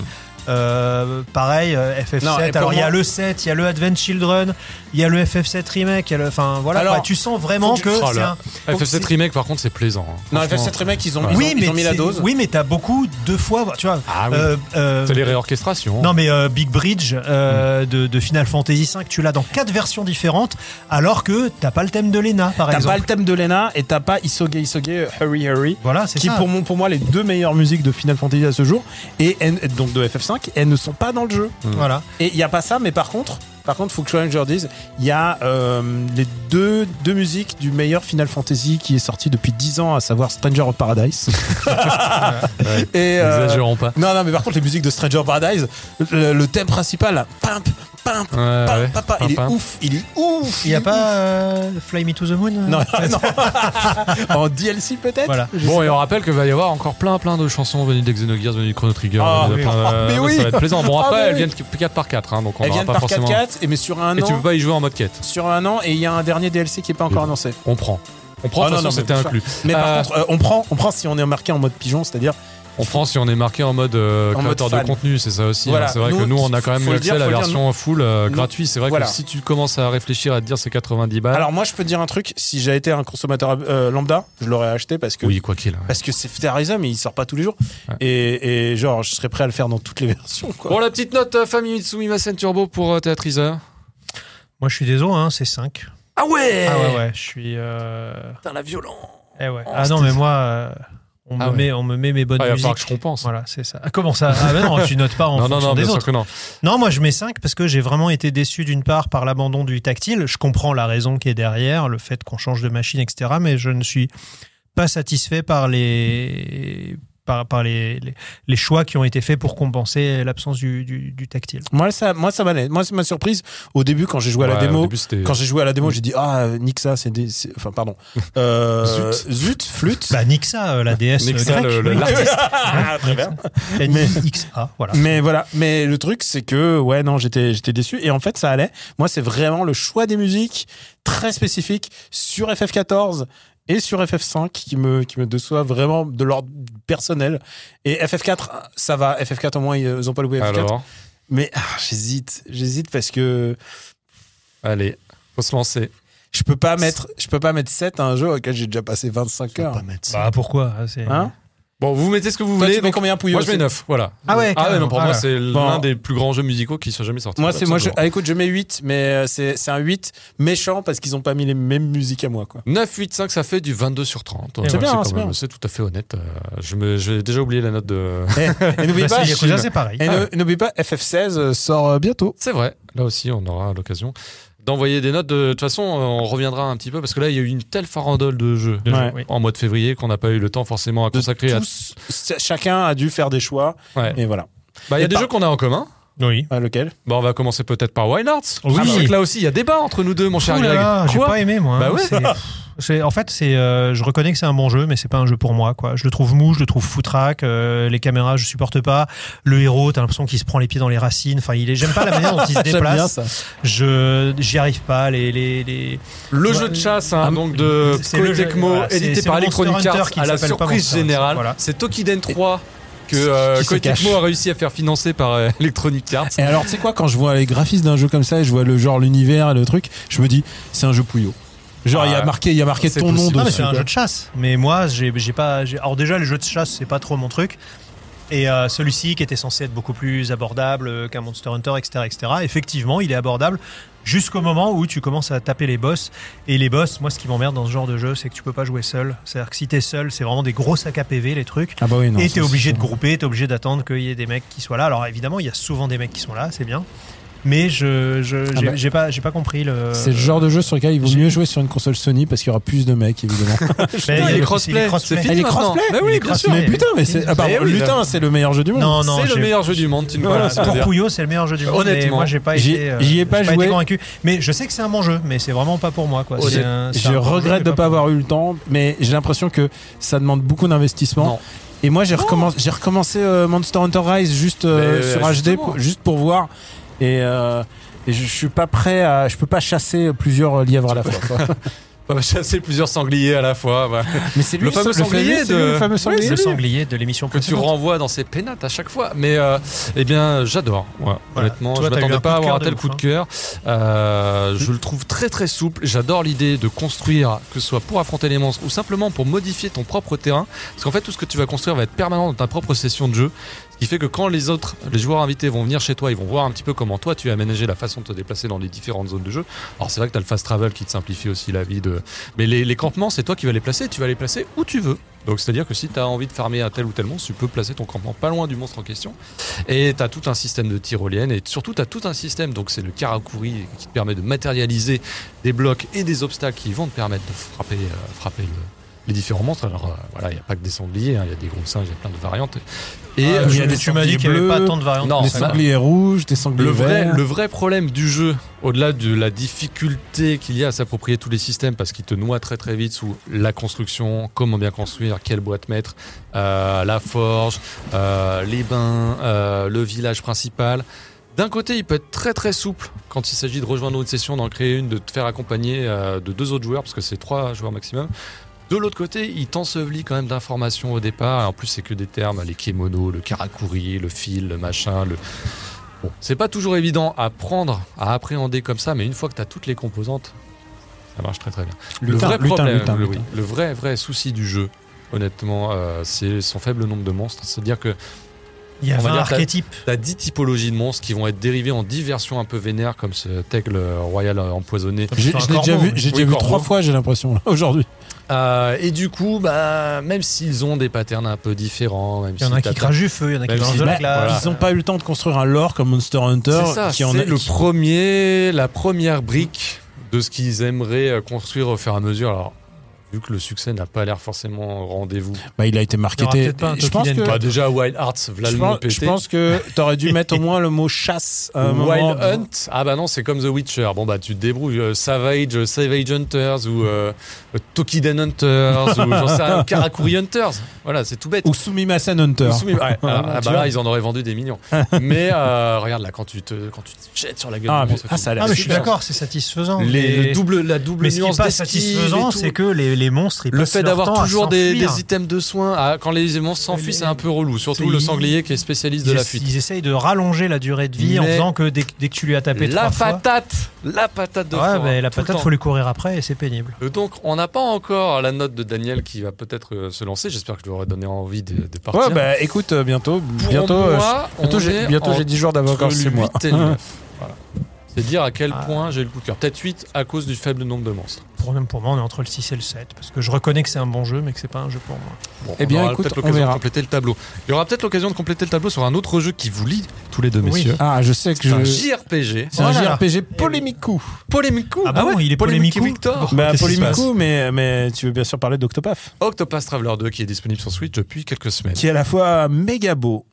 [SPEAKER 1] Mm.
[SPEAKER 2] Euh, pareil, euh, FF7,
[SPEAKER 3] Non, et pour
[SPEAKER 2] alors il y
[SPEAKER 3] moi-
[SPEAKER 2] a le 7, il y a le Advent Children, il y a le FF7 Remake, il y a le- enfin voilà,
[SPEAKER 3] Alors,
[SPEAKER 2] quoi, tu sens vraiment
[SPEAKER 3] faut que
[SPEAKER 2] que,
[SPEAKER 3] je-
[SPEAKER 1] Oh
[SPEAKER 2] c'est
[SPEAKER 1] là.
[SPEAKER 2] un-
[SPEAKER 1] FF7 Remake, par contre, c'est plaisant. hein.
[SPEAKER 3] Non,
[SPEAKER 1] Franchement.
[SPEAKER 3] FF7 Remake, ils ont,
[SPEAKER 1] Ouais.
[SPEAKER 3] ils ont-
[SPEAKER 2] oui,
[SPEAKER 3] ils ont,
[SPEAKER 2] mais
[SPEAKER 3] mis la
[SPEAKER 2] c'est-
[SPEAKER 3] dose.
[SPEAKER 2] Oui, mais t'as beaucoup deux fois, tu vois.
[SPEAKER 1] Ah oui.
[SPEAKER 2] euh, euh,
[SPEAKER 1] C'est les réorchestrations.
[SPEAKER 2] non mais euh, Big Bridge
[SPEAKER 3] Hmm.
[SPEAKER 2] euh, de, de Final Fantasy V, tu l'as dans quatre versions différentes, alors que t'as pas le thème de Lena par
[SPEAKER 3] T'as
[SPEAKER 2] exemple.
[SPEAKER 3] pas le thème de Lena et t'as pas Isoge Isoge euh, Hurry Hurry.
[SPEAKER 2] Voilà, c'est
[SPEAKER 3] Qui
[SPEAKER 2] ça.
[SPEAKER 3] pour, mon, pour moi les deux meilleures musiques de Final Fantasy à ce jour et elles- donc de FF5 elles ne sont pas dans le jeu
[SPEAKER 2] Voilà.
[SPEAKER 3] et il y a pas ça mais par contre par contre faut que Challenger dise il y a euh, les deux, deux musiques du meilleur Final Fantasy qui est sorti depuis 10 ans à savoir Stranger of Paradise
[SPEAKER 1] Ouais.
[SPEAKER 3] et euh,
[SPEAKER 1] N'exagérons hein. pas.
[SPEAKER 3] non non mais par contre les musiques de Stranger of Paradise le, le thème principal là, pimp pimp
[SPEAKER 1] Ouais, ouais.
[SPEAKER 3] pimp, pimp, pimp, il est
[SPEAKER 1] Pimpin.
[SPEAKER 3] ouf il est ouf
[SPEAKER 2] Il n'y a
[SPEAKER 3] il est
[SPEAKER 2] pas euh, Fly Me to the Moon
[SPEAKER 3] Non, non. en DLC peut-être
[SPEAKER 2] Voilà.
[SPEAKER 1] Bon, et on rappelle qu'il va y avoir encore plein plein de chansons venues de Xenogears, venues de Chrono Trigger.
[SPEAKER 3] Ah,
[SPEAKER 1] venues de
[SPEAKER 3] oui.
[SPEAKER 1] plein-
[SPEAKER 3] Ah, mais
[SPEAKER 1] ça
[SPEAKER 3] oui.
[SPEAKER 1] va être plaisant. Bon,
[SPEAKER 3] Ah,
[SPEAKER 1] après,
[SPEAKER 3] mais
[SPEAKER 1] elles
[SPEAKER 3] oui.
[SPEAKER 1] viennent 4 par 4, hein, donc on
[SPEAKER 3] Elles
[SPEAKER 1] n'aura
[SPEAKER 3] viennent
[SPEAKER 1] pas
[SPEAKER 3] par
[SPEAKER 1] forcément.
[SPEAKER 3] 4-4, et mais sur un
[SPEAKER 1] Et tu
[SPEAKER 3] an,
[SPEAKER 1] peux pas y jouer en mode quête.
[SPEAKER 3] sur un an, et il y a un dernier DLC qui est pas encore
[SPEAKER 1] Oui.
[SPEAKER 3] annoncé.
[SPEAKER 1] On prend. On prend,
[SPEAKER 3] Ah,
[SPEAKER 1] de toute
[SPEAKER 3] non,
[SPEAKER 1] façon,
[SPEAKER 3] non,
[SPEAKER 1] c'était
[SPEAKER 3] mais-
[SPEAKER 1] inclus.
[SPEAKER 3] Mais par
[SPEAKER 1] Euh,
[SPEAKER 3] contre, euh, on prend, on prend si on est marqué en mode pigeon, c'est-à-dire
[SPEAKER 1] On prend si on est marqué en mode euh,
[SPEAKER 3] En mode
[SPEAKER 1] créateur
[SPEAKER 3] fan.
[SPEAKER 1] de contenu, c'est ça aussi.
[SPEAKER 3] Voilà.
[SPEAKER 1] hein. C'est vrai
[SPEAKER 3] Nous,
[SPEAKER 1] que nous, on a
[SPEAKER 3] faut-
[SPEAKER 1] quand même
[SPEAKER 3] faut
[SPEAKER 1] eu
[SPEAKER 3] le
[SPEAKER 1] accès
[SPEAKER 3] dire,
[SPEAKER 1] à la
[SPEAKER 3] faut le dire,
[SPEAKER 1] version full euh,
[SPEAKER 3] nous-
[SPEAKER 1] gratuite. C'est vrai
[SPEAKER 3] voilà.
[SPEAKER 1] que si tu commences à réfléchir à te dire c'est 90 balles,
[SPEAKER 3] Alors moi, je peux te dire un truc. Si j'avais été un consommateur euh, lambda, je l'aurais acheté parce que
[SPEAKER 1] oui, quoi qu'il. hein. ouais.
[SPEAKER 3] parce que c'est Terrorism et il sort pas tous les jours.
[SPEAKER 1] Ouais.
[SPEAKER 3] Et, et genre, je serais prêt à le faire dans toutes les versions. Quoi.
[SPEAKER 1] Bon, la petite note euh, famille Mitsumi Masen Turbo pour euh, Théâtriseur.
[SPEAKER 2] Moi, je suis désolé, hein, c'est 5.
[SPEAKER 3] Ah ouais.
[SPEAKER 2] Ah ouais, ouais, je suis. euh,
[SPEAKER 3] Putain, la violence. Oh,
[SPEAKER 2] eh ouais. Ah non, mais moi, euh, on,
[SPEAKER 1] Ah
[SPEAKER 2] me
[SPEAKER 1] ouais.
[SPEAKER 2] met, on me met mes bonnes
[SPEAKER 1] Ah, il va falloir
[SPEAKER 2] musiques.
[SPEAKER 1] que je compense.
[SPEAKER 2] Voilà, c'est ça. Ah, comment ça Ah, bah non, tu notes pas en
[SPEAKER 1] Non, non,
[SPEAKER 2] fonction
[SPEAKER 1] non, bien
[SPEAKER 2] des
[SPEAKER 1] sûr
[SPEAKER 2] autres.
[SPEAKER 1] que non.
[SPEAKER 2] Non, moi, je mets 5 parce que j'ai vraiment été déçu d'une part par l'abandon du tactile. Je comprends la raison qui est derrière, le fait qu'on change de machine, etc. Mais je ne suis pas satisfait par les. Par, par les, les, les choix qui ont été faits pour compenser l'absence du, du- du tactile.
[SPEAKER 3] Moi, ça, moi, ça m'allait. Moi, c'est ma surprise. Au début, quand j'ai joué à la
[SPEAKER 1] Ouais,
[SPEAKER 3] démo,
[SPEAKER 1] au début, euh, mm. c'était-
[SPEAKER 3] quand j'ai joué à la démo, j'ai dit ah nique ça, c'est des, c'est- enfin pardon. Euh,
[SPEAKER 1] Zut.
[SPEAKER 3] zut, flûte.
[SPEAKER 2] Bah, nique ça, euh, la déesse
[SPEAKER 1] Nique ça,
[SPEAKER 2] grecque.
[SPEAKER 1] le- le-
[SPEAKER 2] Oui.
[SPEAKER 1] l'artiste.
[SPEAKER 3] Ah, très bien.
[SPEAKER 2] Il a dit
[SPEAKER 3] Mais-
[SPEAKER 2] XA, voilà.
[SPEAKER 1] Ah,
[SPEAKER 3] Mais voilà, mais le truc c'est que ouais non, j'étais j'étais déçu et en fait ça allait. Moi, c'est vraiment le choix des musiques très spécifique sur FF14 et sur FF5 qui me qui me déçoit vraiment de l'ordre personnel et FF4 ça va, FF4 au moins ils ont pas loué FF4
[SPEAKER 1] Alors,
[SPEAKER 3] mais ah, j'hésite, j'hésite parce que
[SPEAKER 1] allez, faut se lancer.
[SPEAKER 3] je peux pas mettre je peux pas mettre 7 à un jeu auquel j'ai déjà passé 25 heures.
[SPEAKER 2] Bah, pourquoi hein, c'est-
[SPEAKER 3] Hein
[SPEAKER 1] Bon, vous mettez ce que vous
[SPEAKER 3] Toi,
[SPEAKER 1] voulez.
[SPEAKER 3] tu mets
[SPEAKER 1] donc-
[SPEAKER 3] combien Pouillot
[SPEAKER 1] moi, je mets
[SPEAKER 3] c'est-
[SPEAKER 1] 9, voilà.
[SPEAKER 2] Ah ouais,
[SPEAKER 1] Ah ouais, non, pour moi,
[SPEAKER 2] carrément.
[SPEAKER 1] c'est
[SPEAKER 3] Bon.
[SPEAKER 1] l'un des plus grands jeux musicaux qui soit jamais sorti.
[SPEAKER 3] Moi,
[SPEAKER 1] Voilà,
[SPEAKER 3] c'est moi. Je,
[SPEAKER 1] simplement.
[SPEAKER 3] ah, écoute, je mets 8, mais euh, c'est c'est un 8 méchant parce qu'ils ont pas mis les mêmes musiques à moi, quoi.
[SPEAKER 1] 9, 8, 5, ça fait du 22 sur 30. Voilà,
[SPEAKER 3] bien, hein,
[SPEAKER 1] quand
[SPEAKER 3] c'est
[SPEAKER 1] même-
[SPEAKER 3] bien.
[SPEAKER 1] C'est tout à fait honnête. Euh, je me- J'ai déjà oublié la note de.
[SPEAKER 3] Et, Eh, et n'oublie
[SPEAKER 2] Bah,
[SPEAKER 3] pas,
[SPEAKER 2] c'est Yakuza, c'est pareil. Ah,
[SPEAKER 3] et ne- n'oublie pas, FF16 euh, sort euh, bientôt.
[SPEAKER 1] C'est vrai, là aussi on aura l'occasion d'envoyer des notes. De toute façon, euh, on reviendra un petit peu parce que là il y a eu une telle farandole de jeux
[SPEAKER 2] De-
[SPEAKER 3] Ouais.
[SPEAKER 2] oui.
[SPEAKER 1] en mois de février qu'on n'a pas eu le temps forcément à
[SPEAKER 3] De
[SPEAKER 1] consacrer à.
[SPEAKER 3] tous, ch- chacun a dû faire des choix.
[SPEAKER 1] Ouais.
[SPEAKER 3] Et voilà.
[SPEAKER 1] Bah, il y a
[SPEAKER 3] Et
[SPEAKER 1] des
[SPEAKER 3] par-
[SPEAKER 1] jeux qu'on a en commun.
[SPEAKER 2] Oui.
[SPEAKER 3] Ah, lequel
[SPEAKER 1] Bah, on va commencer peut-être par Wild Arts.
[SPEAKER 2] Oui.
[SPEAKER 1] Ah, parce que là aussi il y a débat entre nous deux, mon cher
[SPEAKER 2] Ouh là
[SPEAKER 1] Greg.
[SPEAKER 2] là, j'ai
[SPEAKER 1] Quoi
[SPEAKER 2] pas aimé moi.
[SPEAKER 1] Bah
[SPEAKER 2] hein.
[SPEAKER 1] ouais.
[SPEAKER 2] C'est- c'est- en fait, c'est, euh, je reconnais que c'est un bon jeu, mais c'est pas un jeu pour moi. Quoi. Je le trouve mou, je le trouve foutraque. euh, les caméras, je supporte pas. Le héros, t'as l'impression qu'il se prend les pieds dans les racines. Enfin, il est. J'aime pas la manière dont il se
[SPEAKER 3] Ah, J'aime bien
[SPEAKER 2] déplace.
[SPEAKER 3] ça.
[SPEAKER 2] Je, j'y arrive pas. Les, les, les...
[SPEAKER 1] Le
[SPEAKER 2] Ouais.
[SPEAKER 1] jeu de chasse hein,
[SPEAKER 2] Ah,
[SPEAKER 1] donc de
[SPEAKER 2] c'est
[SPEAKER 1] Koei
[SPEAKER 2] le jeu-
[SPEAKER 1] Tecmo,
[SPEAKER 2] voilà, c'est-
[SPEAKER 1] édité
[SPEAKER 2] c'est
[SPEAKER 1] par
[SPEAKER 2] le
[SPEAKER 1] Electronic
[SPEAKER 2] Monster Hunter
[SPEAKER 1] Arts
[SPEAKER 2] qui
[SPEAKER 1] à la
[SPEAKER 2] s'appelle pas
[SPEAKER 1] surprise
[SPEAKER 2] Monster Hunter,
[SPEAKER 1] générale.
[SPEAKER 2] voilà.
[SPEAKER 1] C'est Tokiden 3 que euh,
[SPEAKER 3] Qui se
[SPEAKER 1] Koei Tecmo
[SPEAKER 3] cache.
[SPEAKER 1] a réussi à faire financer par euh, Electronic Arts.
[SPEAKER 3] Et alors, tu sais quoi, quand je vois les graphismes d'un jeu comme ça et je vois le genre, l'univers et le truc, je me dis, c'est un jeu Pouillot. Genre,
[SPEAKER 1] Ah,
[SPEAKER 3] il y a marqué, il y a marqué
[SPEAKER 1] c'est
[SPEAKER 3] ton
[SPEAKER 1] possible.
[SPEAKER 3] nom
[SPEAKER 2] Non, mais
[SPEAKER 3] dessus.
[SPEAKER 2] c'est un
[SPEAKER 3] quoi.
[SPEAKER 2] jeu de chasse. Mais moi, j'ai, j'ai pas. j'ai- Alors déjà, les jeux de chasse, c'est pas trop mon truc. Et euh, celui-ci, qui était censé être beaucoup plus abordable euh, qu'un Monster Hunter, etc., etc., effectivement, il est abordable jusqu'au moment où tu commences à taper les boss. Et les boss, moi, ce qui m'emmerde dans ce genre de jeu, c'est que tu peux pas jouer seul. C'est-à-dire que si t'es seul, c'est vraiment des gros sacs à PV, les trucs.
[SPEAKER 3] Ah bah oui, non.
[SPEAKER 2] et
[SPEAKER 3] ça,
[SPEAKER 2] t'es
[SPEAKER 3] c'est
[SPEAKER 2] obligé
[SPEAKER 3] sûr.
[SPEAKER 2] de grouper, t'es obligé d'attendre qu'il y ait des mecs qui soient là. Alors évidemment, il y a souvent des mecs qui sont là, c'est bien. mais je je- j'ai
[SPEAKER 5] bah.
[SPEAKER 2] j'ai pas j'ai pas compris le.
[SPEAKER 3] C'est le genre de jeu sur lequel il vaut
[SPEAKER 2] j'ai-
[SPEAKER 3] mieux jouer sur une console Sony parce qu'il y aura plus de mecs, évidemment.
[SPEAKER 1] Non,
[SPEAKER 2] Mais il y a
[SPEAKER 1] il est
[SPEAKER 2] le- il
[SPEAKER 1] crossplay,
[SPEAKER 2] est
[SPEAKER 1] c'est
[SPEAKER 2] crossplay.
[SPEAKER 1] fini
[SPEAKER 3] Il est
[SPEAKER 1] maintenant.
[SPEAKER 3] crossplay
[SPEAKER 1] Mais
[SPEAKER 2] Il
[SPEAKER 1] oui,
[SPEAKER 2] est
[SPEAKER 1] bien sûr.
[SPEAKER 2] crossplay.
[SPEAKER 3] mais putain, mais c'est. ah, pardon,
[SPEAKER 1] Mais oui,
[SPEAKER 3] lutin, c'est le meilleur jeu du monde.
[SPEAKER 2] Non, non,
[SPEAKER 1] C'est le
[SPEAKER 2] j'ai-
[SPEAKER 1] meilleur jeu du monde, tu ne
[SPEAKER 2] Voilà,
[SPEAKER 1] peux pas
[SPEAKER 2] pour
[SPEAKER 1] le dire.
[SPEAKER 2] Pouillot, c'est le meilleur jeu du monde.
[SPEAKER 1] Honnêtement,
[SPEAKER 2] mais moi, j'ai pas
[SPEAKER 3] j'y-
[SPEAKER 2] été, euh,
[SPEAKER 3] j'y ai pas
[SPEAKER 2] j'ai
[SPEAKER 3] joué.
[SPEAKER 2] été convaincu. Mais je sais que c'est un bon jeu, mais c'est vraiment pas pour moi. Quoi.
[SPEAKER 1] Honnête-
[SPEAKER 2] C'est un- c'est
[SPEAKER 3] Je
[SPEAKER 2] un bon jeu,
[SPEAKER 3] regrette de
[SPEAKER 2] mais
[SPEAKER 3] ne pas avoir eu le temps, mais j'ai l'impression que ça demande beaucoup d'investissement.
[SPEAKER 1] Non.
[SPEAKER 3] Et moi, j'ai
[SPEAKER 1] Oh
[SPEAKER 3] recommencé, j'ai recommencé euh, Monster Hunter Rise juste euh,
[SPEAKER 1] Mais, euh,
[SPEAKER 3] sur HD,
[SPEAKER 1] justement.
[SPEAKER 3] pour- juste pour voir. Et, euh, et je, je suis pas prêt à. Je peux pas chasser plusieurs euh, lièvres à la fois. quoi.
[SPEAKER 1] On va chasser plusieurs sangliers à la fois. voilà.
[SPEAKER 3] mais c'est lui
[SPEAKER 1] Le fameux
[SPEAKER 3] ce-
[SPEAKER 1] sanglier
[SPEAKER 3] c'est lui,
[SPEAKER 1] de-
[SPEAKER 3] le fameux
[SPEAKER 1] Oui,
[SPEAKER 3] sanglier.
[SPEAKER 2] C'est
[SPEAKER 1] C'est
[SPEAKER 2] le
[SPEAKER 1] lui.
[SPEAKER 2] sanglier de l'émission
[SPEAKER 1] que tu
[SPEAKER 2] précédente.
[SPEAKER 1] renvoies dans ces pénates à chaque fois. Mais euh, eh bien, j'adore. Ouais,
[SPEAKER 2] Voilà.
[SPEAKER 1] Honnêtement,
[SPEAKER 2] Toi,
[SPEAKER 1] je
[SPEAKER 2] t'as eu
[SPEAKER 1] m'attendais
[SPEAKER 2] un coup
[SPEAKER 1] pas à
[SPEAKER 2] de
[SPEAKER 1] avoir un
[SPEAKER 2] cœur de
[SPEAKER 1] tel
[SPEAKER 2] ouf, hein.
[SPEAKER 1] coup de cœur. Euh, Je le trouve très très souple. J'adore l'idée de construire, que ce soit pour affronter les monstres ou simplement pour modifier ton propre terrain. Parce qu'en fait, tout ce que tu vas construire va être permanent dans ta propre session de jeu. Ce qui fait que quand les autres, les joueurs invités vont venir chez toi, ils vont voir un petit peu comment toi tu as aménagé la façon de te déplacer dans les différentes zones de jeu. Alors c'est vrai que tu as le fast travel qui te simplifie aussi la vie de. Mais les, les campements, c'est toi qui vas les placer, tu vas les placer où tu veux. Donc c'est-à-dire que si tu as envie de farmer un tel ou tel monstre, tu peux placer ton campement pas loin du monstre en question. Et tu as tout un système de tyrolienne et surtout tu as tout un système, donc c'est le karakuri qui te permet de matérialiser des blocs et des obstacles qui vont te permettre de frapper, euh, frapper le- les différents monstres. Alors euh, voilà, il n'y a pas que des sangliers, hein, il y a des gros singes, il y a plein de variantes. Et
[SPEAKER 2] Ah,
[SPEAKER 1] euh,
[SPEAKER 2] je-
[SPEAKER 3] il y a des
[SPEAKER 2] tu m'as dit
[SPEAKER 3] sangliers
[SPEAKER 2] qu'il n'y avait
[SPEAKER 3] bleus.
[SPEAKER 2] pas tant de variantes.
[SPEAKER 1] Non,
[SPEAKER 2] que
[SPEAKER 3] Des
[SPEAKER 2] ça, quoi.
[SPEAKER 3] sangliers rouges, des sangliers
[SPEAKER 1] le vrai,
[SPEAKER 3] verts.
[SPEAKER 1] le vrai problème du jeu, au-delà de la difficulté qu'il y a à s'approprier tous les systèmes, parce qu'il te noie très très vite sous la construction, comment bien construire, quelle boîte mettre, euh, la forge, euh, les bains, euh, le village principal. D'un côté, il peut être très très souple quand il s'agit de rejoindre une session, d'en créer une, de te faire accompagner euh, de deux autres joueurs, parce que c'est trois joueurs maximum. De l'autre côté, il t'ensevelit quand même d'informations au départ. Et en plus, c'est que des termes, les kimonos, le karakuri, le fil, le machin, le, Bon, c'est pas toujours évident à prendre, à appréhender comme ça, mais une fois que tu as toutes les composantes, ça marche très très bien. le
[SPEAKER 3] Lutin,
[SPEAKER 1] vrai
[SPEAKER 3] lutin,
[SPEAKER 1] problème,
[SPEAKER 3] lutin,
[SPEAKER 1] le,
[SPEAKER 3] lutin.
[SPEAKER 1] oui, le vrai vrai souci du jeu, honnêtement, euh, c'est son faible nombre de monstres. C'est-à-dire que
[SPEAKER 2] Il y
[SPEAKER 1] On
[SPEAKER 2] avait
[SPEAKER 1] va
[SPEAKER 2] un
[SPEAKER 1] dire que t'as-
[SPEAKER 2] archétype.
[SPEAKER 1] T'as 10 typologies de monstres qui vont être dérivées en 10 versions un peu vénères, comme ce Taigle Royal empoisonné.
[SPEAKER 3] J'ai-
[SPEAKER 2] Putain,
[SPEAKER 3] Je l'ai
[SPEAKER 2] un
[SPEAKER 3] déjà
[SPEAKER 2] corbeau,
[SPEAKER 3] vu, j'ai
[SPEAKER 1] oui,
[SPEAKER 3] déjà vu
[SPEAKER 1] corbeau.
[SPEAKER 3] trois fois, j'ai l'impression, là, aujourd'hui.
[SPEAKER 1] Euh, et du coup, bah, même s'ils ont des patterns un peu différents, même
[SPEAKER 2] Il y en a
[SPEAKER 1] si
[SPEAKER 2] un
[SPEAKER 1] t'as-
[SPEAKER 2] qui crache du feu, il y en a qui
[SPEAKER 1] Même
[SPEAKER 2] lance
[SPEAKER 1] si-
[SPEAKER 2] de la
[SPEAKER 1] bah,
[SPEAKER 2] glace.
[SPEAKER 3] Ils n'ont pas eu le temps de construire un lore comme Monster Hunter.
[SPEAKER 1] C'est ça,
[SPEAKER 3] qui
[SPEAKER 1] c'est
[SPEAKER 3] en a-
[SPEAKER 1] le
[SPEAKER 3] qui-
[SPEAKER 1] premier, la première brique de ce qu'ils aimeraient euh, construire au fur et à mesure. Alors, vu que le succès n'a pas l'air forcément au rendez-vous.
[SPEAKER 3] bah, il a été
[SPEAKER 2] Il y aura
[SPEAKER 3] marketé.
[SPEAKER 2] peut-être pas un
[SPEAKER 3] Je pense
[SPEAKER 2] Tolkien
[SPEAKER 3] que.
[SPEAKER 1] Bah, déjà, Wild Hearts, v'là
[SPEAKER 3] Euh, Je
[SPEAKER 1] le
[SPEAKER 3] pense,
[SPEAKER 1] mot pété.
[SPEAKER 3] je pense que t'aurais dû mettre au moins le mot chasse à un moment.
[SPEAKER 1] Wild Hunt, ah bah non, c'est comme The Witcher. Bon bah tu te débrouilles. euh, Savage, euh, Savage Hunters ou euh, euh, Tokiden Hunters ou j'en sais rien, Karakuri Hunters. Voilà, c'est tout bête.
[SPEAKER 3] Ou Sumimasen Hunter.
[SPEAKER 1] Soumis- ouais, ah, ah,
[SPEAKER 3] Tu
[SPEAKER 1] bah
[SPEAKER 3] vois
[SPEAKER 1] là, ils en auraient vendu des millions. Mais euh, regarde là, quand tu te, quand tu te jettes sur la gueule,
[SPEAKER 3] Ah,
[SPEAKER 1] du
[SPEAKER 3] mais-
[SPEAKER 1] monstre,
[SPEAKER 3] ah, ça a l'air
[SPEAKER 2] Ah, mais je suis
[SPEAKER 3] super.
[SPEAKER 2] d'accord, c'est satisfaisant.
[SPEAKER 1] Les,
[SPEAKER 2] mais-
[SPEAKER 1] le double, la double
[SPEAKER 2] Mais ce qui est
[SPEAKER 1] nuance
[SPEAKER 2] pas
[SPEAKER 1] d'esquive et
[SPEAKER 2] satisfaisant,
[SPEAKER 1] tout.
[SPEAKER 2] c'est que les, les monstres, ils
[SPEAKER 1] Le
[SPEAKER 2] passent
[SPEAKER 1] fait
[SPEAKER 2] leur temps
[SPEAKER 1] d'avoir
[SPEAKER 2] à
[SPEAKER 1] toujours des,
[SPEAKER 2] s'enfuir.
[SPEAKER 1] des items de soins, ah, quand les monstres s'enfuient,
[SPEAKER 2] Les-
[SPEAKER 1] c'est un peu relou. Surtout
[SPEAKER 2] c'est-
[SPEAKER 1] le sanglier qui est spécialiste de
[SPEAKER 2] ils,
[SPEAKER 1] la
[SPEAKER 2] ess-
[SPEAKER 1] fuite.
[SPEAKER 2] ils essayent de rallonger la durée de vie en
[SPEAKER 1] Mais-
[SPEAKER 2] faisant que dès, que- dès que tu lui as tapé
[SPEAKER 1] La
[SPEAKER 2] trois fois,
[SPEAKER 1] patate La patate de
[SPEAKER 2] ouais,
[SPEAKER 1] forain,
[SPEAKER 2] bah,
[SPEAKER 1] tout
[SPEAKER 2] la
[SPEAKER 1] le
[SPEAKER 2] patate,
[SPEAKER 1] temps.
[SPEAKER 2] faut lui courir après et c'est pénible.
[SPEAKER 1] Euh, Donc, on n'a pas encore la note de Daniel qui va peut-être euh, se lancer. J'espère que je lui aurai donné envie de, de partir.
[SPEAKER 3] Ouais, bah écoute, euh, bientôt.
[SPEAKER 1] Pour
[SPEAKER 3] bientôt, euh,
[SPEAKER 1] moi,
[SPEAKER 3] je- bientôt,
[SPEAKER 1] on
[SPEAKER 3] j'ai,
[SPEAKER 1] est
[SPEAKER 3] bientôt j'ai
[SPEAKER 1] entre
[SPEAKER 3] 10 jours d'avocat, c'est moi.
[SPEAKER 1] 8 et 9. Voilà. C'est dire à quel
[SPEAKER 2] Ah.
[SPEAKER 1] point j'ai eu le coup de cœur. Peut-être 8 à cause du faible nombre de monstres.
[SPEAKER 2] Pour, même pour moi, on est entre le 6 et le 7, parce que je reconnais que c'est un bon jeu, mais que c'est pas un jeu pour moi.
[SPEAKER 1] Bon,
[SPEAKER 3] Eh
[SPEAKER 1] on
[SPEAKER 3] bien,
[SPEAKER 1] aura
[SPEAKER 3] écoute,
[SPEAKER 1] peut-être
[SPEAKER 3] on
[SPEAKER 1] l'occasion de
[SPEAKER 3] verra.
[SPEAKER 1] compléter le tableau. Il y aura peut-être l'occasion de compléter le tableau sur un autre jeu qui vous lie tous les deux,
[SPEAKER 2] Oui.
[SPEAKER 1] messieurs.
[SPEAKER 3] Ah, je sais que
[SPEAKER 1] C'est un
[SPEAKER 3] je.
[SPEAKER 1] JRPG.
[SPEAKER 3] C'est un
[SPEAKER 2] Voilà.
[SPEAKER 3] JRPG polémique coup.
[SPEAKER 1] Polémico.
[SPEAKER 2] Ah bah oui, il est
[SPEAKER 1] Polémico
[SPEAKER 2] polémico.
[SPEAKER 1] Victor.
[SPEAKER 3] Bah,
[SPEAKER 2] qu'est-ce qui se
[SPEAKER 3] polémique
[SPEAKER 2] passe
[SPEAKER 3] coup, mais, mais tu veux bien sûr parler d'Octopath.
[SPEAKER 1] Octopath Traveler 2 qui est disponible sur Switch depuis quelques semaines.
[SPEAKER 3] qui est à la fois méga beau,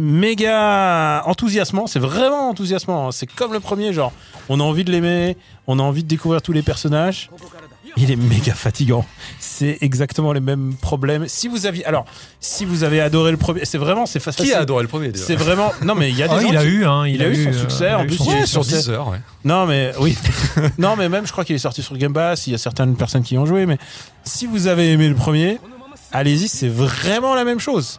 [SPEAKER 3] méga enthousiasmant. C'est vraiment enthousiasmant. hein. C'est comme le premier, genre, on a envie de l'aimer, on a envie de découvrir tous les personnages. Il est méga fatigant. C'est exactement les mêmes problèmes. Si vous aviez, alors, si vous avez adoré le premier, c'est vraiment, c'est facile.
[SPEAKER 1] Qui a adoré le premier déjà
[SPEAKER 3] C'est vraiment. Non, mais il y a des
[SPEAKER 2] Ah,
[SPEAKER 3] gens
[SPEAKER 2] il a
[SPEAKER 3] qui-
[SPEAKER 2] eu, hein,
[SPEAKER 3] il a eu son succès, en plus,
[SPEAKER 1] Il
[SPEAKER 3] il
[SPEAKER 1] est
[SPEAKER 3] Ouais,
[SPEAKER 1] sur
[SPEAKER 3] sur
[SPEAKER 1] 10 heures, ouais.
[SPEAKER 3] Non, mais oui. non, mais même, je crois qu'il est sorti sur Game Pass. Il y a certaines personnes qui y ont joué. Mais si vous avez aimé le premier, allez-y, c'est vraiment la même chose.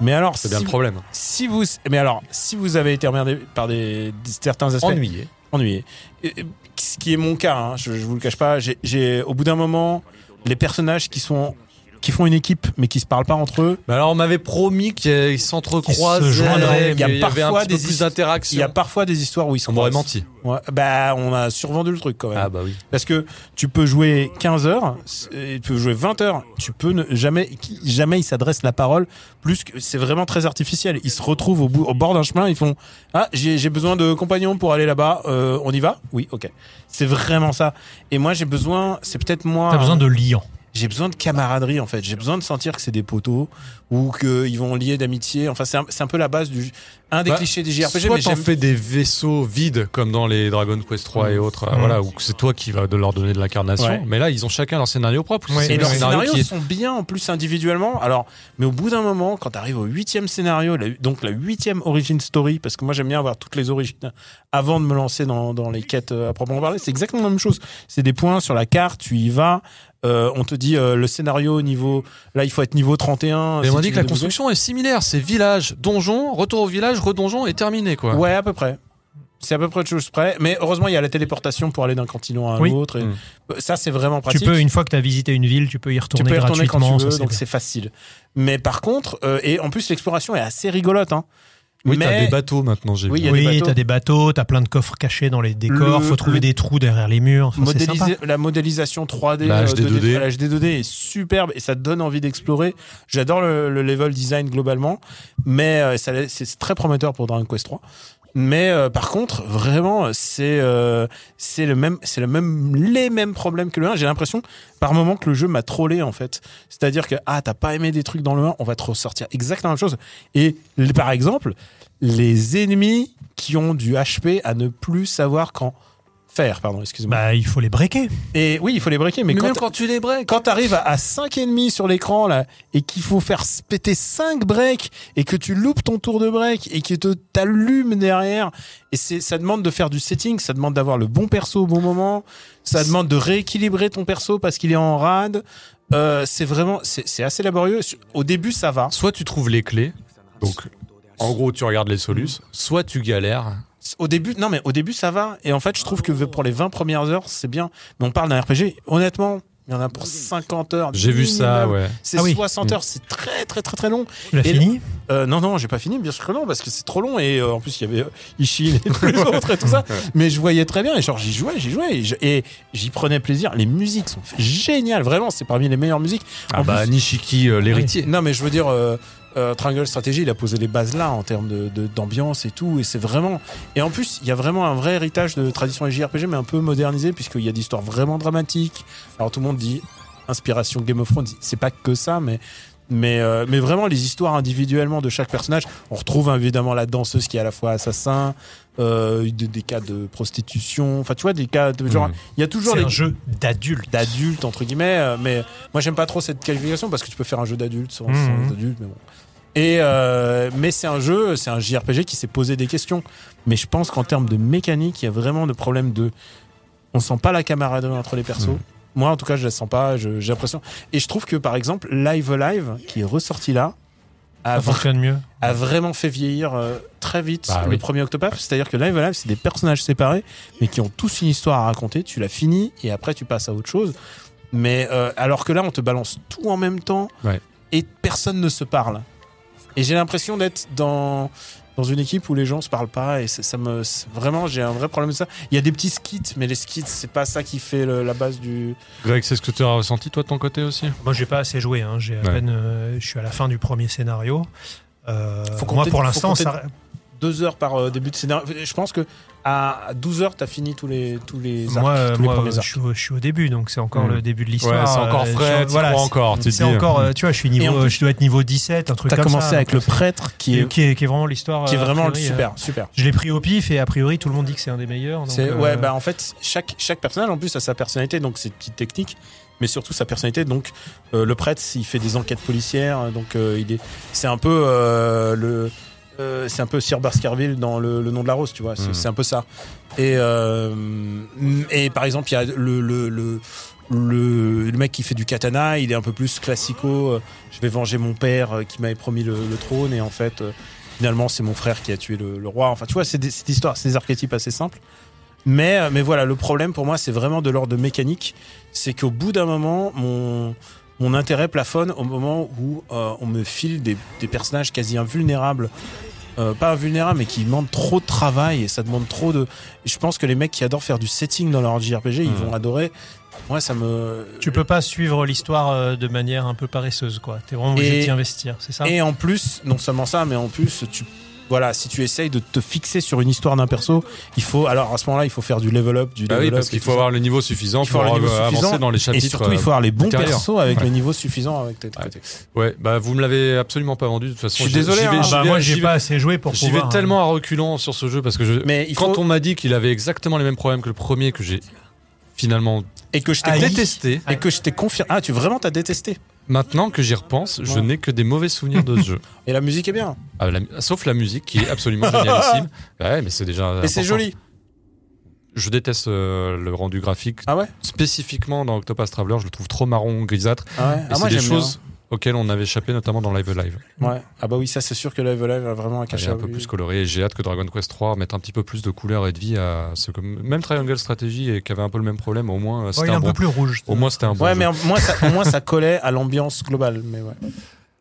[SPEAKER 3] Mais alors,
[SPEAKER 1] C'est bien
[SPEAKER 3] si
[SPEAKER 1] le problème.
[SPEAKER 3] si vous, mais alors, si vous avez été emmerdé par des, des- certains aspects,
[SPEAKER 1] Ennuyé.
[SPEAKER 3] ennuyé. Et- et Ce qui est mon cas, hein, je, je vous le cache pas. j'ai- J'ai, au bout d'un moment, les personnages qui sont qui font une équipe mais qui se parlent pas entre eux.
[SPEAKER 1] Mais Bah alors, on m'avait promis qu'ils s'entrecroisent.
[SPEAKER 3] Qu'ils se joindraient.
[SPEAKER 1] Il y, avait un petit peu plus
[SPEAKER 3] Il y a
[SPEAKER 1] d'interaction.
[SPEAKER 3] parfois des histoires où ils sont.
[SPEAKER 1] On m'aurait menti.
[SPEAKER 3] bah, on a survendu le truc quand même.
[SPEAKER 1] Ah bah oui.
[SPEAKER 3] Parce que tu peux jouer 15 heures, et tu peux jouer 20 heures, tu peux ne, jamais, qui- jamais ils s'adressent la parole. Plus que c'est vraiment très artificiel. Ils se retrouvent au, bout, au bord d'un chemin, ils font ah j'ai j'ai besoin de compagnons pour aller là-bas, euh, on y va Oui, ok. C'est vraiment ça. Et moi j'ai besoin, c'est peut-être moi.
[SPEAKER 2] T'as besoin de liant.
[SPEAKER 3] J'ai besoin de camaraderie en fait. J'ai besoin de sentir que c'est des poteaux ou qu'ils vont lier d'amitié. Enfin c'est un, c'est un peu la base du un des
[SPEAKER 1] Bah,
[SPEAKER 3] clichés des JRPG.
[SPEAKER 1] Soit
[SPEAKER 3] mais
[SPEAKER 1] t'en
[SPEAKER 3] j'aime-
[SPEAKER 1] fais des vaisseaux vides comme dans les Dragon Quest 3 et autres, euh,
[SPEAKER 2] Mm.
[SPEAKER 1] voilà, où c'est toi qui vas de leur donner de l'incarnation.
[SPEAKER 3] Ouais.
[SPEAKER 1] Mais là, ils ont chacun leur scénario propre.
[SPEAKER 2] Ouais.
[SPEAKER 1] C'est
[SPEAKER 3] Et
[SPEAKER 1] le
[SPEAKER 3] leurs
[SPEAKER 1] scénario
[SPEAKER 3] scénarios
[SPEAKER 1] qui est
[SPEAKER 3] sont bien en plus individuellement. Alors, mais au bout d'un moment, quand tu arrives au huitième scénario, la- donc la huitième origin story, parce que moi j'aime bien avoir toutes les origines avant de me lancer dans, dans les quêtes euh, à proprement parler, c'est exactement la même chose. C'est des points sur la carte, tu y vas. euh, on te dit euh, le scénario niveau. Là, il faut être niveau 31.
[SPEAKER 1] Mais
[SPEAKER 3] si
[SPEAKER 1] on
[SPEAKER 3] tu
[SPEAKER 1] dit que
[SPEAKER 3] veux
[SPEAKER 1] la
[SPEAKER 3] débugger.
[SPEAKER 1] construction est similaire, c'est village, donjon, retour au village, redonjon et terminé quoi.
[SPEAKER 3] Ouais, à peu près. C'est à peu près de choses près. Mais heureusement, il y a la téléportation pour aller d'un continent à un
[SPEAKER 2] Oui.
[SPEAKER 3] autre. Et
[SPEAKER 1] Mm.
[SPEAKER 3] Ça, c'est vraiment
[SPEAKER 2] Tu
[SPEAKER 3] pratique.
[SPEAKER 2] peux, une fois que t'as visité une ville, tu peux y
[SPEAKER 3] tu
[SPEAKER 2] retourner
[SPEAKER 3] peux y retourner
[SPEAKER 2] gratuitement.
[SPEAKER 3] quand tu
[SPEAKER 2] ça,
[SPEAKER 3] veux,
[SPEAKER 2] c'est
[SPEAKER 3] donc
[SPEAKER 2] bien.
[SPEAKER 3] c'est facile. Mais par contre, euh, et en plus l'exploration est assez rigolote. Hein.
[SPEAKER 1] Oui, t'as
[SPEAKER 3] Mais
[SPEAKER 1] des bateaux maintenant, j'ai
[SPEAKER 3] Oui, il y
[SPEAKER 1] vu.
[SPEAKER 3] a des
[SPEAKER 2] oui,
[SPEAKER 3] bateaux.
[SPEAKER 2] t'as des bateaux, t'as plein de coffres cachés dans les décors,
[SPEAKER 3] Le-
[SPEAKER 2] faut trouver
[SPEAKER 3] le-
[SPEAKER 2] des trous derrière les murs. Enfin, c'est
[SPEAKER 3] modéliser-
[SPEAKER 2] sympa.
[SPEAKER 3] la modélisation 3D,
[SPEAKER 1] La
[SPEAKER 3] euh,
[SPEAKER 1] HD
[SPEAKER 3] 2D,
[SPEAKER 1] 2D.
[SPEAKER 3] la HD 2D est superbe et ça te donne envie d'explorer. J'adore le, le level design globalement, mais euh, ça- c'est très prometteur pour Dragon Quest 3. Mais euh, par contre, vraiment, c'est euh, c'est le même, c'est le même, les mêmes problèmes que le 1. J'ai l'impression par moment que le jeu m'a trollé en fait. C'est-à-dire que ah t'as pas aimé des trucs dans le 1, on va te ressortir exactement la même chose. Et l- par exemple, les ennemis qui ont du HP à ne plus savoir quand faire, pardon, excusez-moi.
[SPEAKER 2] Bah, il faut les breaker.
[SPEAKER 3] Et oui, il faut les breaker, mais,
[SPEAKER 1] Mais
[SPEAKER 3] quand
[SPEAKER 1] même quand tu les breaks.
[SPEAKER 3] quand t'arrives à- à 5,5 sur l'écran là et qu'il faut faire s- péter 5 breaks et que tu loupes ton tour de break et que te- t'allumes derrière et c'est ça demande de faire du setting, ça demande d'avoir le bon perso au bon moment, ça demande de rééquilibrer ton perso parce qu'il est en rade. Euh, c'est vraiment c'est c'est assez laborieux. Au début ça va.
[SPEAKER 1] Soit tu trouves les clés, donc en gros tu regardes les solus, soit tu galères.
[SPEAKER 3] Au début, non mais au début ça va. Et en fait, je trouve que pour les 20 premières heures, c'est bien. Mais on parle d'un RPG. Honnêtement, il y en a pour 50 heures.
[SPEAKER 1] J'ai vu ça,
[SPEAKER 3] minimum.
[SPEAKER 1] ouais.
[SPEAKER 3] C'est
[SPEAKER 2] Ah oui.
[SPEAKER 3] 60 heures, c'est très très très très long.
[SPEAKER 2] Tu l'as
[SPEAKER 3] Et-
[SPEAKER 2] fini
[SPEAKER 3] Euh, non, non, j'ai pas fini, bien sûr que non, parce que c'est trop long et euh, en plus il y avait euh, Ishin et tous les autres et tout ça. Mais je voyais très bien et genre j'y jouais, j'y jouais et je- et j'y prenais plaisir. Les musiques sont géniales, vraiment, c'est parmi les meilleures musiques.
[SPEAKER 1] Ah
[SPEAKER 3] En
[SPEAKER 1] bah
[SPEAKER 3] plus-
[SPEAKER 1] Nishiki euh, l'héritier.
[SPEAKER 3] non, mais je veux dire, euh, euh, Triangle Strategy, il a posé les bases là en termes de- de- d'ambiance et tout, et c'est vraiment. Et en plus, il y a vraiment un vrai héritage de tradition JRPG, mais un peu modernisé, puisqu'il y a des histoires vraiment dramatiques. Alors tout le monde dit inspiration Game of Thrones, c'est pas que ça, mais. Mais, euh, mais vraiment, les histoires individuellement de chaque personnage, on retrouve évidemment la danseuse qui est à la fois assassin, euh, des, des cas de prostitution, enfin tu vois, des cas de genre.
[SPEAKER 1] Mhm.
[SPEAKER 3] Il y a toujours
[SPEAKER 2] C'est
[SPEAKER 3] des
[SPEAKER 2] un jeu d'adulte.
[SPEAKER 3] d'adulte entre guillemets euh, mais moi j'aime pas trop cette qualification parce que tu peux faire un jeu d'adulte sans,
[SPEAKER 2] Mhm.
[SPEAKER 3] sans être adulte mais bon et euh, mais c'est un jeu c'est un JRPG qui s'est posé des questions mais je pense qu'en termes de mécanique il y a vraiment le problème de on sent pas la camaraderie entre les persos
[SPEAKER 1] Mhm.
[SPEAKER 3] moi en tout cas je la sens pas je- j'ai l'impression et je trouve que par exemple Live Live qui est ressorti là a,
[SPEAKER 2] Ça
[SPEAKER 3] vra-
[SPEAKER 2] fonctionne mieux.
[SPEAKER 3] a vraiment fait vieillir euh, très vite
[SPEAKER 1] Bah
[SPEAKER 3] le
[SPEAKER 1] oui.
[SPEAKER 3] premier Octopath c'est-à-dire que Live Live c'est des personnages séparés mais qui ont tous une histoire à raconter tu la finis et après tu passes à autre chose mais euh, alors que là, on te balance tout en même temps
[SPEAKER 1] Ouais.
[SPEAKER 3] et personne ne se parle. Et j'ai l'impression d'être dans dans une équipe où les gens se parlent pas et ça, ça me c'est- vraiment j'ai un vrai problème de ça. Il y a des petits skits, mais les skits c'est pas ça qui fait le- la base du.
[SPEAKER 1] Greg, c'est ce que tu as ressenti toi de ton côté aussi
[SPEAKER 2] Moi, j'ai pas assez joué. hein. J'ai à
[SPEAKER 1] Ouais.
[SPEAKER 2] peine, euh, je suis à la fin du premier scénario. Euh,
[SPEAKER 3] Faut compter-
[SPEAKER 2] moi, pour
[SPEAKER 3] faut
[SPEAKER 2] l'instant,
[SPEAKER 3] compter-
[SPEAKER 2] ça...
[SPEAKER 3] Deux heures par euh, début de scénario. Je pense que à 12 heures t'as fini tous les tous les arcs,
[SPEAKER 2] moi, euh,
[SPEAKER 3] tous les
[SPEAKER 2] moi,
[SPEAKER 3] premiers
[SPEAKER 2] je,
[SPEAKER 3] arcs.
[SPEAKER 2] suis au, je suis au début, donc c'est encore
[SPEAKER 1] Mm.
[SPEAKER 2] le début de l'histoire.
[SPEAKER 1] Ouais, c'est encore
[SPEAKER 2] Euh,
[SPEAKER 1] frais,
[SPEAKER 2] je-
[SPEAKER 1] tu
[SPEAKER 2] voilà,
[SPEAKER 1] crois
[SPEAKER 2] c'est-
[SPEAKER 1] encore. tu te
[SPEAKER 2] C'est
[SPEAKER 1] dis.
[SPEAKER 2] encore, euh, tu vois, je suis
[SPEAKER 3] Et en
[SPEAKER 2] niveau,
[SPEAKER 3] plus-
[SPEAKER 2] je dois être niveau 17, un truc
[SPEAKER 3] T'as
[SPEAKER 2] comme
[SPEAKER 3] commencé
[SPEAKER 2] ça.
[SPEAKER 3] avec le prêtre qui est
[SPEAKER 2] qui est, qui est vraiment l'histoire.
[SPEAKER 3] qui est
[SPEAKER 2] euh, a
[SPEAKER 3] vraiment
[SPEAKER 2] priori, euh,
[SPEAKER 3] super super.
[SPEAKER 2] Je l'ai pris au pif et a priori tout le monde dit que c'est un des meilleurs. donc,
[SPEAKER 3] C'est-
[SPEAKER 2] euh,
[SPEAKER 3] Ouais, bah en fait, chaque, chaque personnage en plus a sa personnalité, donc c'est une petite technique, mais surtout sa personnalité. Donc euh, le prêtre, il fait des enquêtes policières, donc euh, il est, c'est un peu euh, le, euh, c'est un peu Sir Baskerville dans le, le nom de la rose, tu vois, c'est
[SPEAKER 1] Mhm.
[SPEAKER 3] c'est un peu ça. Et euh, et par exemple, il y a le le, le le, le mec qui fait du katana, il est un peu plus classico. euh, je vais venger mon père euh, qui m'avait promis le, le trône et en fait euh, finalement c'est mon frère qui a tué le, le roi. Enfin tu vois c'est des- cette histoire, c'est des archétypes assez simples. Mais euh, mais voilà le problème pour moi c'est vraiment de l'ordre de mécanique, c'est qu'au bout d'un moment mon mon intérêt plafonne au moment où euh, on me file des, des personnages quasi invulnérables. Euh, pas invulnérables, mais qui demandent trop de travail et ça demande trop de. Je pense que les mecs qui adorent faire du setting dans leur JRPG, ils
[SPEAKER 1] Mhm.
[SPEAKER 3] vont adorer. Moi, ça me.
[SPEAKER 2] Tu peux pas suivre l'histoire euh, de manière un peu paresseuse, quoi. T'es vraiment obligé
[SPEAKER 3] Et-
[SPEAKER 2] de t'y investir, c'est ça
[SPEAKER 3] Et en plus, non seulement ça, mais en plus, tu, voilà, si tu essayes de te fixer sur une histoire d'un perso, il faut, alors à ce moment-là, il faut faire du level up, du
[SPEAKER 1] Bah
[SPEAKER 3] level
[SPEAKER 1] oui,
[SPEAKER 3] up
[SPEAKER 1] parce
[SPEAKER 3] et
[SPEAKER 1] qu'il
[SPEAKER 3] tout
[SPEAKER 1] faut
[SPEAKER 3] ça.
[SPEAKER 1] avoir le niveau suffisant
[SPEAKER 3] Il faut
[SPEAKER 1] pour
[SPEAKER 3] avoir le niveau
[SPEAKER 1] euh, avancer
[SPEAKER 3] suffisant
[SPEAKER 1] dans les
[SPEAKER 3] Et
[SPEAKER 1] chapitres. euh,
[SPEAKER 3] surtout, il faut avoir les bons
[SPEAKER 1] intérieurs.
[SPEAKER 3] persos avec
[SPEAKER 1] Ouais.
[SPEAKER 3] le niveau suffisant avec tes
[SPEAKER 1] Ouais.
[SPEAKER 3] tes-
[SPEAKER 1] Ouais, bah vous me l'avez absolument pas vendu de toute façon.
[SPEAKER 3] Je suis
[SPEAKER 1] J'y-
[SPEAKER 3] désolé,
[SPEAKER 1] j'y vais-
[SPEAKER 3] hein.
[SPEAKER 1] j'y
[SPEAKER 2] Bah,
[SPEAKER 1] vais-
[SPEAKER 2] moi,
[SPEAKER 1] j'y
[SPEAKER 2] j'ai
[SPEAKER 1] vais-
[SPEAKER 2] pas assez joué pour
[SPEAKER 1] J'y
[SPEAKER 2] pouvoir.
[SPEAKER 1] vais
[SPEAKER 2] hein.
[SPEAKER 1] tellement à reculant sur ce jeu parce que je,
[SPEAKER 3] Mais il
[SPEAKER 1] quand
[SPEAKER 3] faut-
[SPEAKER 1] on m'a dit qu'il avait exactement les mêmes problèmes que le premier que j'ai finalement
[SPEAKER 3] Et que je t'ai
[SPEAKER 2] Ah,
[SPEAKER 3] con-
[SPEAKER 1] détesté,
[SPEAKER 3] Et que je t'ai confirmé. Ah, tu vraiment t'as détesté.
[SPEAKER 1] maintenant que j'y repense, je n'ai que des mauvais souvenirs de ce jeu.
[SPEAKER 3] Et la musique est bien.
[SPEAKER 1] Ah, la- sauf la musique qui est absolument génialissime. Ouais, mais c'est déjà.
[SPEAKER 3] Et c'est
[SPEAKER 1] important.
[SPEAKER 3] joli.
[SPEAKER 1] Je déteste euh, le rendu graphique.
[SPEAKER 3] Ah ouais
[SPEAKER 1] Spécifiquement dans Octopus Traveler, je le trouve trop marron, grisâtre.
[SPEAKER 3] Ah ouais.
[SPEAKER 1] Et
[SPEAKER 3] Ah,
[SPEAKER 1] c'est
[SPEAKER 3] moi,
[SPEAKER 1] des
[SPEAKER 3] j'aime bien.
[SPEAKER 1] choses auxquelles on avait échappé, notamment dans Live Live.
[SPEAKER 3] Ouais. Ah bah oui, ça c'est sûr que Level Live a vraiment un
[SPEAKER 1] Elle est
[SPEAKER 3] cachet.
[SPEAKER 1] un peu plus coloré et j'ai hâte que Dragon Quest 3 mette un petit peu plus de couleur et de vie à ce que même Triangle Strategy et qui avait un peu le même problème au moins euh,
[SPEAKER 2] Ouais,
[SPEAKER 1] c'était
[SPEAKER 2] Oh, il est
[SPEAKER 1] un,
[SPEAKER 2] un
[SPEAKER 1] bon
[SPEAKER 2] peu plus rouge.
[SPEAKER 1] au moins c'était un bon
[SPEAKER 3] Ouais,
[SPEAKER 1] jeu.
[SPEAKER 3] mais au moins, ça, au moins ça collait à l'ambiance globale. Mais ouais.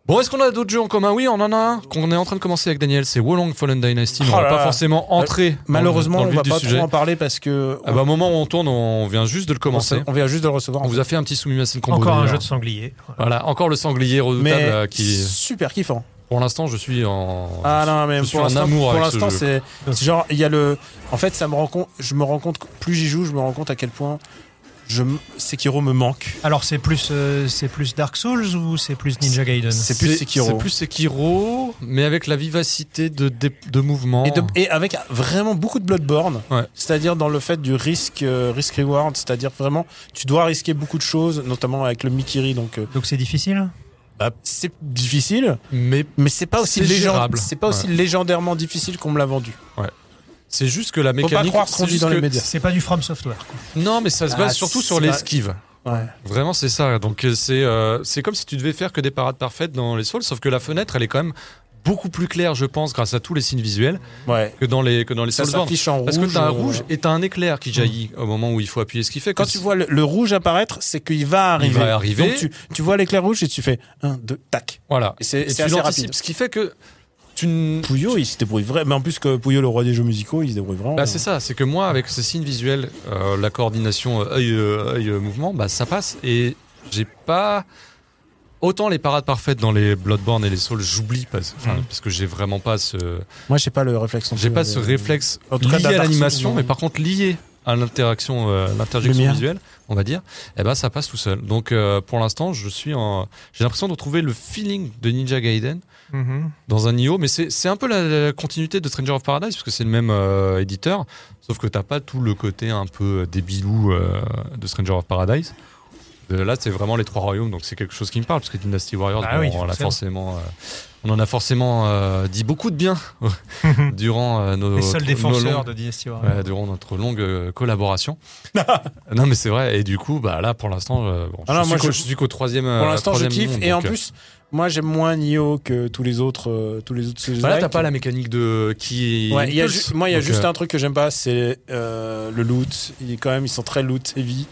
[SPEAKER 1] bon est-ce qu'on a d'autres jeux en commun oui on en a un qu'on est en train de commencer avec Daniel c'est Wolong Fallen Dynasty mais
[SPEAKER 3] Oh
[SPEAKER 1] on va
[SPEAKER 3] là
[SPEAKER 1] pas
[SPEAKER 3] là.
[SPEAKER 1] forcément entrer dans le-
[SPEAKER 3] Malheureusement,
[SPEAKER 1] dans le
[SPEAKER 3] on
[SPEAKER 1] vif
[SPEAKER 3] va
[SPEAKER 1] du
[SPEAKER 3] pas
[SPEAKER 1] sujet
[SPEAKER 3] trop en parler parce que.
[SPEAKER 1] Ah bah, au moment où on tourne on vient juste de le
[SPEAKER 3] on,
[SPEAKER 1] commencer
[SPEAKER 3] on vient juste de le recevoir.
[SPEAKER 1] on vous a fait un petit hein. Sumimasen combo
[SPEAKER 2] Encore un
[SPEAKER 1] d'ailleurs.
[SPEAKER 2] jeu de sanglier.
[SPEAKER 1] voilà encore le sanglier redoutable
[SPEAKER 3] mais
[SPEAKER 1] euh, qui
[SPEAKER 3] super kiffant.
[SPEAKER 1] pour l'instant je suis en
[SPEAKER 3] Ah non, mais
[SPEAKER 1] je suis
[SPEAKER 3] pour
[SPEAKER 1] en
[SPEAKER 3] l'instant,
[SPEAKER 1] amour
[SPEAKER 3] pour
[SPEAKER 1] avec ce
[SPEAKER 3] l'instant,
[SPEAKER 1] jeu.
[SPEAKER 3] c'est c'est genre il y a le. En fait, ça me rend compte. Je me rends compte que plus j'y joue, je me rends compte à quel point je m- Sekiro me manque.
[SPEAKER 2] Alors, c'est plus, euh, c'est plus Dark Souls ou c'est plus Ninja Gaiden
[SPEAKER 3] C'est plus Sekiro.
[SPEAKER 1] c'est plus Sekiro mais avec la vivacité de, de, de mouvement
[SPEAKER 3] Et, de- et avec vraiment beaucoup de Bloodborne,
[SPEAKER 1] Oh. Ouais.
[SPEAKER 3] c'est-à-dire dans le fait du risque, risk reward, c'est-à-dire vraiment tu dois risquer beaucoup de choses, notamment avec le Mikiri, donc euh,
[SPEAKER 2] Donc, c'est difficile
[SPEAKER 3] bah, c'est difficile,
[SPEAKER 1] mais
[SPEAKER 3] mais c'est pas aussi
[SPEAKER 1] C'est
[SPEAKER 3] légen-
[SPEAKER 1] gérable.
[SPEAKER 3] c'est pas aussi légendairement difficile qu'on me l'a vendu.
[SPEAKER 1] C'est juste que la
[SPEAKER 3] Faut
[SPEAKER 1] mécanique.
[SPEAKER 3] pas croire ce
[SPEAKER 1] c'est
[SPEAKER 3] qu'on dit
[SPEAKER 1] juste
[SPEAKER 3] dans les
[SPEAKER 1] que-
[SPEAKER 3] médias.
[SPEAKER 2] C'est pas du From Software. quoi.
[SPEAKER 1] Non, mais ça se base
[SPEAKER 3] Ah,
[SPEAKER 1] surtout
[SPEAKER 3] c'est
[SPEAKER 1] sur
[SPEAKER 3] pas-
[SPEAKER 1] l'esquive.
[SPEAKER 3] Ouais.
[SPEAKER 1] Vraiment, c'est ça. Donc euh, c'est euh, c'est comme si tu devais faire que des parades parfaites dans les Souls, sauf que la fenêtre, elle est quand même beaucoup plus claire, je pense, grâce à tous les signes visuels
[SPEAKER 3] Ouais.
[SPEAKER 1] que dans les que dans les
[SPEAKER 3] Ça
[SPEAKER 1] Soulsborne.
[SPEAKER 3] s'affiche en
[SPEAKER 1] Parce
[SPEAKER 3] rouge.
[SPEAKER 1] que t'as un
[SPEAKER 3] euh,
[SPEAKER 1] rouge et t'as un éclair qui jaillit au moment où il faut appuyer ce qui fait.
[SPEAKER 3] Quand
[SPEAKER 1] que
[SPEAKER 3] tu
[SPEAKER 1] si-
[SPEAKER 3] vois le, le rouge apparaître, c'est qu'il va arriver.
[SPEAKER 1] va arriver.
[SPEAKER 3] Donc tu, tu vois l'éclair rouge et tu fais un, deux, tac.
[SPEAKER 1] voilà,
[SPEAKER 3] Et c'est-
[SPEAKER 1] Et
[SPEAKER 3] c'est
[SPEAKER 1] tu
[SPEAKER 3] assez
[SPEAKER 1] l'anticipes,
[SPEAKER 3] rapide. Ah
[SPEAKER 1] ce qui fait que tu ne
[SPEAKER 3] Pouillot, il se débrouille vraiment. Mais en plus que Pouillot, le roi des jeux musicaux, il se débrouille vraiment.
[SPEAKER 1] Bah, c'est ça, c'est que moi, avec ces signes visuels, euh, la coordination euh, œil, euh, œil, euh, mouvement, bah, ça passe. Et j'ai pas. Autant les parades parfaites dans les Bloodborne et les Souls, j'oublie parce, enfin,
[SPEAKER 3] Mm.
[SPEAKER 1] parce que j'ai vraiment pas ce,
[SPEAKER 3] Moi, j'ai pas le réflexe. non
[SPEAKER 1] j'ai
[SPEAKER 3] plus,
[SPEAKER 1] pas
[SPEAKER 3] euh,
[SPEAKER 1] ce réflexe
[SPEAKER 3] en tout cas,
[SPEAKER 1] lié
[SPEAKER 3] dans
[SPEAKER 1] à
[SPEAKER 3] Dark Souls,
[SPEAKER 1] l'animation,
[SPEAKER 3] non.
[SPEAKER 1] mais par contre lié à l'interaction, euh, l'interjection
[SPEAKER 3] Lumière.
[SPEAKER 1] visuelle, on va dire, eh ben ça passe tout seul. Donc euh, pour l'instant, je suis en, j'ai l'impression de retrouver le feeling de Ninja Gaiden
[SPEAKER 2] Mhm.
[SPEAKER 1] dans un IO, mais c'est c'est un peu la, la continuité de Stranger of Paradise, puisque c'est le même euh, éditeur, sauf que t'as pas tout le côté un peu débilou euh, de Stranger of Paradise. De là, c'est vraiment les trois royaumes, donc c'est quelque chose qui me parle, parce que Dynasty Warriors,
[SPEAKER 2] Ah
[SPEAKER 1] bon,
[SPEAKER 2] oui,
[SPEAKER 1] on, en a
[SPEAKER 2] forcément.
[SPEAKER 1] forcément, euh, on en a forcément euh, dit beaucoup de bien durant euh, nos,
[SPEAKER 2] Les seuls
[SPEAKER 1] nos
[SPEAKER 2] défenseurs
[SPEAKER 1] longues-
[SPEAKER 2] de DST
[SPEAKER 1] ouais, durant notre longue euh, collaboration. non, mais c'est vrai, et du coup, bah, là, pour l'instant, euh, bon,
[SPEAKER 3] Ah non,
[SPEAKER 1] je,
[SPEAKER 3] moi,
[SPEAKER 1] suis qu'au-
[SPEAKER 3] je-
[SPEAKER 1] je suis qu'au troisième. euh,
[SPEAKER 3] Pour l'instant, je
[SPEAKER 1] troisième
[SPEAKER 3] kiffe.
[SPEAKER 1] monde,
[SPEAKER 3] et en
[SPEAKER 1] donc, euh,
[SPEAKER 3] plus, moi, j'aime moins Nioh que tous les autres. euh, tous les autres
[SPEAKER 1] bah, là,
[SPEAKER 3] Souls-like.
[SPEAKER 1] t'as pas la mécanique de qui
[SPEAKER 3] Ouais, il y a
[SPEAKER 1] impulse.
[SPEAKER 3] ju- moi, il y a
[SPEAKER 1] Donc,
[SPEAKER 3] juste
[SPEAKER 1] euh,
[SPEAKER 3] un truc que j'aime pas, c'est euh, le loot. Il est quand même, ils sont très loot heavy.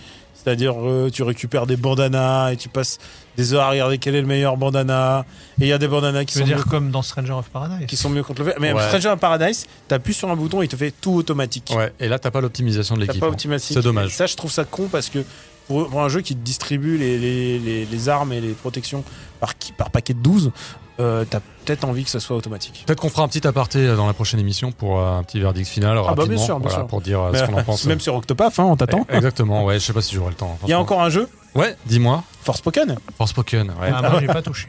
[SPEAKER 3] C'est-à-dire, euh, tu récupères des bandanas et tu passes des heures à regarder quel est le meilleur bandana. Et il y a des bandanas qui
[SPEAKER 2] Tu veux
[SPEAKER 3] sont
[SPEAKER 2] dire
[SPEAKER 3] mieux-
[SPEAKER 2] comme dans Stranger of Paradise
[SPEAKER 3] qui sont mieux contre le fait. Mais
[SPEAKER 1] Ouais.
[SPEAKER 3] Stranger in Paradise, t'appuies sur un bouton et il te fait tout automatique.
[SPEAKER 1] euh, Ouais, et là, t'as pas l'optimisation de
[SPEAKER 3] T'as
[SPEAKER 1] l'équipe. hein.
[SPEAKER 3] pas optimatique.
[SPEAKER 1] C'est dommage.
[SPEAKER 3] Et ça, je trouve ça con parce que pour, pour un jeu qui te distribue les, les, les- les armes et les protections par, qui- par paquet de 12, euh, t'as peut-être envie que ça soit automatique.
[SPEAKER 1] Peut-être qu'on fera un petit aparté euh, dans la prochaine émission pour euh, un petit verdict final
[SPEAKER 3] bah,
[SPEAKER 1] rapidement,
[SPEAKER 3] bien sûr, bien
[SPEAKER 1] voilà,
[SPEAKER 3] sûr.
[SPEAKER 1] pour dire euh, ce qu'on en pense.
[SPEAKER 3] Même sur Octopath, hein, on t'attend.
[SPEAKER 1] Eh, Exactement, ouais, je sais pas si j'aurai le temps. hein,
[SPEAKER 3] Il y a encore un jeu,
[SPEAKER 1] franchement. Ouais, dis-moi,
[SPEAKER 3] Force Pokémon.
[SPEAKER 1] Forspoken, ouais.
[SPEAKER 2] Ah, moi, j'ai pas touché.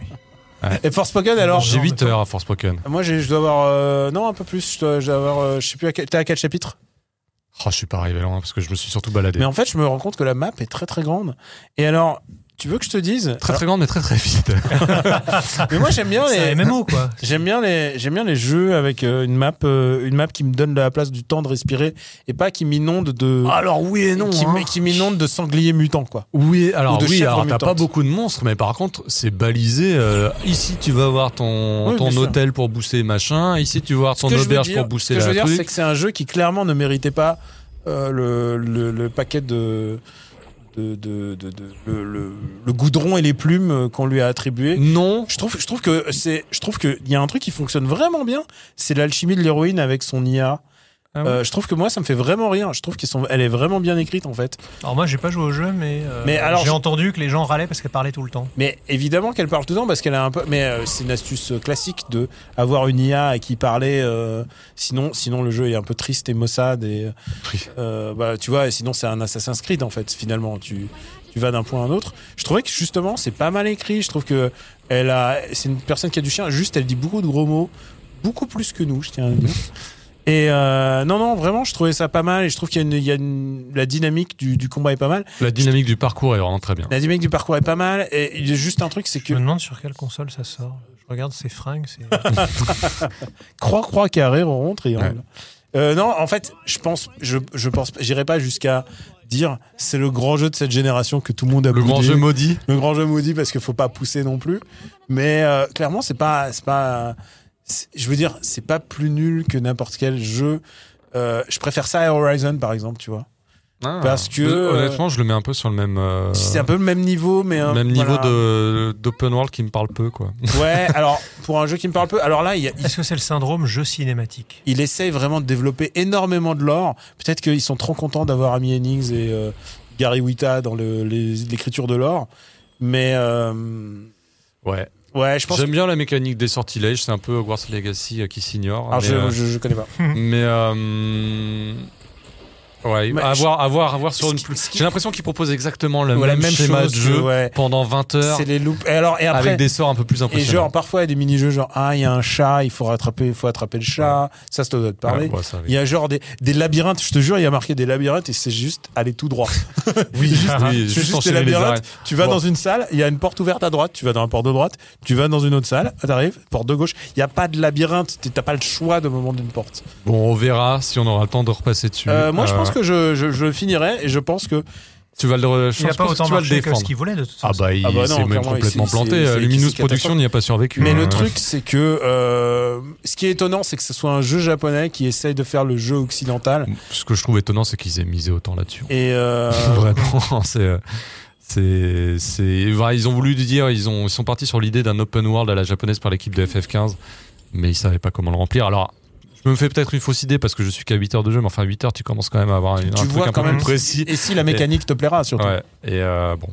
[SPEAKER 3] Et Forspoken alors
[SPEAKER 1] J'ai
[SPEAKER 2] non,
[SPEAKER 1] 8
[SPEAKER 2] d'accord.
[SPEAKER 1] heures à Forspoken.
[SPEAKER 3] Moi j'ai- je dois avoir euh, non un peu plus je dois, je dois avoir euh, je sais plus à quel, t'es à quel chapitre
[SPEAKER 1] Oh, je suis pas arrivé loin parce que je me suis surtout baladé.
[SPEAKER 3] mais en fait je me rends compte que la map est très très grande et alors tu veux que je te dise
[SPEAKER 1] Très très grande mais très très vite.
[SPEAKER 3] mais moi j'aime bien
[SPEAKER 2] C'est un
[SPEAKER 3] les
[SPEAKER 2] MMO, quoi.
[SPEAKER 3] j'aime bien les j'aime bien les jeux avec euh, une map euh, une map qui me donne la place du temps de respirer et pas qui m'inonde de
[SPEAKER 1] Alors oui et
[SPEAKER 3] qui, m- qui m'inonde de sangliers mutants quoi
[SPEAKER 1] Oui, alors
[SPEAKER 3] Ou de
[SPEAKER 1] oui,
[SPEAKER 3] chèvres
[SPEAKER 1] alors t'as pas
[SPEAKER 3] mutantes.
[SPEAKER 1] beaucoup de monstres, mais par contre c'est balisé. euh, ici tu vas avoir ton,
[SPEAKER 3] Oui,
[SPEAKER 1] ton
[SPEAKER 3] bien sûr.
[SPEAKER 1] hôtel pour booster machin. Ici tu vas avoir
[SPEAKER 3] Ce
[SPEAKER 1] ton
[SPEAKER 3] que je veux
[SPEAKER 1] auberge
[SPEAKER 3] dire-
[SPEAKER 1] pour booster
[SPEAKER 3] ce que je
[SPEAKER 1] la
[SPEAKER 3] veux dire
[SPEAKER 1] truc.
[SPEAKER 3] c'est que c'est un jeu qui clairement ne méritait pas euh, le, le, le paquet de de, de- de- de- le, le- le goudron et les plumes euh, qu'on lui a attribué.
[SPEAKER 1] Non.
[SPEAKER 3] Je trouve, je trouve que c'est, je trouve que il y a un truc qui fonctionne vraiment bien, c'est l'alchimie de l'héroïne avec son IA.
[SPEAKER 1] Ah ouais.
[SPEAKER 3] Euh, je trouve que moi ça me fait vraiment rire. Je trouve qu'elle sont, elle est vraiment bien écrite en fait.
[SPEAKER 2] Alors moi j'ai pas joué au jeu mais, euh,
[SPEAKER 3] Mais alors,
[SPEAKER 2] j'ai
[SPEAKER 3] je-
[SPEAKER 2] entendu que les gens râlaient parce qu'elle parlait tout le temps.
[SPEAKER 3] Mais évidemment qu'elle parle tout le temps parce qu'elle a un peu. Mais euh, c'est une astuce euh, classique de avoir une IA à qui parler. euh, sinon, sinon le jeu est un peu triste et maussade et euh,
[SPEAKER 1] Oui.
[SPEAKER 3] euh, bah, tu vois. Et sinon c'est un Assassin's Creed en fait. Finalement, tu tu vas d'un point à un autre. Je trouvais que justement c'est pas mal écrit. Je trouve que elle a. C'est une personne qui a du chien. Juste, elle dit beaucoup de gros mots, beaucoup plus que nous. Je tiens à le dire. Et euh, non, non, vraiment, je trouvais ça pas mal et je trouve qu'il y a, une, il y a une- la dynamique du, du combat est pas mal.
[SPEAKER 1] La dynamique du parcours est vraiment très bien.
[SPEAKER 3] La dynamique du parcours est pas mal et il y a juste un truc, c'est que
[SPEAKER 2] Je me demande sur quelle console ça sort. Je regarde ses fringues, c'est
[SPEAKER 3] croix, croix, carré, rond, triangle.
[SPEAKER 1] Ouais.
[SPEAKER 3] Euh, non, en fait, je pense, je, je pense, j'irai pas jusqu'à dire c'est le grand jeu de cette génération que tout le monde a
[SPEAKER 1] Le
[SPEAKER 3] boudé.
[SPEAKER 1] grand jeu maudit.
[SPEAKER 3] le grand jeu maudit parce qu'il faut pas pousser non plus. Mais euh, clairement, c'est pas, c'est pas, c'est- je veux dire, c'est pas plus nul que n'importe quel jeu. Euh, je préfère ça à Horizon par exemple, tu vois. Parce que, euh,
[SPEAKER 1] honnêtement, je Ah, le mets un peu sur le même. euh,
[SPEAKER 3] C'est un peu le même niveau, mais un-
[SPEAKER 1] Même niveau
[SPEAKER 3] voilà.
[SPEAKER 1] de d'open world qui me parle peu quoi.
[SPEAKER 3] Ouais, alors pour un jeu qui me parle peu, alors là, il y a- il
[SPEAKER 2] Est-ce que c'est le syndrome jeu cinématique
[SPEAKER 3] il essaye vraiment de développer énormément de lore. Peut-être qu'ils sont trop contents d'avoir Amy Hennings et euh, Gary Wita dans le- les- l'écriture de lore. Mais euh,
[SPEAKER 1] Ouais.
[SPEAKER 3] ouais, je pense.
[SPEAKER 1] J'aime bien la mécanique des sortilèges, c'est un peu Hogwarts Legacy euh, qui s'ignore.
[SPEAKER 3] Alors,
[SPEAKER 1] mais,
[SPEAKER 3] je,
[SPEAKER 1] euh,
[SPEAKER 3] je, je connais pas.
[SPEAKER 1] mais, euh, ouais,
[SPEAKER 3] Mais
[SPEAKER 1] à
[SPEAKER 3] je-
[SPEAKER 1] voir, à voir, à voir sur
[SPEAKER 3] ce
[SPEAKER 1] une
[SPEAKER 3] qui-
[SPEAKER 1] plus-
[SPEAKER 3] ce qui-
[SPEAKER 1] J'ai l'impression qu'ils proposent exactement le
[SPEAKER 3] Ouais, la
[SPEAKER 1] même,
[SPEAKER 3] même
[SPEAKER 1] schéma
[SPEAKER 3] chose
[SPEAKER 1] de
[SPEAKER 3] que,
[SPEAKER 1] jeu
[SPEAKER 3] ouais.
[SPEAKER 1] pendant 20 heures
[SPEAKER 3] C'est les loupes. Et alors et après.
[SPEAKER 1] avec des sorts un peu plus
[SPEAKER 3] Et
[SPEAKER 1] impressionnants.
[SPEAKER 3] genre parfois il y a des mini-jeux genre ah il y a un chat il faut rattraper il faut attraper le chat ça c'est doit te parler
[SPEAKER 1] Ouais, ouais, ça, oui.
[SPEAKER 3] il y a genre des, des labyrinthes je te jure il y a marqué des labyrinthes et c'est juste aller tout droit oui juste,
[SPEAKER 1] Oui,
[SPEAKER 3] c'est
[SPEAKER 1] juste
[SPEAKER 3] juste des
[SPEAKER 1] enchaîner les
[SPEAKER 3] labyrinthes
[SPEAKER 1] arènes.
[SPEAKER 3] Tu vas
[SPEAKER 1] Bon.
[SPEAKER 3] dans une salle, il y a une porte ouverte à droite, tu vas dans la porte de droite, tu vas dans une autre salle, t'arrives, porte de gauche. Il n'y a pas de labyrinthe, t- t'as pas le choix de moment d'une porte.
[SPEAKER 1] Bon, on verra si on aura le temps de repasser dessus.
[SPEAKER 3] Euh, moi, je
[SPEAKER 1] Euh,
[SPEAKER 3] pense que je, je, je finirai et je pense que.
[SPEAKER 1] tu vas le, re- je
[SPEAKER 2] Il n'a
[SPEAKER 1] pense
[SPEAKER 2] pas
[SPEAKER 1] que
[SPEAKER 2] autant
[SPEAKER 1] tu vas le
[SPEAKER 2] marché que
[SPEAKER 1] défendre.
[SPEAKER 2] ce qu'il voulait de toute
[SPEAKER 1] Ah
[SPEAKER 2] façon.
[SPEAKER 1] bah, il
[SPEAKER 3] Ah bah non,
[SPEAKER 1] s'est même
[SPEAKER 3] clairement, il-
[SPEAKER 1] complètement
[SPEAKER 3] c'est-
[SPEAKER 1] planté. Euh,
[SPEAKER 3] c'est- c'est-
[SPEAKER 1] Luminous
[SPEAKER 3] c'est
[SPEAKER 1] Production n'y a pas survécu.
[SPEAKER 3] Mais
[SPEAKER 1] hein.
[SPEAKER 3] le truc, c'est que euh, ce qui est étonnant, c'est que ce soit un jeu japonais qui essaye de faire le jeu occidental.
[SPEAKER 1] Ce que je trouve étonnant, c'est qu'ils aient misé autant là-dessus.
[SPEAKER 3] Et euh,
[SPEAKER 1] Vraiment, c'est. euh, C'est, c'est, voilà, ils ont voulu dire, ils, ont, ils sont partis sur l'idée d'un open world à la japonaise par l'équipe de FF15, mais ils savaient pas comment le remplir. Alors, je me fais peut-être une fausse idée parce que je suis qu'à 8 heures de jeu, mais enfin 8 heures, tu commences quand même à avoir un, un truc
[SPEAKER 3] vois
[SPEAKER 1] un
[SPEAKER 3] quand
[SPEAKER 1] peu
[SPEAKER 3] même
[SPEAKER 1] plus précis.
[SPEAKER 3] et si la mécanique te plaira surtout.
[SPEAKER 1] Ouais, et euh, bon,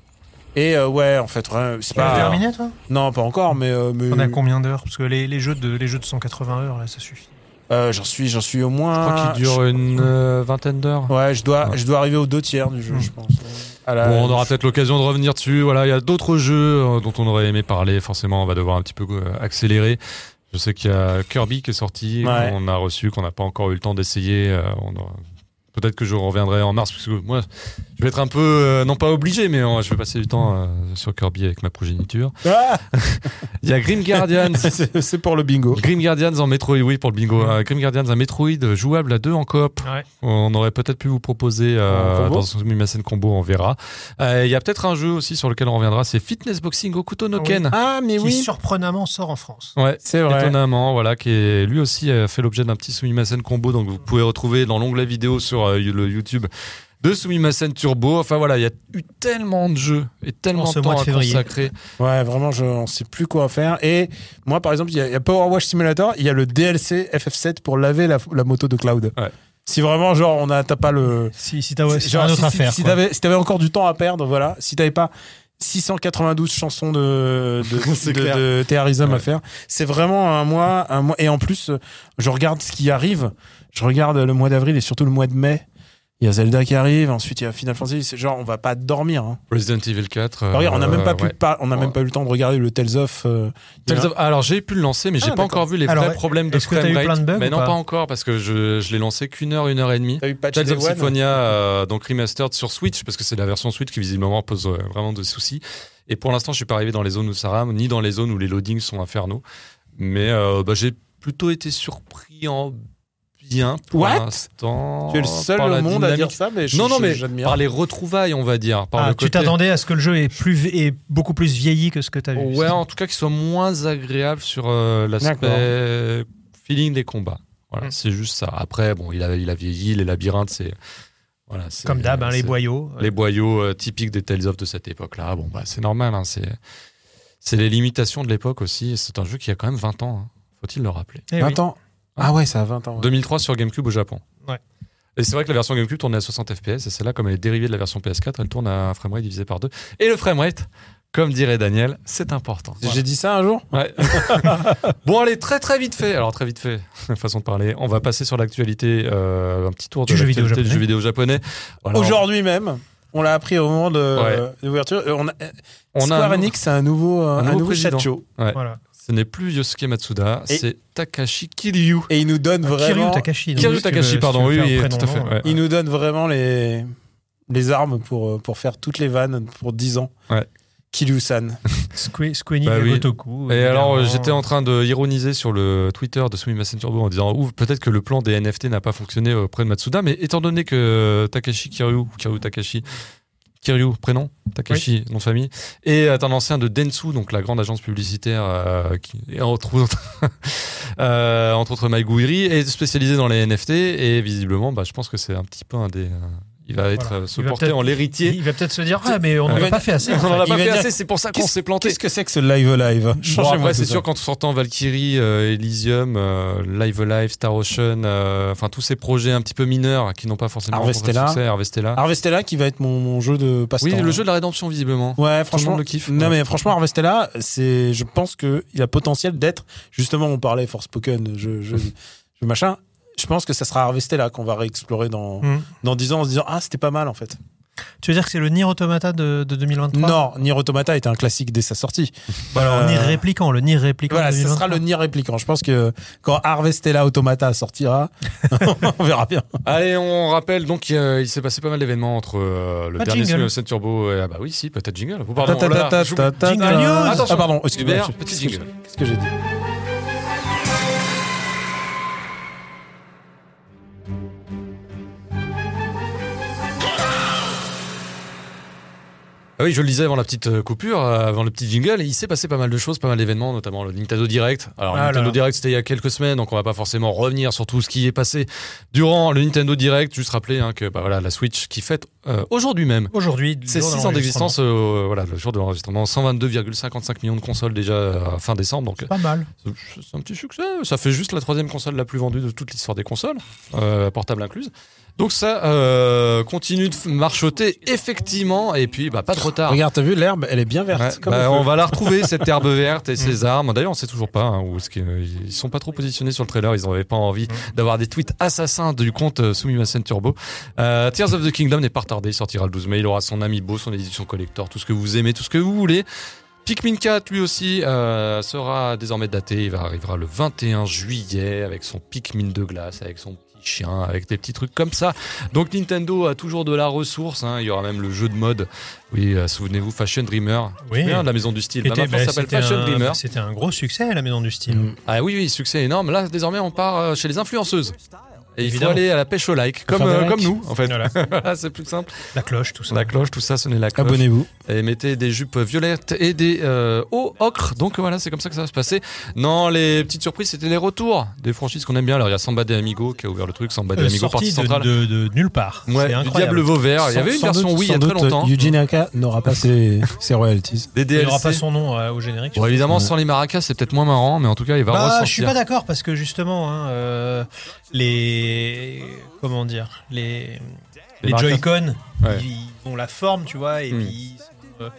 [SPEAKER 3] Et euh, ouais, en fait, ouais,
[SPEAKER 1] Bah,
[SPEAKER 3] c'est
[SPEAKER 2] Tu l'as
[SPEAKER 3] pas.
[SPEAKER 2] terminé toi
[SPEAKER 3] Non, pas encore, mais, euh, mais-
[SPEAKER 2] On a combien d'heures Parce que les, les jeux de les jeux de 180 heures là ça suffit.
[SPEAKER 3] euh, j'en suis, j'en suis au
[SPEAKER 1] je
[SPEAKER 3] moins.
[SPEAKER 1] crois qu'il dure une euh, vingtaine d'heures.
[SPEAKER 3] Ouais, je dois,
[SPEAKER 1] Ouais. Hmm.
[SPEAKER 3] je dois arriver aux deux tiers du jeu,
[SPEAKER 2] Mm.
[SPEAKER 3] je pense. À la-
[SPEAKER 1] Bon, on aura peut-être l'occasion de revenir dessus. Voilà, il y a d'autres jeux euh, dont on aurait aimé parler. Forcément, on va devoir un petit peu euh, accélérer. Je sais qu'il y a Kirby qui est sorti,
[SPEAKER 3] Ouais.
[SPEAKER 1] qu'on a reçu, qu'on n'a pas encore eu le temps d'essayer. Euh, on aura- Peut-être que je reviendrai en mars, parce que moi, je vais être un peu, euh, non pas obligé, mais euh, je vais passer du temps euh, sur Kirby avec ma progéniture.
[SPEAKER 3] Ah
[SPEAKER 1] Il y a Grim Guardians.
[SPEAKER 3] C'est c'est pour le bingo.
[SPEAKER 1] Grim Guardians en Metroid, oui, pour le bingo. Euh, Grim Guardians, un Metroid jouable à deux en coop.
[SPEAKER 2] Ouais.
[SPEAKER 1] On aurait peut-être pu vous proposer
[SPEAKER 3] En
[SPEAKER 1] euh,
[SPEAKER 3] combo
[SPEAKER 1] dans ce Mimasen Combo, on verra. Euh, Il y a peut-être un jeu aussi sur lequel on reviendra, c'est Fitness Boxing Okuto no Ken.
[SPEAKER 3] Ah, mais
[SPEAKER 2] Qui surprenamment sort en France.
[SPEAKER 1] Ouais.
[SPEAKER 3] c'est vrai.
[SPEAKER 1] Étonnamment, voilà, qui est, lui aussi a fait l'objet d'un petit Sumimasen combo, donc vous pouvez retrouver dans l'onglet vidéo sur euh, le YouTube de Sumimasen Turbo. Enfin voilà, il y a eu tellement de jeux et tellement
[SPEAKER 2] En ce
[SPEAKER 1] de temps
[SPEAKER 2] mois de
[SPEAKER 1] à
[SPEAKER 2] février.
[SPEAKER 1] consacrer.
[SPEAKER 3] Ouais, vraiment, je, on sait plus quoi faire. Et moi, par exemple, il y, a- il y a Power Wash Simulator, il y a le DLC FF7 pour laver la, la moto de Cloud.
[SPEAKER 1] Ouais.
[SPEAKER 3] Si vraiment, genre, on a, t'as pas le.
[SPEAKER 2] Si
[SPEAKER 1] Ah
[SPEAKER 2] si t'as ouais,
[SPEAKER 3] genre, si, si- Si, t'avais, si t'avais encore du temps à perdre, voilà. Si t'avais pas 692 chansons de, de,
[SPEAKER 1] C'est
[SPEAKER 3] de,
[SPEAKER 1] clair.
[SPEAKER 3] de Terrorism
[SPEAKER 1] Ouais.
[SPEAKER 3] à faire, c'est vraiment un mois, un mois. Et en plus, euh, je regarde ce qui arrive. Je regarde le mois d'avril et surtout le mois de mai. Il y a Zelda qui arrive, ensuite il y a Final Fantasy. C'est genre, on va pas dormir. hein.
[SPEAKER 1] Resident Evil 4.
[SPEAKER 2] Ah,
[SPEAKER 1] euh,
[SPEAKER 3] Regarde, on n'a même pas pu
[SPEAKER 1] ouais. Oh.
[SPEAKER 3] par- on a même
[SPEAKER 1] Ouais.
[SPEAKER 3] pas eu le temps de regarder le Tales of. euh, il y a
[SPEAKER 1] Tales of- Alors j'ai pu le lancer, mais j'ai
[SPEAKER 3] Ah,
[SPEAKER 1] pas
[SPEAKER 3] d'accord.
[SPEAKER 1] encore vu les
[SPEAKER 2] Alors,
[SPEAKER 1] vrais problèmes de
[SPEAKER 2] est-ce que t'as eu
[SPEAKER 1] framerate.
[SPEAKER 2] plein de bugs
[SPEAKER 1] mais
[SPEAKER 2] ou
[SPEAKER 1] non,
[SPEAKER 2] pas
[SPEAKER 1] pas encore parce que je, je l'ai lancé qu'une heure, une heure et demie.
[SPEAKER 3] T'as eu Patch
[SPEAKER 1] Tales
[SPEAKER 3] Day
[SPEAKER 1] of
[SPEAKER 3] One
[SPEAKER 1] Symphonia, euh, donc remastered sur Switch, parce que c'est la version Switch qui visiblement pose euh, vraiment de soucis. Et pour l'instant, je suis pas arrivé dans les zones où ça rame, ni dans les zones où les loadings sont infernaux. Mais euh, bah, j'ai plutôt été surpris en bien pour
[SPEAKER 3] What
[SPEAKER 1] l'instant.
[SPEAKER 3] Tu es le seul
[SPEAKER 1] Oh, par
[SPEAKER 3] au
[SPEAKER 1] la
[SPEAKER 3] monde à dire
[SPEAKER 1] dynamique.
[SPEAKER 3] ça, mais je-
[SPEAKER 1] Non, non,
[SPEAKER 3] je-
[SPEAKER 1] mais
[SPEAKER 3] j'admire.
[SPEAKER 1] par les retrouvailles, on va dire. Par
[SPEAKER 3] Ah,
[SPEAKER 1] le
[SPEAKER 2] Ah, tu
[SPEAKER 1] côté-
[SPEAKER 2] t'attendais à ce que le jeu est plus est beaucoup plus vieilli que ce que t'as vu.
[SPEAKER 1] Ouais, en tout cas, qu'il soit moins agréable sur euh, l'aspect feeling des combats. Voilà,
[SPEAKER 2] Mm.
[SPEAKER 3] Hmm.
[SPEAKER 1] c'est juste ça. Après, bon, il a, il a vieilli, les labyrinthes, c'est. Voilà, c'est-
[SPEAKER 2] Comme d'hab, hein, les
[SPEAKER 1] c'est-
[SPEAKER 2] boyaux.
[SPEAKER 1] Les boyaux euh, typiques des Tales of de cette époque-là. Bon, bah, c'est normal. hein, c'est, c'est les limitations de l'époque aussi. C'est un jeu qui a quand même 20 ans. hein. Faut-il le rappeler
[SPEAKER 2] Eh oui.
[SPEAKER 3] 20 ans. Ah ouais, ça a 20 ans. ouais.
[SPEAKER 1] 2003 sur GameCube au Japon.
[SPEAKER 2] Ouais.
[SPEAKER 1] Et c'est vrai que la version GameCube tournait à 60 FPS. Et celle-là, comme elle est dérivée de la version PS4, elle tourne à un framerate divisé par deux. Et le framerate, comme dirait Daniel, c'est important.
[SPEAKER 3] J'ai dit ça un jour
[SPEAKER 1] Ouais. bon, allez, très très vite fait. Alors, très vite fait, façon de parler. On va passer sur l'actualité, euh, un petit tour de
[SPEAKER 2] Du jeu vidéo
[SPEAKER 1] l'actualité du
[SPEAKER 2] japonais.
[SPEAKER 1] jeu vidéo japonais. Voilà,
[SPEAKER 3] Aujourd'hui même. On l'a appris au moment de
[SPEAKER 1] Ouais.
[SPEAKER 3] de l'ouverture. Euh, On a-
[SPEAKER 1] on a
[SPEAKER 3] Square
[SPEAKER 1] un-
[SPEAKER 3] Enix a un nouveau, euh,
[SPEAKER 1] un
[SPEAKER 3] un
[SPEAKER 1] nouveau
[SPEAKER 3] nouveau,
[SPEAKER 1] président.
[SPEAKER 3] Shacho.
[SPEAKER 2] Voilà.
[SPEAKER 1] Ce n'est plus Yosuke Matsuda,
[SPEAKER 3] Et-
[SPEAKER 1] c'est Takashi Kiryu.
[SPEAKER 3] Et il nous donne
[SPEAKER 2] Kiryu
[SPEAKER 3] vraiment,
[SPEAKER 2] Takashi. donc,
[SPEAKER 1] Kiryu
[SPEAKER 2] si tu veux-
[SPEAKER 1] Takashi,
[SPEAKER 2] si tu
[SPEAKER 1] pardon,
[SPEAKER 2] veux faire
[SPEAKER 1] oui,
[SPEAKER 2] un
[SPEAKER 1] oui, tout à fait,
[SPEAKER 2] prénom, euh,
[SPEAKER 1] ouais.
[SPEAKER 3] il nous donne vraiment les, les armes pour, euh, pour faire toutes les vannes pour 10 ans.
[SPEAKER 1] Ouais.
[SPEAKER 3] Kiryu-san.
[SPEAKER 2] Sque- Squeenie
[SPEAKER 1] Bah oui.
[SPEAKER 2] Gotoku.
[SPEAKER 1] Et alors, euh,
[SPEAKER 2] évidemment.
[SPEAKER 1] j'étais en train de ironiser sur le Twitter de Sumimasen Turbo en disant Ouf, peut-être que le plan des NFT n'a pas fonctionné auprès de Matsuda, mais étant donné que euh, Takashi Kiryu, ou Kiryu Takashi, Kiryu, prénom, Takashi, nom de famille, et est un ancien de Dentsu, donc la grande agence publicitaire euh, qui est entre autres, euh, entre autres Maiguiri, est spécialisée dans les NFT, et visiblement, bah, je pense que c'est un petit peu un des. euh, il va être
[SPEAKER 2] Voilà.
[SPEAKER 1] euh, se
[SPEAKER 2] Il va
[SPEAKER 1] porter
[SPEAKER 2] peut-être-
[SPEAKER 1] en l'héritier.
[SPEAKER 2] Il va peut-être se dire, ah, mais on n'en
[SPEAKER 1] Ouais.
[SPEAKER 2] a pas fait assez.
[SPEAKER 1] On en a
[SPEAKER 3] Il
[SPEAKER 1] pas
[SPEAKER 3] va
[SPEAKER 1] fait
[SPEAKER 3] dire,
[SPEAKER 1] assez, c'est pour ça qu'on
[SPEAKER 3] qu'est-ce-
[SPEAKER 1] s'est planté.
[SPEAKER 3] Qu'est-ce que c'est que ce live live
[SPEAKER 1] Bon, après, c'est sûr
[SPEAKER 3] sûr
[SPEAKER 1] quand on s'entend Valkyrie, euh, Elysium, euh, Live Alive, Star Ocean, euh, enfin tous ces projets un petit peu mineurs qui n'ont pas forcément rencontré
[SPEAKER 3] Harvestella.
[SPEAKER 1] le succès, Harvestella. Ah
[SPEAKER 3] Harvestella qui va être mon, mon jeu de passe-temps.
[SPEAKER 1] oui, le
[SPEAKER 3] là.
[SPEAKER 1] jeu de la rédemption visiblement.
[SPEAKER 3] Ouais,
[SPEAKER 1] le
[SPEAKER 3] franchement,
[SPEAKER 1] monde le kiffe.
[SPEAKER 3] Non,
[SPEAKER 1] Ouais.
[SPEAKER 3] mais franchement, Harvestella, c'est, je pense que il a potentiel d'être. Justement, on parlait Forspoken, je, je, je machin. Je pense que ça sera Harvestella qu'on va réexplorer dans,
[SPEAKER 2] Hmm.
[SPEAKER 3] dans 10 ans en se disant Ah, c'était pas mal en fait.
[SPEAKER 2] Tu veux dire que c'est le Nier Automata de, de 2023
[SPEAKER 3] Non, Nier Automata était un classique dès sa sortie.
[SPEAKER 2] Bah alors,
[SPEAKER 3] Euh,
[SPEAKER 2] Nier répliquant, le Nier répliquant.
[SPEAKER 3] Voilà,
[SPEAKER 2] de
[SPEAKER 3] ce
[SPEAKER 2] 2023.
[SPEAKER 3] sera le Nier répliquant. Je pense que quand Harvestella Automata sortira, on verra bien.
[SPEAKER 1] Allez, on rappelle donc qu'il y a- il s'est passé pas mal d'événements entre euh, le
[SPEAKER 2] Pas de
[SPEAKER 1] dernier
[SPEAKER 2] jingle.
[SPEAKER 1] Sunset Turbo et ah bah oui, si, peut-être jingle. Vous pardon.
[SPEAKER 3] Ta- ta-
[SPEAKER 1] là,
[SPEAKER 3] ta-
[SPEAKER 1] j'oublie.
[SPEAKER 3] ta- ta-
[SPEAKER 2] Jingle
[SPEAKER 3] ta-
[SPEAKER 2] news.
[SPEAKER 3] Ah, pardon,
[SPEAKER 1] Hubert,
[SPEAKER 3] excusez-moi. je-
[SPEAKER 1] petit jingle.
[SPEAKER 3] Qu'est-ce que j'ai dit
[SPEAKER 1] Ah oui, je le disais avant la petite euh, coupure, euh, avant le petit jingle, et il s'est passé pas mal de choses, pas mal d'événements, notamment le Nintendo Direct. Alors, le
[SPEAKER 2] Ah là
[SPEAKER 1] Nintendo
[SPEAKER 2] là.
[SPEAKER 1] Direct, c'était il y a quelques semaines, donc on va pas forcément revenir sur tout ce qui est passé durant le Nintendo Direct. Juste rappeler hein, que bah, voilà, la Switch qui fête euh, aujourd'hui même
[SPEAKER 2] Aujourd'hui,
[SPEAKER 1] c'est
[SPEAKER 2] le jour
[SPEAKER 1] 6 ans
[SPEAKER 2] de
[SPEAKER 1] d'existence, euh, voilà, le jour de l'enregistrement, 122,55 millions de consoles déjà euh, fin décembre, donc
[SPEAKER 2] Pas mal.
[SPEAKER 1] euh, c'est c'est un petit succès. Ça fait juste la troisième console la plus vendue de toute l'histoire des consoles, euh, portable incluse. Donc ça euh, continue de f- marchoter effectivement, et puis bah, pas de retard.
[SPEAKER 3] Regarde, t'as vu, l'herbe, elle est bien verte.
[SPEAKER 1] Ouais,
[SPEAKER 3] comme
[SPEAKER 1] bah,
[SPEAKER 3] on
[SPEAKER 1] on
[SPEAKER 3] peut.
[SPEAKER 1] va la retrouver cette herbe verte et ses armes. D'ailleurs, on sait toujours pas hein, où est-ce que- ils sont pas trop positionnés sur le trailer. Ils n'avaient pas envie d'avoir des tweets assassins du compte euh, Sumimasen Turbo. Euh, Tears of the Kingdom n'est pas retardé. Il sortira le 12 mai. Il aura son ami beau, son édition collector, tout ce que vous aimez, tout ce que vous voulez. Pikmin 4, lui aussi, euh, sera désormais daté. Il va- arrivera le 21 juillet avec son Pikmin de glace, avec son petit chien, avec des petits trucs comme ça. Donc Nintendo a toujours de la ressource. hein. Il y aura même le jeu de mode. Oui, euh, souvenez-vous, Fashion Dreamer.
[SPEAKER 2] Oui.
[SPEAKER 1] Bien, de la maison du style. Bah,
[SPEAKER 2] C'était-
[SPEAKER 1] maintenant,
[SPEAKER 2] bah,
[SPEAKER 1] ça s'appelle
[SPEAKER 2] c'était
[SPEAKER 1] Fashion
[SPEAKER 2] un-
[SPEAKER 1] Dreamer.
[SPEAKER 2] C'était un gros succès à la maison du style.
[SPEAKER 3] Mm.
[SPEAKER 1] Ah oui, oui, succès énorme. Là, désormais, on part euh, chez les influenceuses. Et il faut
[SPEAKER 2] Évidemment.
[SPEAKER 1] aller à la pêche au like, comme,
[SPEAKER 3] Faire des
[SPEAKER 1] euh,
[SPEAKER 3] likes.
[SPEAKER 1] comme nous, en fait.
[SPEAKER 2] Voilà.
[SPEAKER 1] Voilà, c'est plus simple.
[SPEAKER 2] La cloche, tout ça.
[SPEAKER 1] La cloche, tout ça, sonnez la cloche.
[SPEAKER 3] Abonnez-vous.
[SPEAKER 1] Et mettez des jupes violettes et des euh, hauts ocre. Donc voilà, c'est comme ça que ça va se passer. Non, les petites surprises, c'était les retours des franchises qu'on aime bien. Alors, il y a Samba de Amigo qui a ouvert le truc. Samba de
[SPEAKER 2] Euh,
[SPEAKER 1] Amigo, partie
[SPEAKER 2] sortie de,
[SPEAKER 1] centrale.
[SPEAKER 2] de, de nulle part.
[SPEAKER 1] Ouais,
[SPEAKER 2] C'est
[SPEAKER 1] du Diable
[SPEAKER 2] incroyable.
[SPEAKER 1] Vauvert. Il y
[SPEAKER 3] Sans-
[SPEAKER 1] avait une
[SPEAKER 3] sans
[SPEAKER 1] version
[SPEAKER 3] doute-
[SPEAKER 1] Wii il y a
[SPEAKER 3] sans
[SPEAKER 1] très
[SPEAKER 3] doute,
[SPEAKER 1] longtemps.
[SPEAKER 3] Eugene Aka n'aura pas ses, ses royalties.
[SPEAKER 1] Des
[SPEAKER 2] euh, Il
[SPEAKER 1] DLC.
[SPEAKER 2] n'aura pas son nom euh, au générique.
[SPEAKER 1] Bon, évidemment, sans les maracas, c'est peut-être moins marrant, mais en tout cas, il va
[SPEAKER 2] Bah,
[SPEAKER 1] ressortir.
[SPEAKER 2] je suis pas d'accord parce que justement, hein, euh, les comment dire, les
[SPEAKER 1] Les
[SPEAKER 2] les, Joy-Con,
[SPEAKER 1] Ouais.
[SPEAKER 2] ils, ils ont la forme, tu vois, et
[SPEAKER 1] Hmm.
[SPEAKER 2] puis ils, sont, euh,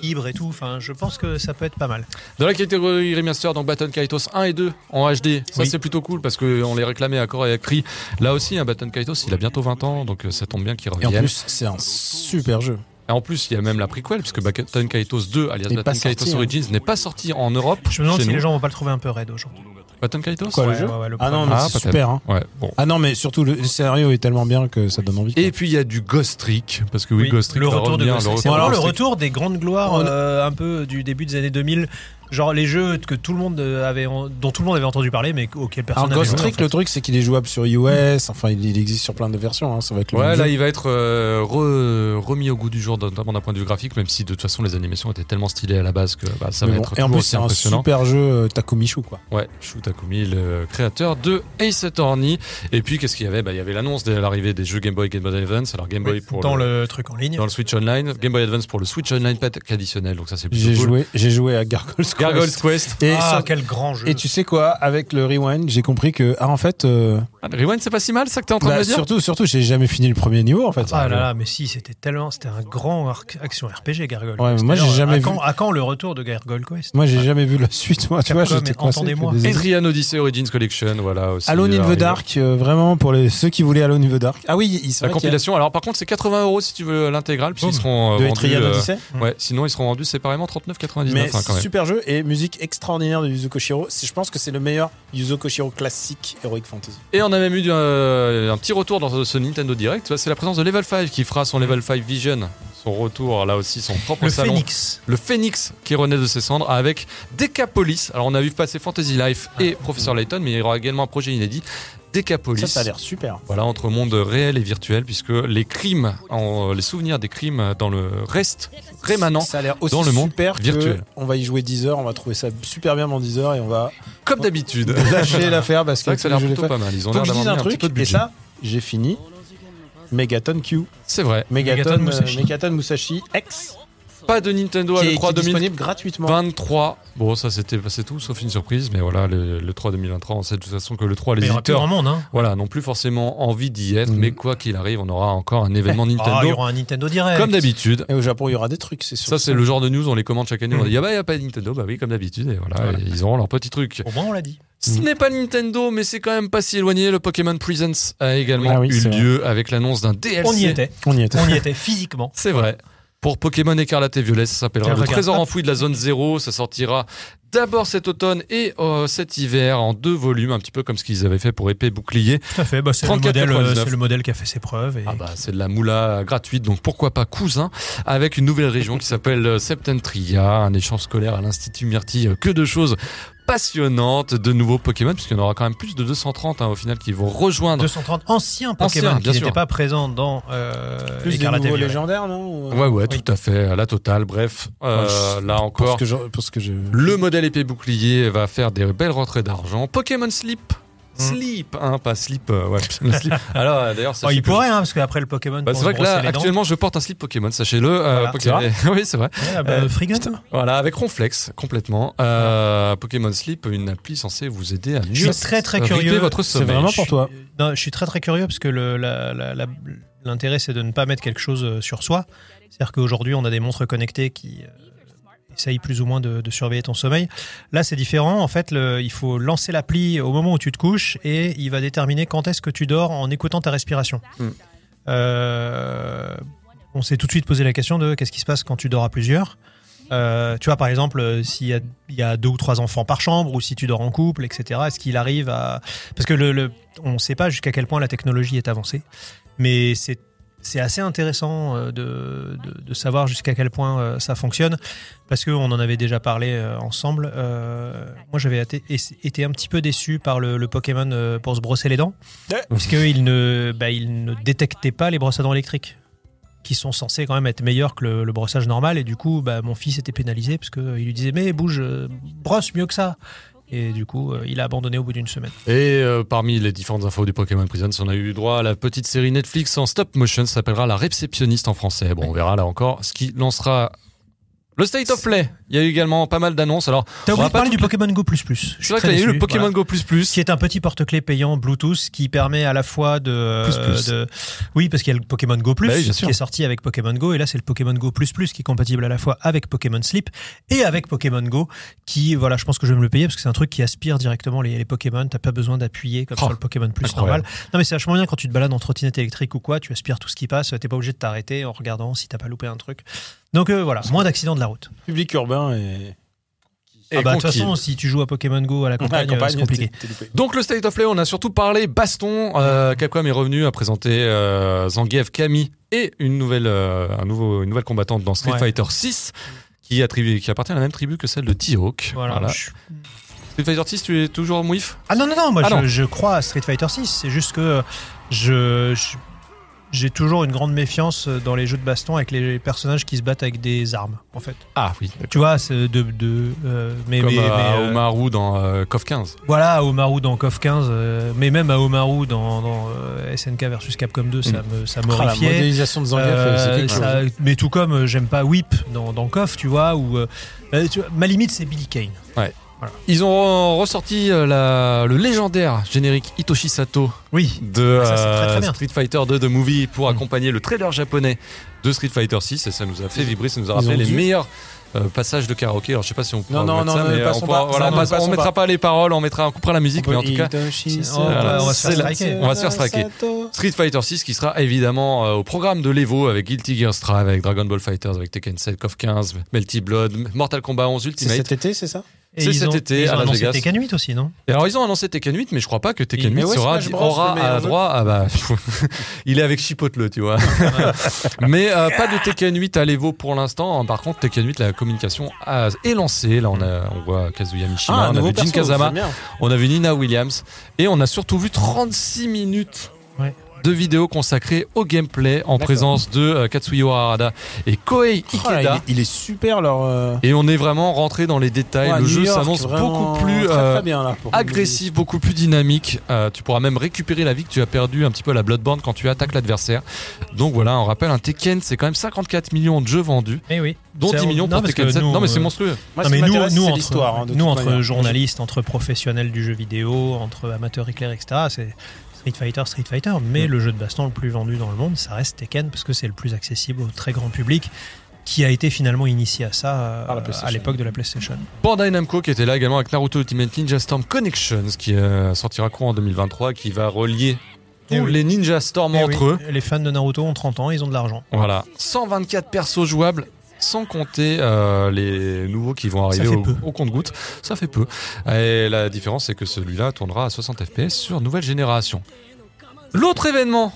[SPEAKER 2] ils vibrent et tout. Enfin, je pense que ça peut être pas mal.
[SPEAKER 1] Dans la catégorie remaster, donc Baton Kaitos 1 et 2 en HD. Ça,
[SPEAKER 2] Oui.
[SPEAKER 1] c'est plutôt cool parce qu'on les réclamait à corps et à cri. Là aussi, un Baton Kaitos, il a bientôt 20 ans, donc euh, ça tombe bien qu'il
[SPEAKER 3] Et en
[SPEAKER 1] revienne.
[SPEAKER 3] plus, c'est un super jeu.
[SPEAKER 1] Et en plus, il y a même la prequel, puisque Baton Kaitos 2, alias
[SPEAKER 3] Il est
[SPEAKER 1] Baton
[SPEAKER 3] pas
[SPEAKER 1] Kaitos
[SPEAKER 3] sorti, hein.
[SPEAKER 1] Origins, n'est pas sorti en Europe.
[SPEAKER 2] Je me demande
[SPEAKER 1] chez
[SPEAKER 2] si
[SPEAKER 1] nous.
[SPEAKER 2] les gens vont pas le trouver un peu raide aujourd'hui.
[SPEAKER 1] Baton Kaitos
[SPEAKER 3] Quoi, le
[SPEAKER 2] Ouais,
[SPEAKER 3] jeu
[SPEAKER 2] ouais, ouais, le
[SPEAKER 3] Ah non,
[SPEAKER 2] problème.
[SPEAKER 3] mais
[SPEAKER 1] Ah,
[SPEAKER 3] c'est
[SPEAKER 1] peut-être.
[SPEAKER 3] super. hein.
[SPEAKER 1] Ouais, bon.
[SPEAKER 3] Ah non, mais surtout, le scénario est tellement bien que ça donne envie. quoi.
[SPEAKER 1] Et puis, il y a du Ghost Trick, parce que oui,
[SPEAKER 2] Oui,
[SPEAKER 1] Ghost Trick
[SPEAKER 2] le
[SPEAKER 1] va
[SPEAKER 2] retour de
[SPEAKER 1] revenir,
[SPEAKER 2] Ghost Trick.
[SPEAKER 1] le
[SPEAKER 2] C'est
[SPEAKER 1] retour
[SPEAKER 2] vraiment
[SPEAKER 1] de
[SPEAKER 2] le
[SPEAKER 1] Ghost Trick.
[SPEAKER 2] retour des grandes gloires
[SPEAKER 3] On a-
[SPEAKER 2] euh, un peu du début des années 2000 Genre les jeux que tout le monde avait, en- dont tout le monde avait entendu parler, mais auxquels
[SPEAKER 6] Alors,
[SPEAKER 2] personne n'avait
[SPEAKER 6] Ghost
[SPEAKER 2] joué, en
[SPEAKER 6] Trick,
[SPEAKER 2] fait.
[SPEAKER 6] le truc, c'est qu'il est jouable sur iOS. Enfin, il, il existe sur plein de versions. hein, Ça va être le
[SPEAKER 1] Ouais,
[SPEAKER 6] même
[SPEAKER 1] là
[SPEAKER 6] jeu.
[SPEAKER 1] il va être euh, re- remis au goût du jour, notamment d'un point de vue graphique, même si de toute façon les animations étaient tellement stylées à la base que bah, ça
[SPEAKER 6] Mais
[SPEAKER 1] va
[SPEAKER 6] bon,
[SPEAKER 1] être
[SPEAKER 6] Et en
[SPEAKER 1] toujours
[SPEAKER 6] plus,
[SPEAKER 1] aussi
[SPEAKER 6] c'est un
[SPEAKER 1] impressionnant.
[SPEAKER 6] super jeu euh, Takumichu, quoi.
[SPEAKER 1] Ouais, Shu Takumi, le créateur de Ace Attorney. Et puis qu'est-ce qu'il y avait bah, Il y avait l'annonce de l'arrivée des jeux Game Boy, Game Boy Advance. Alors Game Boy
[SPEAKER 2] Oui,
[SPEAKER 1] pour
[SPEAKER 2] dans
[SPEAKER 1] le,
[SPEAKER 2] Bah, le truc en ligne.
[SPEAKER 1] dans le Switch Online, Game Boy Advance pour le Switch Online pack additionnel. Donc ça c'est plutôt
[SPEAKER 6] J'ai
[SPEAKER 1] cool.
[SPEAKER 6] joué, j'ai joué à Gargoyles.
[SPEAKER 1] Gargoyles
[SPEAKER 6] Quest.
[SPEAKER 1] Quest.
[SPEAKER 6] Et,
[SPEAKER 2] ah,
[SPEAKER 6] sur-
[SPEAKER 2] quel grand jeu.
[SPEAKER 6] et tu sais quoi Avec le rewind, j'ai compris que ah en fait, euh,
[SPEAKER 1] Ah, Rewind, c'est pas si mal, ça que t'es en train
[SPEAKER 6] bah,
[SPEAKER 1] de me dire
[SPEAKER 6] surtout, surtout, j'ai jamais fini le premier niveau en fait.
[SPEAKER 2] Ah là là, mais si, c'était tellement. C'était un grand arc- action RPG, Gargoyle.
[SPEAKER 6] Ouais, mais
[SPEAKER 2] Quest.
[SPEAKER 6] moi, j'ai
[SPEAKER 2] D'ailleurs,
[SPEAKER 6] jamais
[SPEAKER 2] à
[SPEAKER 6] vu-
[SPEAKER 2] Quand, à quand le retour de Gargoyle Quest
[SPEAKER 6] Moi, j'ai jamais vu la suite. Moi, tu vois,
[SPEAKER 2] Capcom,
[SPEAKER 6] j'étais
[SPEAKER 2] mais
[SPEAKER 6] coincé.
[SPEAKER 2] entendez-moi.
[SPEAKER 6] je suis désolé.
[SPEAKER 1] Adrian Odyssey Origins Collection, voilà aussi.
[SPEAKER 6] Alone in the
[SPEAKER 1] arrivé.
[SPEAKER 6] Dark, euh, vraiment pour les, ceux qui voulaient Alone in the Dark. Ah oui, il c'est vrai qu'il
[SPEAKER 1] La
[SPEAKER 6] y a-
[SPEAKER 1] compilation. Alors par contre, c'est 80 euros si tu veux l'intégrale, puisqu'ils seront euh,
[SPEAKER 6] de
[SPEAKER 1] vendus.
[SPEAKER 6] Etrian
[SPEAKER 1] euh,
[SPEAKER 6] Odyssey.
[SPEAKER 1] Ouais, sinon ils seront vendus séparément 39,99
[SPEAKER 6] Mais
[SPEAKER 1] hein, quand même.
[SPEAKER 6] super jeu et musique extraordinaire de Yuzo Koshiro. C'est- Je pense que c'est le meilleur Yuzo Koshiro classique Heroic Fantasy.
[SPEAKER 1] Et on a même eu euh, un petit retour dans ce Nintendo Direct. Tu vois, C'est la présence de Level 5 qui fera son Level 5 Vision, son retour là aussi, son propre
[SPEAKER 2] Le
[SPEAKER 1] salon.
[SPEAKER 2] Phoenix.
[SPEAKER 1] Le Phoenix qui renaît de ses cendres avec Decapolis. Alors on a vu passer Fantasy Life et Professor Layton, mais il y aura également un projet inédit. Decapolis.
[SPEAKER 6] Ah. Ça, ça a l'air super.
[SPEAKER 1] Voilà, entre monde réel et virtuel, puisque les crimes, en- euh, les souvenirs des crimes dans le reste rémanent,
[SPEAKER 6] Ça a l'air aussi
[SPEAKER 1] Dans le monde
[SPEAKER 6] super que
[SPEAKER 1] virtuel.
[SPEAKER 6] On va y jouer 10 heures, on va trouver ça super bien dans 10 heures et on va
[SPEAKER 1] comme d'habitude.
[SPEAKER 6] lâcher l'affaire parce
[SPEAKER 1] C'est vrai
[SPEAKER 6] que,
[SPEAKER 1] que ça a l'air
[SPEAKER 6] je l'ai
[SPEAKER 1] plutôt
[SPEAKER 6] fait.
[SPEAKER 1] pas mal. Ils ont
[SPEAKER 6] Faut
[SPEAKER 1] l'air
[SPEAKER 6] que je
[SPEAKER 1] d'avoir
[SPEAKER 6] dise un
[SPEAKER 1] mis petit
[SPEAKER 6] truc
[SPEAKER 1] peu de
[SPEAKER 6] et
[SPEAKER 1] budget.
[SPEAKER 6] ça, j'ai fini. Megaton Q,
[SPEAKER 1] C'est vrai.
[SPEAKER 6] Megaton,
[SPEAKER 2] Megaton
[SPEAKER 6] euh,
[SPEAKER 2] Musashi.
[SPEAKER 6] Megaton Musashi X,
[SPEAKER 1] Pas de Nintendo à
[SPEAKER 6] qui est, qui
[SPEAKER 1] l'E3
[SPEAKER 6] est
[SPEAKER 1] 2000.
[SPEAKER 6] disponible gratuitement.
[SPEAKER 1] 23. Bon, ça c'était bah, c'est tout, sauf une surprise, mais voilà, le, le 3 2023, on sait de toute façon que le 3,
[SPEAKER 2] Mais
[SPEAKER 1] les
[SPEAKER 2] il y aura plus grand
[SPEAKER 1] éditeurs,
[SPEAKER 2] monde, hein.
[SPEAKER 1] voilà, n'ont plus forcément envie d'y être,
[SPEAKER 6] Mhm.
[SPEAKER 1] mais quoi qu'il arrive, on aura encore un événement
[SPEAKER 2] Ah, il y
[SPEAKER 1] Nintendo,
[SPEAKER 2] aura un Nintendo Direct.
[SPEAKER 1] comme d'habitude.
[SPEAKER 6] Et au Japon, il y aura des trucs, c'est sûr.
[SPEAKER 1] Ça, c'est le genre de news, on les commande chaque année, on
[SPEAKER 2] Mhm.
[SPEAKER 1] dit, ah bah, il n'y a pas de Nintendo, bah oui, comme d'habitude, et voilà, et ils auront leur petit truc.
[SPEAKER 2] Au moins, on l'a dit.
[SPEAKER 1] Ce n'est pas Nintendo, mais c'est quand même pas si éloigné, le Pokémon Presents a également
[SPEAKER 6] Ah oui,
[SPEAKER 1] eu
[SPEAKER 6] c'est vrai.
[SPEAKER 1] lieu avec l'annonce d'un DLC.
[SPEAKER 2] On y était.
[SPEAKER 6] On y est.
[SPEAKER 2] On y était physiquement.
[SPEAKER 1] C'est vrai. Pour Pokémon Écarlate et Violet, ça s'appellera
[SPEAKER 2] Tiens,
[SPEAKER 1] Le
[SPEAKER 2] Ah, regarde.
[SPEAKER 1] Trésor enfoui de la zone 0. Ça sortira d'abord cet automne et euh, cet hiver en deux volumes, un petit peu comme ce qu'ils avaient fait pour Épée et Bouclier.
[SPEAKER 2] Tout à fait. Bah, c'est le
[SPEAKER 1] 34,99.
[SPEAKER 2] modèle, euh, c'est le modèle qui a fait ses preuves. Et...
[SPEAKER 1] Ah bah, c'est de la moula gratuite, donc pourquoi pas cousin, avec une nouvelle région qui s'appelle euh, Septentria, un échange scolaire à l'Institut Myrtille. Euh, Que de choses passionnantes de nouveaux Pokémon, puisqu'il y en aura quand même plus de 230 hein, au final qui vont rejoindre.
[SPEAKER 2] 230 anciens
[SPEAKER 1] Anciens,
[SPEAKER 2] Pokémon
[SPEAKER 1] bien
[SPEAKER 2] qui
[SPEAKER 1] sûr.
[SPEAKER 2] n'étaient pas présents dans euh,
[SPEAKER 6] Plus des
[SPEAKER 2] Écarlate et
[SPEAKER 6] nouveaux
[SPEAKER 2] Violet.
[SPEAKER 6] légendaires, non Ou-
[SPEAKER 1] Ouais, ouais,
[SPEAKER 2] Oui.
[SPEAKER 1] tout à fait, à la totale. Bref, euh,
[SPEAKER 6] Ouais, je-
[SPEAKER 1] là
[SPEAKER 6] Parce
[SPEAKER 1] encore.
[SPEAKER 6] que je. Parce que je...
[SPEAKER 1] Le modèle épée bouclier va faire des belles rentrées d'argent. Pokémon Sleep.
[SPEAKER 2] Mm.
[SPEAKER 1] Sleep, hein, pas Sleep. euh, ouais, le slip. Alors, euh, d'ailleurs,
[SPEAKER 2] Oh,
[SPEAKER 1] sachez
[SPEAKER 2] il
[SPEAKER 1] que-
[SPEAKER 2] pourrait, hein, parce qu'après le Pokémon,
[SPEAKER 1] Bah,
[SPEAKER 2] pour
[SPEAKER 1] c'est vrai
[SPEAKER 2] se
[SPEAKER 1] que là,
[SPEAKER 2] brosser les dents.
[SPEAKER 1] actuellement, je porte un slip Pokémon, sachez-le. euh,
[SPEAKER 2] Voilà.
[SPEAKER 1] Pokémon- oui, c'est vrai.
[SPEAKER 2] Ouais, bah, Frigate.
[SPEAKER 1] Voilà, avec Ronflex, complètement. Euh, Pokémon Sleep, une appli censée vous aider à mieux
[SPEAKER 2] Je suis très, très
[SPEAKER 1] régler
[SPEAKER 2] curieux.
[SPEAKER 1] votre
[SPEAKER 6] C'est
[SPEAKER 1] sommeil.
[SPEAKER 6] vraiment pour toi.
[SPEAKER 2] Non, je suis très très curieux parce que le- la- la- la- l'intérêt c'est de ne pas mettre quelque chose euh, sur soi. C'est-à-dire qu'aujourd'hui on a des montres connectées qui euh, essayent plus ou moins de, de surveiller ton sommeil. Là c'est différent. En fait, le- il faut lancer l'appli au moment où tu te couches et il va déterminer quand est-ce que tu dors en écoutant ta respiration.
[SPEAKER 1] Hmm.
[SPEAKER 2] Euh, on s'est tout de suite posé la question de qu'est-ce qui se passe quand tu dors à plusieurs. Euh, tu vois, par exemple, euh, s'il y a, il y a deux ou trois enfants par chambre, ou si tu dors en couple, etc., est-ce qu'il arrive à... Parce que le, le- on ne sait pas jusqu'à quel point la technologie est avancée, mais c'est... C'est assez intéressant euh, de, de- de savoir jusqu'à quel point euh, ça fonctionne, parce qu'on en avait déjà parlé euh, ensemble. Euh, moi, j'avais été, été un petit peu déçu par le, le Pokémon euh, pour se brosser les dents, parce qu'il ne, bah, il ne détectait pas les brosses à dents électriques qui sont censés quand même être meilleurs que le, le brossage normal. Et du coup, bah, mon fils était pénalisé parce qu'il lui disait Mais bouge, euh, brosse mieux que ça. Et du coup, euh, il a abandonné au bout d'une semaine.
[SPEAKER 1] Et euh, parmi les différentes infos du Pokémon Prisons, on a eu droit à la petite série Netflix en stop motion, ça s'appellera La Réceptionniste en français. Bon, on verra là encore ce qui lancera le State of Play. Il y a eu également pas mal d'annonces. Alors,
[SPEAKER 2] T'as
[SPEAKER 1] On
[SPEAKER 2] oublié
[SPEAKER 1] va
[SPEAKER 2] de
[SPEAKER 1] pas
[SPEAKER 2] parler
[SPEAKER 1] tout-
[SPEAKER 2] du Pokémon Go. Je suis
[SPEAKER 1] c'est vrai qu'il y a eu le Pokémon Go Plus Plus.
[SPEAKER 2] Qui est un petit porte-clés payant Bluetooth qui permet à la fois de. euh,
[SPEAKER 6] Plus, plus.
[SPEAKER 2] de- Oui, parce qu'il y a le Pokémon Go Plus
[SPEAKER 1] Bah oui, bien sûr.
[SPEAKER 2] qui est sorti avec Pokémon Go. Et là, c'est le Pokémon Go Plus Plus qui est compatible à la fois avec Pokémon Sleep et avec Pokémon Go. Qui, voilà, je pense que je vais me le payer parce que c'est un truc qui aspire directement les, les Pokémon. T'as pas besoin d'appuyer comme
[SPEAKER 1] Oh,
[SPEAKER 2] sur le Pokémon Plus
[SPEAKER 1] incroyable.
[SPEAKER 2] normal. Non, mais c'est vachement bien quand tu te balades en trottinette électrique ou quoi. Tu aspires tout ce qui passe. T'es pas obligé de t'arrêter en regardant si t'as pas loupé un truc. Donc euh, voilà, moins d'accidents de la route.
[SPEAKER 6] Public urbain et.
[SPEAKER 2] Ah bah, de toute
[SPEAKER 1] conquis.
[SPEAKER 2] façon, si tu joues à Pokémon Go à la
[SPEAKER 6] Ah,
[SPEAKER 2] campagne, euh,
[SPEAKER 6] campagne,
[SPEAKER 2] c'est compliqué.
[SPEAKER 6] t'es- t'es loupé.
[SPEAKER 1] Donc le State of Play, on a surtout parlé baston. Euh, Capcom est revenu à présenter euh, Zangief, Camille et une nouvelle, euh, un nouveau, une nouvelle combattante dans Street
[SPEAKER 2] Ouais.
[SPEAKER 1] Fighter 6 qui, attribue, qui appartient à la même tribu que celle de T-Hawk.
[SPEAKER 2] Voilà.
[SPEAKER 1] Voilà. Street Fighter 6, tu es toujours mouif
[SPEAKER 2] Ah non, non, non, moi
[SPEAKER 1] Ah
[SPEAKER 2] je,
[SPEAKER 1] non.
[SPEAKER 2] je crois à Street Fighter 6. C'est juste que euh, je. je- j'ai toujours une grande méfiance euh, dans les jeux de baston avec les personnages qui se battent avec des armes, en fait.
[SPEAKER 1] Ah oui,
[SPEAKER 2] Tu vois, c'est de. de euh, mais,
[SPEAKER 1] comme
[SPEAKER 2] mais-
[SPEAKER 1] à
[SPEAKER 2] mais, euh,
[SPEAKER 1] Omaru dans euh, KOF 15.
[SPEAKER 2] Voilà, à Omaru dans KOF 15, euh, mais même à Omaru dans, dans, euh, SNK versus Capcom 2,
[SPEAKER 1] Mm.
[SPEAKER 2] ça me ça
[SPEAKER 6] Ah, la
[SPEAKER 2] m'horrifiait.
[SPEAKER 6] modélisation de Zangief,
[SPEAKER 2] Euh,
[SPEAKER 6] c'est quelque chose.
[SPEAKER 2] ça- mais tout comme euh, j'aime pas Whip dans, dans KOF, tu vois, ou euh, euh, tu vois, ma limite c'est Billy Kane.
[SPEAKER 1] Ils ont re- ressorti euh, la- le légendaire générique Hitoshi Sato
[SPEAKER 2] Oui.
[SPEAKER 1] de
[SPEAKER 2] Ah, ça, c'est très, très
[SPEAKER 1] euh,
[SPEAKER 2] bien.
[SPEAKER 1] Street Fighter 2 de Movie pour
[SPEAKER 6] Mm.
[SPEAKER 1] accompagner le trailer japonais de Street Fighter 6 et ça nous a fait vibrer, ça nous a rappelé
[SPEAKER 6] ont
[SPEAKER 1] les
[SPEAKER 6] dû-
[SPEAKER 1] meilleurs euh, passages de karaoké. Alors je sais pas si on pourra
[SPEAKER 6] Non, non,
[SPEAKER 1] mettre
[SPEAKER 6] non,
[SPEAKER 1] ça,
[SPEAKER 6] ne
[SPEAKER 1] mais euh, on,
[SPEAKER 6] passons
[SPEAKER 1] pourra-
[SPEAKER 6] pas,
[SPEAKER 1] voilà,
[SPEAKER 6] ça,
[SPEAKER 1] on
[SPEAKER 6] ne
[SPEAKER 1] passe- on
[SPEAKER 6] passons
[SPEAKER 1] mettra pas les paroles, on mettra, on coupera la musique, mais en tout cas
[SPEAKER 2] on va- on va se faire
[SPEAKER 1] c'est la-
[SPEAKER 2] striker.
[SPEAKER 1] on va se faire striker. Street Fighter 6 qui sera évidemment euh, au programme de l'Evo avec Guilty Gear Strive, avec Dragon Ball Fighters, avec Tekken 7, KOF 15, Melty Blood, Mortal Kombat 11
[SPEAKER 6] C'est
[SPEAKER 1] Ultimate.
[SPEAKER 6] cet été, c'est ça
[SPEAKER 2] Et
[SPEAKER 1] C'est
[SPEAKER 2] ils
[SPEAKER 1] cet
[SPEAKER 2] ont,
[SPEAKER 1] été
[SPEAKER 2] ils
[SPEAKER 1] à
[SPEAKER 2] ont
[SPEAKER 1] Las
[SPEAKER 2] annoncé
[SPEAKER 1] Vegas.
[SPEAKER 2] Tekken 8 aussi, non
[SPEAKER 1] Et alors ils ont annoncé Tekken 8, mais je crois pas que Tekken 8
[SPEAKER 6] Mais ouais,
[SPEAKER 1] sera,
[SPEAKER 6] Smash Bros,
[SPEAKER 1] aura
[SPEAKER 6] le meilleur
[SPEAKER 1] à
[SPEAKER 6] jeu.
[SPEAKER 1] droit à bah, il est avec Chipotle, tu vois. mais euh, pas de Tekken 8 à l'Evo pour l'instant. Hein, Par contre, Tekken 8, la communication a- est lancée. Là, on a, on voit Kazuya Mishima,
[SPEAKER 6] Ah, un
[SPEAKER 1] on a
[SPEAKER 6] nouveau
[SPEAKER 1] vu Jin
[SPEAKER 6] perso,
[SPEAKER 1] Kazama,
[SPEAKER 6] j'aime bien.
[SPEAKER 1] on a vu Nina Williams, et on a surtout vu 36 minutes.
[SPEAKER 2] Ouais.
[SPEAKER 1] De vidéos consacrées au gameplay en présence de euh, Katsuyo Harada et Koei Ikeda.
[SPEAKER 6] Oh là, il, est- il est super leur. euh,
[SPEAKER 1] Et on est vraiment rentré dans les détails.
[SPEAKER 6] ouais,
[SPEAKER 1] le
[SPEAKER 6] New
[SPEAKER 1] jeu
[SPEAKER 6] York,
[SPEAKER 1] s'annonce
[SPEAKER 6] vraiment
[SPEAKER 1] beaucoup plus
[SPEAKER 6] très,
[SPEAKER 1] euh,
[SPEAKER 6] très bien, là, pour-
[SPEAKER 1] agressif, beaucoup plus dynamique. Euh, tu pourras même récupérer la vie que tu as perdue un petit peu à la Bloodborne quand tu attaques l'adversaire. Donc voilà, on rappelle, un Tekken, c'est quand même 54 millions de jeux vendus,
[SPEAKER 2] Eh oui.
[SPEAKER 1] dont
[SPEAKER 2] C'est-
[SPEAKER 1] 10 millions
[SPEAKER 2] non,
[SPEAKER 1] pour
[SPEAKER 2] parce
[SPEAKER 1] Tekken
[SPEAKER 2] que
[SPEAKER 1] 7.
[SPEAKER 2] nous,
[SPEAKER 1] non mais c'est
[SPEAKER 2] euh,
[SPEAKER 1] monstrueux.
[SPEAKER 6] Moi, ce
[SPEAKER 2] non,
[SPEAKER 6] qui
[SPEAKER 2] mais nous,
[SPEAKER 6] m'intéresse,
[SPEAKER 2] nous,
[SPEAKER 6] c'est
[SPEAKER 2] entre,
[SPEAKER 6] l'histoire. hein, de
[SPEAKER 2] nous
[SPEAKER 6] toute
[SPEAKER 2] entre
[SPEAKER 6] manière.
[SPEAKER 2] journalistes, entre professionnels du jeu vidéo, entre amateurs éclairés, etc., c'est Street Fighter, Street Fighter. Mais le jeu de baston le plus vendu dans le monde, ça reste Tekken parce que c'est le plus accessible au très grand public qui a été finalement initié à ça euh,
[SPEAKER 6] Par la PlayStation.
[SPEAKER 2] à l'époque de la PlayStation.
[SPEAKER 1] Bandai Namco qui était là également avec Naruto Ultimate Ninja Storm Connections qui euh, sortira courant en 2023, qui va relier tous
[SPEAKER 2] Eh oui.
[SPEAKER 1] les Ninja Storm
[SPEAKER 2] Eh
[SPEAKER 1] entre
[SPEAKER 2] oui,
[SPEAKER 1] eux.
[SPEAKER 2] Les fans de Naruto ont 30 ans, ils ont de l'argent.
[SPEAKER 1] Voilà, 124 persos jouables. Sans compter euh, les nouveaux qui vont arriver
[SPEAKER 2] fait
[SPEAKER 1] au,
[SPEAKER 2] peu.
[SPEAKER 1] au compte-gouttes, ça fait peu. Et la différence, c'est que celui-là tournera à 60 FPS sur nouvelle génération. L'autre événement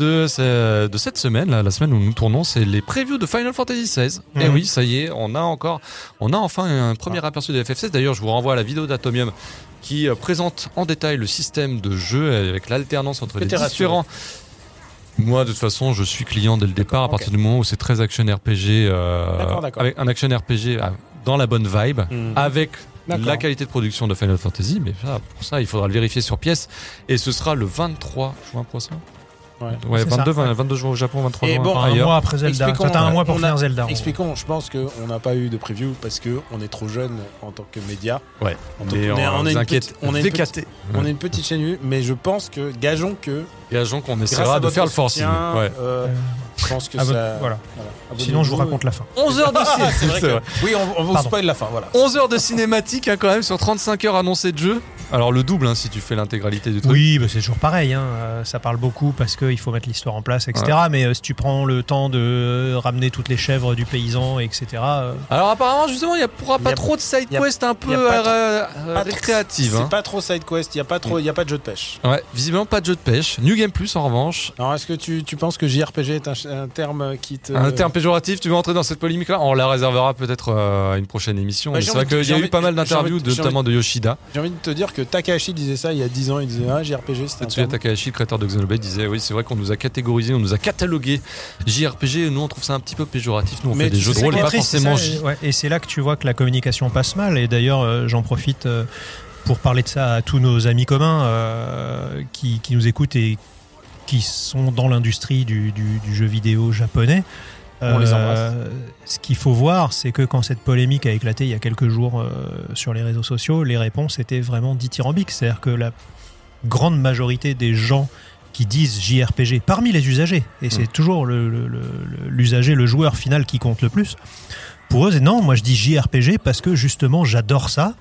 [SPEAKER 1] de, ce- de cette semaine, là, la semaine où nous tournons, c'est les previews de Final Fantasy XVI. Et
[SPEAKER 2] Mhm. Ah.
[SPEAKER 1] oui, ça y est, on a encore, on a enfin un premier aperçu de FF16. D'ailleurs, je vous renvoie à la vidéo d'Atomium qui euh, présente en détail le système de jeu avec l'alternance entre les
[SPEAKER 6] t'es rassuré.
[SPEAKER 1] différents. Moi, de toute façon, je suis client dès le départ. À partir du moment où c'est très action RPG, euh,
[SPEAKER 6] D'accord, d'accord.
[SPEAKER 1] avec un action RPG euh, dans la bonne vibe,
[SPEAKER 6] Hmm.
[SPEAKER 1] avec
[SPEAKER 6] D'accord.
[SPEAKER 1] la qualité de production de Final Fantasy. Mais ça, pour ça, il faudra le vérifier sur pièce. Et ce sera le 23 juin prochain.
[SPEAKER 6] Ouais.
[SPEAKER 1] ouais
[SPEAKER 2] C'est
[SPEAKER 1] 22,
[SPEAKER 2] ça, ouais.
[SPEAKER 1] 22 juin au Japon, 23
[SPEAKER 6] Et
[SPEAKER 1] juin
[SPEAKER 6] bon,
[SPEAKER 2] un
[SPEAKER 1] ailleurs.
[SPEAKER 2] mois après Zelda.
[SPEAKER 6] Expliquons, euh,
[SPEAKER 2] Toi, T'as un mois pour
[SPEAKER 6] on a-
[SPEAKER 2] finir Zelda. en gros.
[SPEAKER 6] Expliquons, je pense qu'on n'a pas eu de preview parce qu'on est trop jeune en tant que média.
[SPEAKER 1] Ouais.
[SPEAKER 6] On,
[SPEAKER 1] Mais euh,
[SPEAKER 6] est-
[SPEAKER 1] on
[SPEAKER 6] on est une
[SPEAKER 1] s'inquiète.
[SPEAKER 6] petite- on est une
[SPEAKER 1] VKT.
[SPEAKER 6] petite- on est une petite chaîne, U, mais je pense que, gageons que.
[SPEAKER 1] Gageons qu'on
[SPEAKER 6] Grâce
[SPEAKER 1] essaiera
[SPEAKER 6] à
[SPEAKER 1] de
[SPEAKER 6] votre
[SPEAKER 1] faire le forcing.
[SPEAKER 6] soutien,
[SPEAKER 1] Ouais.
[SPEAKER 6] euh, je pense que
[SPEAKER 2] Ah,
[SPEAKER 6] ça.
[SPEAKER 2] bon, voilà.
[SPEAKER 6] voilà.
[SPEAKER 2] Sinon, je vous
[SPEAKER 6] Abonnez-vous.
[SPEAKER 2] raconte la fin.
[SPEAKER 1] 11
[SPEAKER 6] Ah,
[SPEAKER 1] heures de cinéma.
[SPEAKER 6] bah, C'est vrai
[SPEAKER 1] C'est
[SPEAKER 6] que-
[SPEAKER 1] vrai.
[SPEAKER 6] Oui, on, on vous
[SPEAKER 2] Pardon.
[SPEAKER 6] spoil la fin, voilà.
[SPEAKER 1] 11 heures de cinématique hein, quand même sur 35 heures annoncées de jeu. Alors le double hein, si tu fais l'intégralité du truc.
[SPEAKER 2] Oui, bah, c'est toujours pareil. hein. Euh, Ça parle beaucoup parce qu'il faut mettre l'histoire en place, etc. Mais euh, si tu prends le temps de euh, ramener toutes les chèvres du paysan, etc. euh,
[SPEAKER 1] Alors apparemment justement il n'y aura
[SPEAKER 6] Il
[SPEAKER 1] pas
[SPEAKER 6] y a-
[SPEAKER 1] trop de side
[SPEAKER 6] il y a-
[SPEAKER 1] quest un peu
[SPEAKER 6] il y a pas trop-
[SPEAKER 1] euh, euh,
[SPEAKER 6] pas trop-
[SPEAKER 1] récréative. hein.
[SPEAKER 6] C'est pas trop side quest, il n'y a, pas trop- y a pas de jeu de pêche.
[SPEAKER 1] Ouais, visiblement pas de jeu de pêche. New Game Plus en revanche.
[SPEAKER 6] Alors, est-ce que tu, tu penses que JRPG est un, ch- un terme qui te.
[SPEAKER 1] Un terme péjoratif, tu veux entrer dans cette polémique là On la réservera peut-être euh, à une prochaine émission.
[SPEAKER 6] Bah,
[SPEAKER 1] Mais
[SPEAKER 6] j'ai
[SPEAKER 1] c'est vrai
[SPEAKER 6] envie de-
[SPEAKER 1] qu'il y a
[SPEAKER 6] j'ai
[SPEAKER 1] eu
[SPEAKER 6] envie-
[SPEAKER 1] pas mal
[SPEAKER 6] j'ai envie-
[SPEAKER 1] d'interviews,
[SPEAKER 6] j'ai envie-
[SPEAKER 1] notamment de Yoshida.
[SPEAKER 6] J'ai envie de te dire que Takahashi disait ça il y a 10 ans, il disait Ah, JRPG, c'était un
[SPEAKER 1] Tetsuya
[SPEAKER 6] terme.
[SPEAKER 1] Takahashi, le créateur de Xenoblade, disait Oui, c'est vrai qu'on nous a catégorisé, on nous a catalogué JRPG. et Nous on trouve ça un petit peu péjoratif. Nous on
[SPEAKER 6] Mais
[SPEAKER 1] fait des
[SPEAKER 6] tu
[SPEAKER 1] jeux de
[SPEAKER 6] sais
[SPEAKER 1] rôle,
[SPEAKER 6] qu'on
[SPEAKER 1] et
[SPEAKER 6] est
[SPEAKER 1] pas
[SPEAKER 2] triste, c'est
[SPEAKER 1] forcément
[SPEAKER 2] ça,
[SPEAKER 1] J.
[SPEAKER 2] et- ouais, et c'est là que tu vois que la communication passe mal. Et d'ailleurs, euh, j'en profite euh, pour parler de ça à tous nos amis communs euh, qui, qui nous écoutent et qui sont dans l'industrie du, du- du jeu vidéo japonais. Euh,
[SPEAKER 6] On les embrasse.
[SPEAKER 2] Ce qu'il faut voir, c'est que quand cette polémique a éclaté il y a quelques jours euh, sur les réseaux sociaux, les réponses étaient vraiment dithyrambiques. C'est-à-dire que la grande majorité des gens qui disent JRPG parmi les usagers, et c'est
[SPEAKER 6] Mmh.
[SPEAKER 2] toujours le- le- le- le- l'usager, le joueur final qui compte le plus, pour eux, c'est non, moi je dis JRPG parce que justement j'adore ça.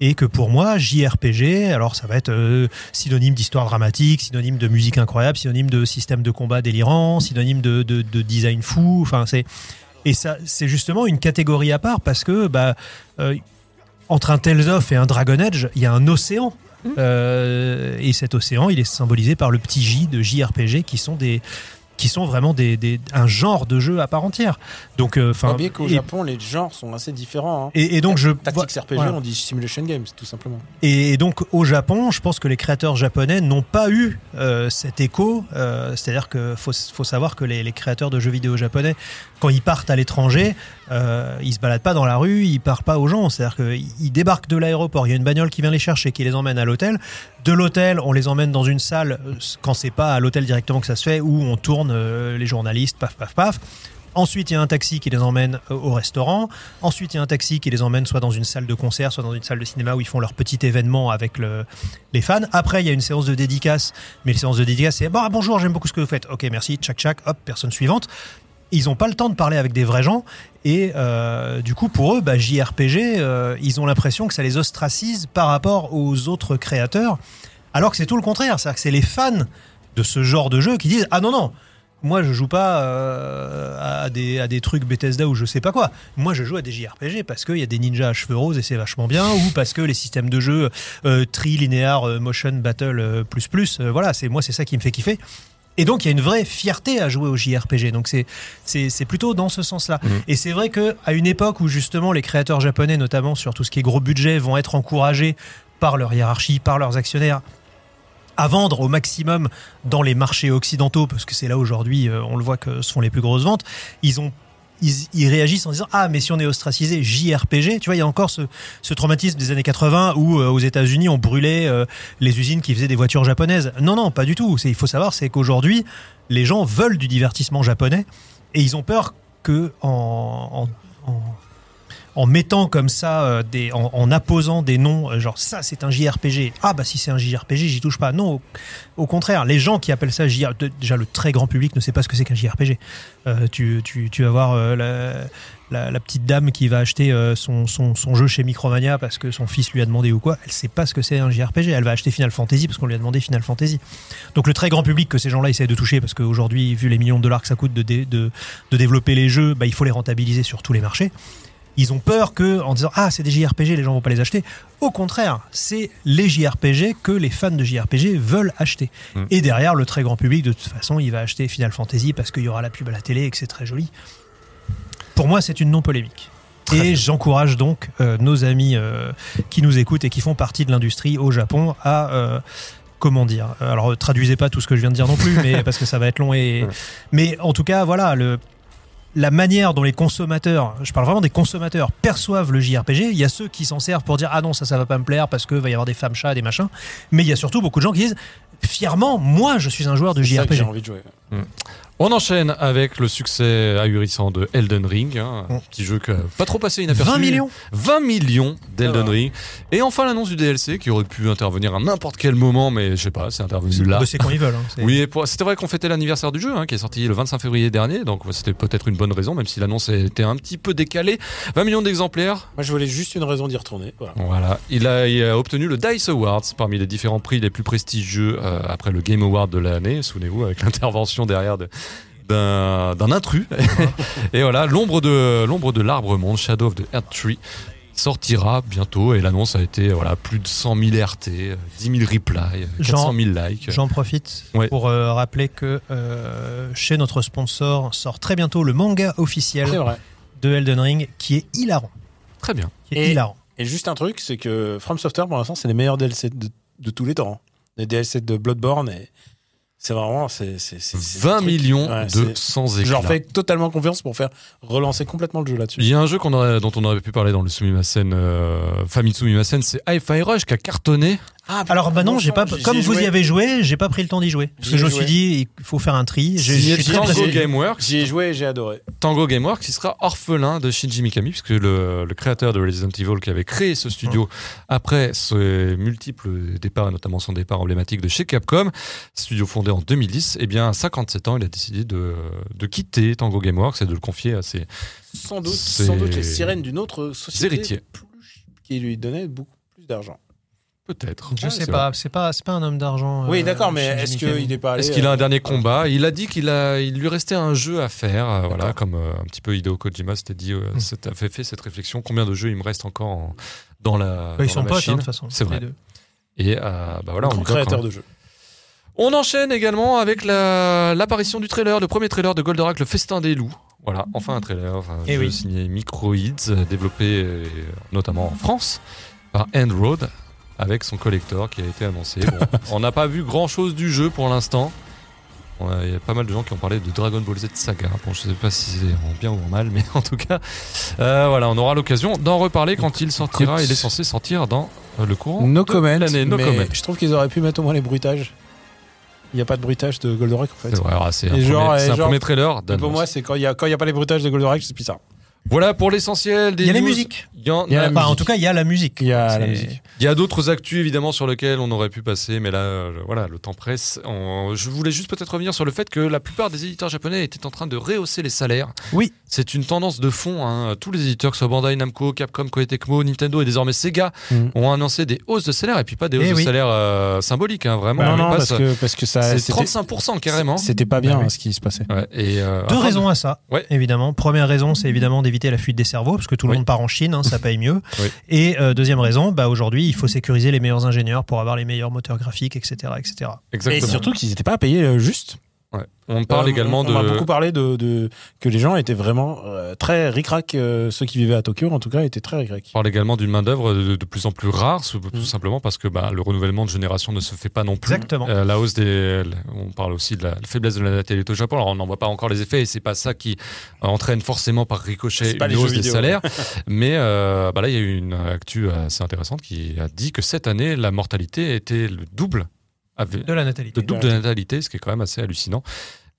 [SPEAKER 2] Et que pour moi, JRPG, alors ça va être euh, synonyme d'histoire dramatique, synonyme de musique incroyable, synonyme de système de combat délirant, synonyme de, de- de design fou. Enfin, c'est et ça, c'est justement une catégorie à part parce que bah, euh, entre un Tales of et un Dragon Age, il y a un océan. Euh, et cet océan, il est symbolisé par le petit J de JRPG qui sont des, qui sont vraiment des, des- un genre de jeu à part entière. Donc, euh, enfin,
[SPEAKER 6] Faut pas oublier qu'au Japon, les genres sont assez différents. hein.
[SPEAKER 2] et, et donc je
[SPEAKER 6] Tactics RPG,
[SPEAKER 2] voilà.
[SPEAKER 6] on dit Simulation Games, tout simplement.
[SPEAKER 2] Et donc au Japon, je pense que les créateurs japonais n'ont pas eu euh, cet écho. euh, C'est-à-dire que faut, faut savoir que les, les créateurs de jeux vidéo japonais, quand ils partent à l'étranger, euh, ils se baladent pas dans la rue, ils parlent pas aux gens. C'est-à-dire qu'ils débarquent de l'aéroport, il y a une bagnole qui vient les chercher, qui les emmène à l'hôtel. De l'hôtel, on les emmène dans une salle, euh, quand c'est pas à l'hôtel directement que ça se fait, où on tourne euh, les journalistes, paf, paf, paf. Ensuite, il y a un taxi qui les emmène euh, au restaurant. Ensuite, il y a un taxi qui les emmène soit dans une salle de concert, soit dans une salle de cinéma où ils font leur petit événement avec le- les fans. Après, il y a une séance de dédicace. Mais les séances de dédicace, c'est bon, ah, bonjour, j'aime beaucoup ce que vous faites. Ok, merci, tchac tchac, hop, personne suivante. Ils n'ont pas le temps de parler avec des vrais gens. Et euh, du coup, pour eux, bah, JRPG, euh, ils ont l'impression que ça les ostracise par rapport aux autres créateurs. Alors que c'est tout le contraire. C'est-à-dire que c'est les fans de ce genre de jeu qui disent Ah non, non, moi je joue pas euh, à, des, à des trucs Bethesda ou je sais pas quoi. Moi je joue à des JRPG parce qu'il y a des ninjas à cheveux roses et c'est vachement bien, ou parce que les systèmes de jeu euh, tri, linéaire, euh, motion, battle, euh, plus plus, euh, voilà, c'est moi c'est ça qui me fait kiffer. Et donc il y a une vraie fierté à jouer au JRPG. Donc c'est c'est c'est plutôt dans ce sens-là. Et c'est vrai que à une époque où justement les créateurs japonais, notamment sur tout ce qui est gros budget, vont être encouragés par leur hiérarchie, par leurs actionnaires, à vendre au maximum dans les marchés occidentaux, parce que c'est là aujourd'hui, euh, on le voit que ce sont les plus grosses ventes, ils ont ils, ils réagissent en disant ah mais si on est ostracisé JRPG tu vois il y a encore ce, ce traumatisme des années 80 où euh, aux États-Unis on brûlait euh, les usines qui faisaient des voitures japonaises non non pas du tout c'est il faut savoir c'est qu'aujourd'hui les gens veulent du divertissement japonais et ils ont peur que en, en- en- en mettant comme ça euh, des, en, en apposant des noms euh, genre ça c'est un JRPG ah bah si c'est un JRPG j'y touche pas non au, au contraire les gens qui appellent ça JR de- déjà le très grand public ne sait pas ce que c'est qu'un JRPG Euh, tu, tu, tu vas voir euh, la, la, la petite dame qui va acheter euh, son, son, son jeu chez Micromania parce que son fils lui a demandé ou quoi elle sait pas ce que c'est un JRPG elle va acheter Final Fantasy parce qu'on lui a demandé Final Fantasy donc le très grand public que ces gens-là essaient de toucher parce qu'aujourd'hui vu les millions de dollars que ça coûte de, dé- de, de développer les jeux bah, il faut les rentabiliser sur tous les marchés ils ont peur que, en disant ah c'est des JRPG, les gens vont pas les acheter. Au contraire, c'est les JRPG que les fans de JRPG veulent acheter.
[SPEAKER 1] Mm.
[SPEAKER 2] Et derrière, le très grand public, de toute façon, il va acheter Final Fantasy parce qu'il y aura la pub à la télé et que c'est très joli. Pour moi, c'est une non polémique. et j'encourage donc euh, nos amis euh, qui nous écoutent et qui font partie de l'industrie au Japon à euh, comment dire. Alors euh, traduisez pas tout ce que je viens de dire non plus, mais parce que ça va être long et. Mais en tout cas, voilà le la manière dont les consommateurs, je parle vraiment des consommateurs, perçoivent le JRPG, il y a ceux qui s'en servent pour dire ah non ça ça va pas me plaire parce que va y avoir des femmes chats des machins, mais il y a surtout beaucoup de gens qui disent fièrement moi je suis un joueur de
[SPEAKER 6] C'est ça que j'ai
[SPEAKER 2] JRPG.
[SPEAKER 6] envie de jouer.
[SPEAKER 1] On enchaîne avec le succès ahurissant de Elden Ring, hein, un
[SPEAKER 2] Mm.
[SPEAKER 1] petit jeu que pas trop passé inaperçu.
[SPEAKER 2] 20 millions
[SPEAKER 1] 20 millions d'Elden
[SPEAKER 6] Ah ouais.
[SPEAKER 1] Ring. Et enfin l'annonce du DLC qui aurait pu intervenir à n'importe quel moment, mais je sais pas, c'est intervenu là.
[SPEAKER 2] Bah, C'est quand ils veulent. hein, c'est-
[SPEAKER 1] Oui, et pour- c'était vrai qu'on fêtait l'anniversaire du jeu, hein, qui est sorti le 25 février dernier, donc ouais, c'était peut-être une bonne raison, même si l'annonce était un petit peu décalée. 20 millions d'exemplaires.
[SPEAKER 6] Moi, je voulais juste une raison d'y retourner. Voilà.
[SPEAKER 1] Voilà. Il a, il a obtenu le Dice Awards, parmi les différents prix les plus prestigieux euh, après le Game Award de l'année. Souvenez-vous, avec l'intervention derrière de d'un d'un intrus. et voilà, l'ombre de l'ombre de l'arbre monde, Shadow of the Earth Tree, sortira bientôt. Et l'annonce a été voilà plus de 100 000 RT, euh, 10 000 replies, euh, 400
[SPEAKER 2] Jean-
[SPEAKER 1] 000 likes.
[SPEAKER 2] J'en profite
[SPEAKER 1] Ouais.
[SPEAKER 2] pour euh, rappeler que euh, chez notre sponsor sort très bientôt le manga
[SPEAKER 6] C'est
[SPEAKER 2] officiel
[SPEAKER 6] vrai.
[SPEAKER 2] de Elden Ring qui est hilarant.
[SPEAKER 1] Très bien.
[SPEAKER 2] Qui est
[SPEAKER 6] Et-
[SPEAKER 2] hilarant.
[SPEAKER 6] Et juste un truc, c'est que From Software, pour l'instant, c'est les meilleurs DLC de, de tous les temps. hein. Les DLC de Bloodborne, et c'est vraiment. c'est c'est- c'est- c'est-
[SPEAKER 1] 20
[SPEAKER 6] truc.
[SPEAKER 1] millions
[SPEAKER 6] Ouais,
[SPEAKER 1] de
[SPEAKER 6] c'est-
[SPEAKER 1] 100
[SPEAKER 6] Je
[SPEAKER 1] éclats.
[SPEAKER 6] leur fais totalement confiance pour faire relancer complètement le jeu
[SPEAKER 1] Il
[SPEAKER 6] là-dessus.
[SPEAKER 1] y a un jeu qu'on aurait- dont on aurait pu parler dans le Sumimasen, euh, Famitsu Mimasen, c'est Hi-Fi Rush qui a cartonné.
[SPEAKER 2] Alors bah
[SPEAKER 6] Ah,
[SPEAKER 2] non, j'ai pas comme vous y avez joué, j'ai pas pris le temps d'y joué. Parce
[SPEAKER 6] J'y
[SPEAKER 2] que
[SPEAKER 6] ai
[SPEAKER 2] je me suis
[SPEAKER 6] joué.
[SPEAKER 2] dit il faut faire un tri. J'ai-
[SPEAKER 6] J'y ai
[SPEAKER 2] je suis
[SPEAKER 6] joué.
[SPEAKER 2] très pressé.
[SPEAKER 1] Tango
[SPEAKER 6] pressé.
[SPEAKER 1] Gameworks,
[SPEAKER 6] J'y ai joué et j'ai adoré.
[SPEAKER 1] Tango Gameworks, il sera orphelin de Shinji Mikami, puisque le, le créateur de Resident Evil qui avait créé ce studio après ses multiples départs, et notamment son départ emblématique de chez Capcom, studio fondé en 2010, et eh bien à 57 ans, il a décidé de, de quitter Tango Gameworks et de le confier à ses
[SPEAKER 6] Sans doute,
[SPEAKER 1] C'est-
[SPEAKER 6] sans doute les sirènes d'une autre société
[SPEAKER 1] Héritiers.
[SPEAKER 6] plus- qui lui donnait beaucoup plus d'argent.
[SPEAKER 1] peut-être.
[SPEAKER 2] Je sais
[SPEAKER 1] Ah, C'est
[SPEAKER 2] pas, c'est pas c'est pas un homme d'argent.
[SPEAKER 6] oui,
[SPEAKER 2] euh,
[SPEAKER 6] d'accord, mais
[SPEAKER 2] Shinji
[SPEAKER 6] est-ce
[SPEAKER 2] Mikami.
[SPEAKER 6] qu'il est pas allé
[SPEAKER 1] Est-ce qu'il a
[SPEAKER 6] euh,
[SPEAKER 1] un dernier combat Il a dit qu'il a, il lui restait un jeu à faire, euh, voilà, comme euh, un petit peu Hideo Kojima s'était dit, euh,
[SPEAKER 2] Mm.
[SPEAKER 1] s'était- avait fait cette réflexion. Combien de jeux il me reste encore en- dans la,
[SPEAKER 2] Bah,
[SPEAKER 1] dans
[SPEAKER 2] ils
[SPEAKER 1] la
[SPEAKER 2] sont potes hein,
[SPEAKER 1] machine
[SPEAKER 2] de toute façon.
[SPEAKER 1] C'est
[SPEAKER 2] les
[SPEAKER 1] vrai.
[SPEAKER 2] deux.
[SPEAKER 1] Et euh, bah voilà,
[SPEAKER 6] grand
[SPEAKER 1] on, lui doit
[SPEAKER 6] créateur
[SPEAKER 1] quand-
[SPEAKER 6] de jeu
[SPEAKER 1] On enchaîne également avec la- l'apparition du trailer, le premier trailer de Goldorak, le festin des loups. Voilà, enfin un trailer, un
[SPEAKER 2] Eh
[SPEAKER 1] jeu
[SPEAKER 2] oui.
[SPEAKER 1] signé Microids, développé euh, notamment en France par Endroad, avec son collector qui a été annoncé. Bon, on n'a pas vu grand-chose du jeu pour l'instant. On a- Il y a pas mal de gens qui ont parlé de Dragon Ball Z Saga. Bon, je sais pas si c'est en bien ou en mal, mais en tout cas, euh, voilà, on aura l'occasion d'en reparler quand il sortira.
[SPEAKER 6] Écoute.
[SPEAKER 1] Il est censé sortir dans euh, le courant
[SPEAKER 6] No
[SPEAKER 1] de
[SPEAKER 6] comment.
[SPEAKER 1] l'année. No
[SPEAKER 6] mais
[SPEAKER 1] comment.
[SPEAKER 6] Je trouve qu'ils auraient pu mettre au moins les bruitages. Il n'y a pas de bruitage de Goldorak en fait.
[SPEAKER 1] C'est vrai, alors, c'est un,
[SPEAKER 6] Et genre,
[SPEAKER 1] premier, c'est
[SPEAKER 6] et
[SPEAKER 1] un
[SPEAKER 6] genre-
[SPEAKER 1] premier trailer.
[SPEAKER 6] Mais Pour
[SPEAKER 1] d'annonce.
[SPEAKER 6] moi, c'est quand il n'y a, quand il y a pas les bruitages de Goldorak, c'est bizarre.
[SPEAKER 1] Voilà pour l'essentiel des
[SPEAKER 2] Il y a les
[SPEAKER 1] news.
[SPEAKER 2] musiques.
[SPEAKER 1] Il y en
[SPEAKER 6] Il y a
[SPEAKER 1] a-
[SPEAKER 6] la
[SPEAKER 2] Enfin, en
[SPEAKER 6] musique.
[SPEAKER 2] tout cas, il y a la musique.
[SPEAKER 6] Il y a la
[SPEAKER 2] C'est-
[SPEAKER 6] musique.
[SPEAKER 1] il y a d'autres actus évidemment sur lesquelles on aurait pu passer, mais là, euh, voilà, le temps presse. On- je voulais juste peut-être revenir sur le fait que la plupart des éditeurs japonais étaient en train de rehausser les salaires.
[SPEAKER 2] Oui.
[SPEAKER 1] C'est une tendance de fond. hein. Tous les éditeurs, que ce soit Bandai, Namco, Capcom, Koei Tecmo, Nintendo et désormais Sega,
[SPEAKER 6] Mhm.
[SPEAKER 1] ont annoncé des hausses de salaire et puis pas des hausses
[SPEAKER 2] Eh
[SPEAKER 1] de
[SPEAKER 2] oui.
[SPEAKER 1] salaire euh, symboliques, hein, vraiment.
[SPEAKER 3] Bah
[SPEAKER 6] non,
[SPEAKER 1] on
[SPEAKER 6] non,
[SPEAKER 1] passe-
[SPEAKER 6] parce que, parce que ça.
[SPEAKER 1] c'est
[SPEAKER 6] c'était-
[SPEAKER 1] 35% carrément.
[SPEAKER 6] C'était pas bien
[SPEAKER 2] Ah oui.
[SPEAKER 6] hein, ce qui se passait.
[SPEAKER 1] Ouais, et, euh,
[SPEAKER 2] Deux
[SPEAKER 1] afin de-
[SPEAKER 2] raisons à ça,
[SPEAKER 1] Ouais.
[SPEAKER 2] évidemment. Première raison, c'est évidemment d'éviter la fuite des cerveaux, parce que tout le
[SPEAKER 1] Oui.
[SPEAKER 2] monde part en Chine, hein, ça paye mieux.
[SPEAKER 1] Oui.
[SPEAKER 2] Et euh, deuxième raison, bah, aujourd'hui, il faut sécuriser les meilleurs ingénieurs pour avoir les meilleurs moteurs graphiques, etc. etc.
[SPEAKER 1] Exactement.
[SPEAKER 6] Et surtout qu'ils n'étaient pas payés euh, juste.
[SPEAKER 1] Ouais. On parle
[SPEAKER 6] Euh,
[SPEAKER 1] également
[SPEAKER 6] on,
[SPEAKER 1] de.
[SPEAKER 6] On a beaucoup parlé de, de- que les gens étaient vraiment euh, très ric-rac. euh, ceux qui vivaient à Tokyo, en tout cas, étaient très ric-rac.
[SPEAKER 1] On parle également d'une main-d'œuvre de, de plus en plus rare, sou-
[SPEAKER 6] Mhm.
[SPEAKER 1] tout simplement parce que bah, le renouvellement de génération ne se fait pas non plus.
[SPEAKER 2] Exactement.
[SPEAKER 1] Euh, la hausse des. On parle aussi de la faiblesse de la natalité au Japon. Alors, on n'en voit pas encore les effets et c'est pas ça qui entraîne forcément par ricochet
[SPEAKER 6] C'est pas
[SPEAKER 1] une
[SPEAKER 6] les jeux
[SPEAKER 1] hausse des
[SPEAKER 6] vidéo.
[SPEAKER 1] salaires. Mais euh, bah là, il y a eu une actu euh, assez intéressante qui a dit que cette année, la mortalité était le double, avait-
[SPEAKER 2] De la natalité.
[SPEAKER 1] le double de la natalité, ce qui est quand même assez hallucinant.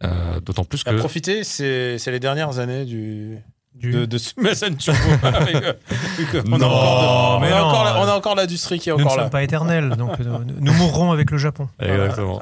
[SPEAKER 1] Euh, D'autant plus que.
[SPEAKER 6] profiter, c'est c'est les dernières années du.
[SPEAKER 2] Du-
[SPEAKER 6] De, de Sumasan Turbo. Avec, euh, vu que on, a
[SPEAKER 2] Non,
[SPEAKER 6] encore de-
[SPEAKER 2] mais
[SPEAKER 6] on a
[SPEAKER 2] non.
[SPEAKER 6] encore la- on a encore l'industrie qui est
[SPEAKER 2] Nous ne
[SPEAKER 6] encore
[SPEAKER 2] sommes
[SPEAKER 6] là.
[SPEAKER 2] pas éternels, donc euh, nous nous mourrons avec le Japon.
[SPEAKER 1] Exactement.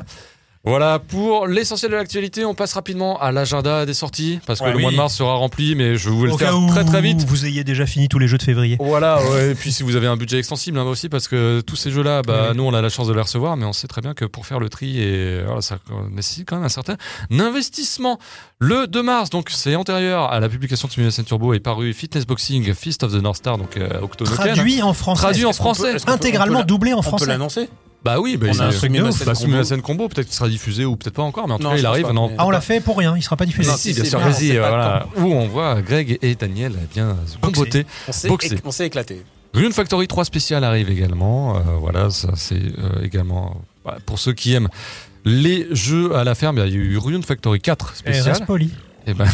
[SPEAKER 1] Voilà, pour l'essentiel de l'actualité, on passe rapidement à l'agenda des sorties, parce que
[SPEAKER 6] Ouais,
[SPEAKER 1] le mois de
[SPEAKER 6] oui.
[SPEAKER 1] mars sera rempli, mais je vais vous le
[SPEAKER 2] Au
[SPEAKER 1] faire
[SPEAKER 2] cas où
[SPEAKER 1] très très vite.
[SPEAKER 2] vous ayez déjà fini tous les jeux de février.
[SPEAKER 1] Voilà, ouais, et puis si vous avez un budget extensible hein, aussi, parce que tous ces jeux-là, bah,
[SPEAKER 2] Oui.
[SPEAKER 1] nous on a la chance de les recevoir, mais on sait très bien que pour faire le tri, et, voilà, ça nécessite quand même un certain investissement. Le 2 mars, donc c'est antérieur à la publication de Simulation Turbo, est paru Fitness Boxing, Fist of the North Star, donc euh, Octonoken.
[SPEAKER 2] Traduit en français.
[SPEAKER 1] Traduit en
[SPEAKER 6] Est-ce qu'on peut-
[SPEAKER 1] français.
[SPEAKER 6] est-ce qu'on peut- on
[SPEAKER 2] Intégralement
[SPEAKER 6] peut
[SPEAKER 2] doublé en
[SPEAKER 6] la- On peut
[SPEAKER 2] français.
[SPEAKER 6] l'annoncer
[SPEAKER 1] Bah oui, bah,
[SPEAKER 6] On a un
[SPEAKER 1] il-
[SPEAKER 6] truc de
[SPEAKER 1] bah,
[SPEAKER 6] Nascent Combo.
[SPEAKER 1] Simulation Combo, peut-être qu'il sera diffusé ou peut-être pas encore, mais en tout
[SPEAKER 6] Non,
[SPEAKER 1] cas
[SPEAKER 6] je
[SPEAKER 1] il
[SPEAKER 6] pense
[SPEAKER 1] arrive.
[SPEAKER 6] pas,
[SPEAKER 1] non,
[SPEAKER 6] mais-
[SPEAKER 2] Ah, on l'a fait pour rien, il sera pas diffusé.
[SPEAKER 6] Non,
[SPEAKER 1] si,
[SPEAKER 6] si,
[SPEAKER 1] bien
[SPEAKER 6] c'est
[SPEAKER 1] sûr,
[SPEAKER 6] bien,
[SPEAKER 1] vas-y,
[SPEAKER 6] c'est pas
[SPEAKER 1] voilà. Où on voit Greg et Daniel bien se comboter.
[SPEAKER 6] On s'est
[SPEAKER 1] Boxé.
[SPEAKER 6] éc- on s'est éclaté.
[SPEAKER 1] Rune Factory 3 spécial arrive également. Euh, voilà, ça c'est euh, également euh, voilà, pour ceux qui aiment les jeux à la ferme. Il y a eu Rune Factory 4
[SPEAKER 2] Eh,
[SPEAKER 1] spécial.
[SPEAKER 2] Reste poli.
[SPEAKER 1] Et ben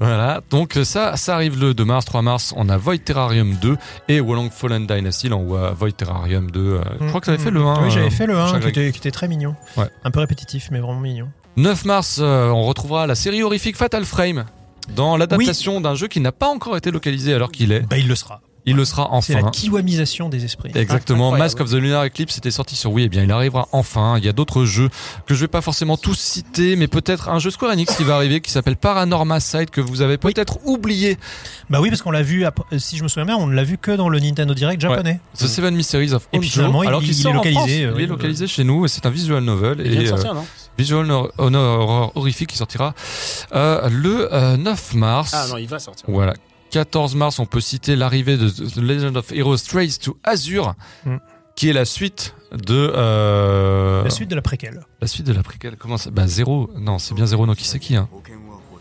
[SPEAKER 1] voilà, donc ça, ça arrive le 2 mars, 3 mars, on a Void Terrarium 2 et Wolong Fallen Dynasty, là on voit Void Terrarium 2, euh, je crois que t'avais fait le 1.
[SPEAKER 2] Mm. Oui,
[SPEAKER 1] euh,
[SPEAKER 2] j'avais fait le 1
[SPEAKER 1] Chagrin.
[SPEAKER 2] qui était, qui était très mignon.
[SPEAKER 1] Ouais.
[SPEAKER 2] Un peu répétitif, mais vraiment mignon.
[SPEAKER 1] 9 mars, euh, on retrouvera la série horrifique Fatal Frame dans l'adaptation d'un jeu qui n'a pas encore été localisé alors qu'il est.
[SPEAKER 2] Bah, il le sera.
[SPEAKER 1] Il le sera
[SPEAKER 2] C'est
[SPEAKER 1] enfin. hein.
[SPEAKER 2] la kiwamisation des esprits.
[SPEAKER 1] Exactement,
[SPEAKER 6] Incroyable.
[SPEAKER 1] Mask of the Lunar Eclipse était sorti sur Wii, et bien il arrivera enfin. Il y a d'autres jeux que je vais pas forcément tous citer, mais peut-être un jeu Square Enix qui va arriver qui s'appelle Paranorma Side que vous avez peut-être oublié.
[SPEAKER 2] Bah oui, parce qu'on l'a vu, après- euh, si je me souviens bien, on ne l'a vu que dans le Nintendo Direct japonais.
[SPEAKER 1] The Seven Mysteries of
[SPEAKER 2] Et puis
[SPEAKER 1] Honjo,
[SPEAKER 2] finalement, il-
[SPEAKER 1] alors qu'il
[SPEAKER 2] il est
[SPEAKER 1] sort en
[SPEAKER 2] localisé,
[SPEAKER 1] France.
[SPEAKER 2] euh,
[SPEAKER 1] il est
[SPEAKER 2] oui,
[SPEAKER 1] localisé chez nous et c'est un visual novel
[SPEAKER 6] Il vient
[SPEAKER 1] et
[SPEAKER 6] de
[SPEAKER 1] euh,
[SPEAKER 6] sortir, non
[SPEAKER 1] visual no- honor- horror horrifique qui sortira euh, le euh, 9 mars.
[SPEAKER 6] Ah non, il va sortir.
[SPEAKER 1] Voilà. 14 mars, on peut citer l'arrivée de The Legend of Heroes Trails to Azure,
[SPEAKER 2] Mm.
[SPEAKER 1] qui est la suite de euh,
[SPEAKER 2] La suite de la préquelle.
[SPEAKER 1] la suite de la préquelle. Comment ça Bah zéro. Non, c'est bien zéro no Kiseki. Hein.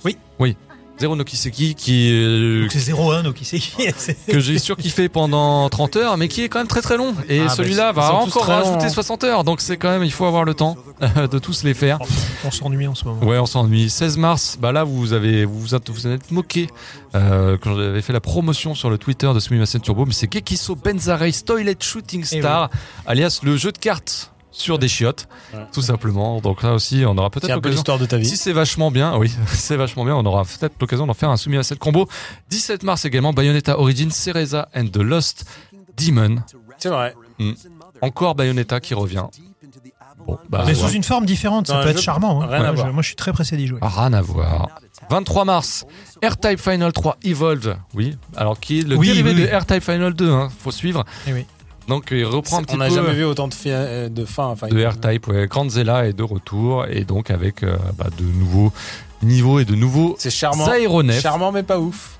[SPEAKER 2] Oui.
[SPEAKER 1] Oui. Zéro no Kiseki qui euh,
[SPEAKER 2] Donc c'est 0-1, donc il sait qui est. C'est-
[SPEAKER 1] que j'ai surkiffé pendant 30 heures, mais qui est quand même très très long. Et
[SPEAKER 6] Ah, bah,
[SPEAKER 1] celui-là
[SPEAKER 6] ils sont
[SPEAKER 1] va
[SPEAKER 6] tous
[SPEAKER 1] encore
[SPEAKER 6] très longs,
[SPEAKER 1] rajouter
[SPEAKER 6] hein.
[SPEAKER 1] 60 heures. Donc c'est quand même, il faut avoir le temps euh, de tous les faire.
[SPEAKER 2] On s'ennuie en ce moment.
[SPEAKER 1] Ouais, on s'ennuie. 16 mars, bah là, vous avez, vous vous, êtes- vous en êtes moqué euh, quand j'avais fait la promotion sur le Twitter de Sumimasen Turbo, mais c'est Gekiso Benzarei Toilet Shooting
[SPEAKER 2] Eh
[SPEAKER 1] Star, alias le jeu de cartes sur des chiottes,
[SPEAKER 6] Ouais.
[SPEAKER 1] tout simplement. Donc là aussi, on aura
[SPEAKER 6] C'est
[SPEAKER 1] peut-être
[SPEAKER 6] un peu
[SPEAKER 1] l'occasion.
[SPEAKER 6] l'histoire de ta vie.
[SPEAKER 1] Si c'est vachement bien, oui, c'est vachement bien, on aura peut-être l'occasion d'en faire un soumis à cette combo. 17 mars également, Bayonetta Origins, Cereza and the Lost Demon.
[SPEAKER 6] C'est vrai.
[SPEAKER 1] Hmm. Encore Bayonetta qui revient. Bon, bah,
[SPEAKER 2] mais
[SPEAKER 1] ouais.
[SPEAKER 2] sous une forme différente, ça
[SPEAKER 6] Dans
[SPEAKER 2] peut
[SPEAKER 6] un
[SPEAKER 2] être
[SPEAKER 6] jeu-
[SPEAKER 2] charmant. hein.
[SPEAKER 6] rien à
[SPEAKER 2] Ouais, je-
[SPEAKER 6] voir.
[SPEAKER 2] Moi, je suis très pressé d'y jouer.
[SPEAKER 1] Rien à voir. 23 mars, R-Type Final 3 Evolved. Oui, alors qui est le
[SPEAKER 2] Oui,
[SPEAKER 1] dérivé
[SPEAKER 2] oui, oui.
[SPEAKER 1] de R-Type Final 2, hein, faut suivre.
[SPEAKER 2] Eh oui.
[SPEAKER 1] Donc il reprend un petit
[SPEAKER 6] On n'a
[SPEAKER 1] peu
[SPEAKER 6] jamais vu autant de, fi- euh, de fins. enfin,
[SPEAKER 1] de R-Type. Ouais. Grand Zella est de retour et donc avec euh, bah, de nouveaux niveaux et de nouveaux
[SPEAKER 6] C'est charmant.
[SPEAKER 1] aéronefs.
[SPEAKER 6] Charmant, mais pas ouf.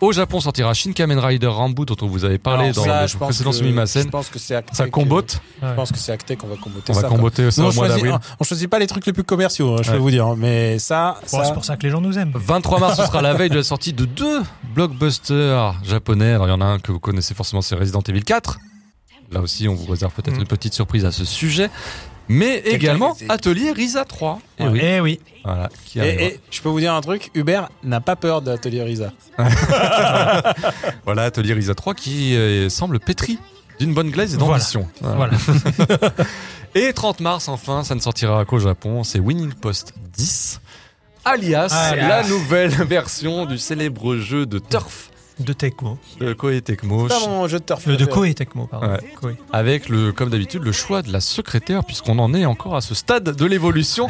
[SPEAKER 1] Au Japon sortira Shin Kamen Rider Rambo dont on vous avait parlé
[SPEAKER 3] Alors,
[SPEAKER 1] dans
[SPEAKER 3] ça,
[SPEAKER 1] le
[SPEAKER 3] je pense
[SPEAKER 1] précédent
[SPEAKER 3] que- Je
[SPEAKER 1] Sumimasen.
[SPEAKER 3] pense que c'est acté
[SPEAKER 1] Ça
[SPEAKER 3] que-
[SPEAKER 1] combote.
[SPEAKER 3] Je pense que c'est acté qu'on va comboter
[SPEAKER 1] On
[SPEAKER 3] ça.
[SPEAKER 1] va
[SPEAKER 3] quoi.
[SPEAKER 1] comboter ça
[SPEAKER 3] Nous, on,
[SPEAKER 1] au mois
[SPEAKER 3] choisit,
[SPEAKER 1] d'avril.
[SPEAKER 3] on choisit pas les trucs les plus commerciaux, hein, je
[SPEAKER 1] Ouais.
[SPEAKER 3] vais vous dire. Mais ça,
[SPEAKER 2] Bon,
[SPEAKER 3] ça-
[SPEAKER 2] c'est pour ça que les gens nous aiment.
[SPEAKER 1] 23 mars, ce sera la veille de la sortie de deux blockbusters japonais. Alors, il y en a un que vous connaissez forcément, c'est Resident Evil 4. Là aussi, on vous réserve peut-être
[SPEAKER 2] Mm.
[SPEAKER 1] une petite surprise à ce sujet. Mais également
[SPEAKER 3] qui-
[SPEAKER 1] Atelier Risa 3. Eh
[SPEAKER 3] Ouais.
[SPEAKER 1] oui,
[SPEAKER 2] Eh oui.
[SPEAKER 1] voilà, qui
[SPEAKER 3] et,
[SPEAKER 1] arrivera.
[SPEAKER 3] et je peux vous dire un truc, Hubert n'a pas peur d'Atelier Risa.
[SPEAKER 1] Voilà, Atelier Risa 3 qui euh, semble pétri d'une bonne glaise et d'ambition. Voilà.
[SPEAKER 2] Voilà.
[SPEAKER 1] Et 30 mars, enfin, ça ne sortira qu'au Japon, c'est Winning Post 10, alias
[SPEAKER 2] Ah là.
[SPEAKER 1] la nouvelle version du célèbre jeu de turf
[SPEAKER 2] De Tecmo.
[SPEAKER 1] de Koei Tecmo,
[SPEAKER 3] Pas mon jeu de turf.
[SPEAKER 2] Euh, de
[SPEAKER 3] préféré.
[SPEAKER 2] Koei Tecmo, pardon.
[SPEAKER 1] Ouais.
[SPEAKER 2] Koei.
[SPEAKER 1] avec, le, comme d'habitude, le choix de la secrétaire, puisqu'on en est encore à ce stade de l'évolution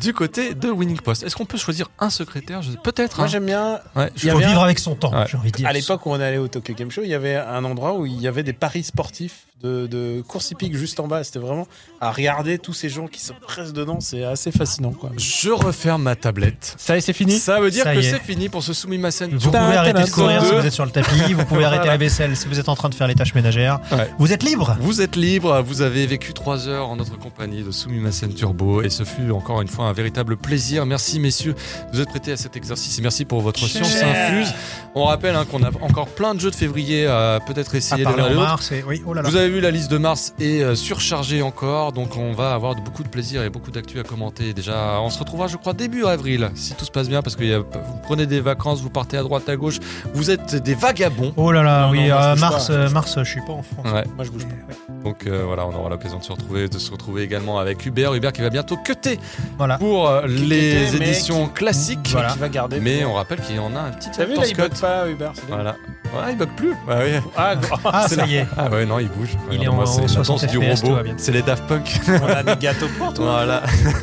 [SPEAKER 1] du côté de Winning Post. Est-ce qu'on peut choisir un secrétaire Je- Peut-être.
[SPEAKER 3] Moi
[SPEAKER 1] hein.
[SPEAKER 3] j'aime bien.
[SPEAKER 1] Ouais,
[SPEAKER 3] Il y
[SPEAKER 1] je-
[SPEAKER 2] Faut
[SPEAKER 3] avait
[SPEAKER 2] vivre avec son temps,
[SPEAKER 1] Ouais.
[SPEAKER 2] j'ai envie de dire.
[SPEAKER 3] À l'époque où on allait au Tokyo Game Show, il y avait un endroit où il y avait des paris sportifs de, de course hippique juste en bas. C'était vraiment à regarder tous ces gens qui se pressent dedans. C'est assez fascinant. Quoi.
[SPEAKER 1] je referme ma tablette.
[SPEAKER 3] Ça y est, c'est fini
[SPEAKER 1] Ça veut dire
[SPEAKER 2] Ça
[SPEAKER 1] que
[SPEAKER 2] y est.
[SPEAKER 1] c'est fini pour ce Sumimasen.
[SPEAKER 2] Vous pouvez
[SPEAKER 3] Putain,
[SPEAKER 2] arrêter de
[SPEAKER 3] t'as
[SPEAKER 2] courir si
[SPEAKER 1] raison.
[SPEAKER 2] vous êtes sur le tapis, vous pouvez arrêter
[SPEAKER 1] Voilà.
[SPEAKER 2] la vaisselle si vous êtes en train de faire les tâches ménagères.
[SPEAKER 1] Ouais.
[SPEAKER 2] Vous êtes libre
[SPEAKER 1] Vous êtes libre, vous avez vécu trois heures en notre compagnie de Sumimasen Turbo et ce fut encore une fois un véritable plaisir. Merci messieurs de vous êtes prêtés à cet exercice et merci pour votre science infuse. On rappelle hein, qu'on a encore plein de jeux de février à peut-être essayer l'un
[SPEAKER 2] parler
[SPEAKER 1] à
[SPEAKER 2] en
[SPEAKER 1] l'autre.
[SPEAKER 2] mars et- Oui, oh là là.
[SPEAKER 1] Vous avez vu la liste de mars est euh, surchargée encore, donc on va avoir de- beaucoup de plaisir et beaucoup d'actu à commenter. Déjà, on se retrouvera, je crois, début avril, si tout se passe bien, parce que il y a- vous prenez des vacances, vous partez à droite, à gauche, vous êtes des vagabonds.
[SPEAKER 2] Oh là là,
[SPEAKER 3] Non, non, moi,
[SPEAKER 2] oui,
[SPEAKER 3] je
[SPEAKER 2] euh,
[SPEAKER 3] bouge
[SPEAKER 2] mars,
[SPEAKER 3] pas.
[SPEAKER 2] euh, mars, je suis pas en France.
[SPEAKER 1] Ouais.
[SPEAKER 3] Moi je bouge pas.
[SPEAKER 1] Donc euh, voilà, on aura l'occasion de se retrouver, de se retrouver également avec Hubert, Hubert qui va bientôt cuter
[SPEAKER 2] Voilà.
[SPEAKER 1] pour euh, les
[SPEAKER 3] mais
[SPEAKER 1] éditions classiques.
[SPEAKER 2] Voilà.
[SPEAKER 3] Qui va garder
[SPEAKER 1] Mais on rappelle qu'il y en a un petit
[SPEAKER 3] T'as vu
[SPEAKER 1] temps
[SPEAKER 3] là, il
[SPEAKER 1] Scott.
[SPEAKER 3] botte pas Hubert. c'est dingue.
[SPEAKER 1] Voilà. Ouais, il bug plus. Bah oui.
[SPEAKER 3] Ah, gros,
[SPEAKER 2] Ah,
[SPEAKER 1] C'est
[SPEAKER 2] ça
[SPEAKER 1] là.
[SPEAKER 2] y est.
[SPEAKER 1] Ah ouais, non, il bouge.
[SPEAKER 2] Il est
[SPEAKER 1] Regarde-moi,
[SPEAKER 2] en- en
[SPEAKER 1] c'est la danse
[SPEAKER 2] 60
[SPEAKER 1] du
[SPEAKER 2] FPS, tout
[SPEAKER 1] robot.
[SPEAKER 2] va bien.
[SPEAKER 1] C'est les Daft Punk.
[SPEAKER 3] on a des gâteaux pour toi.
[SPEAKER 1] voilà.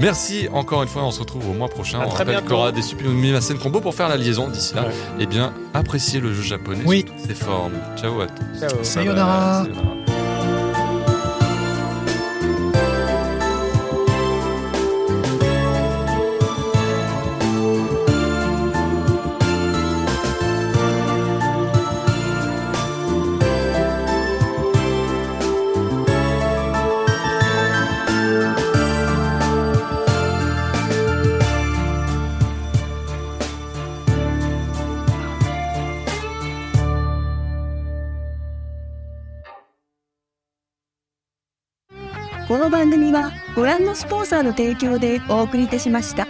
[SPEAKER 1] Merci encore une fois, on se retrouve au mois prochain.
[SPEAKER 3] À
[SPEAKER 1] on
[SPEAKER 3] très
[SPEAKER 1] rappelle
[SPEAKER 3] bientôt.
[SPEAKER 1] qu'il y aura des super scène combo pour faire la liaison d'ici là.
[SPEAKER 3] Ouais.
[SPEAKER 1] Eh bien, appréciez le jeu japonais
[SPEAKER 2] Oui.
[SPEAKER 1] sous toutes ses formes. Ciao à tous.
[SPEAKER 3] Ciao.
[SPEAKER 2] Sayonara.
[SPEAKER 1] Bye bye. Sayonara.
[SPEAKER 7] この番組はご覧のスポンサーの提供でお送りいたしました。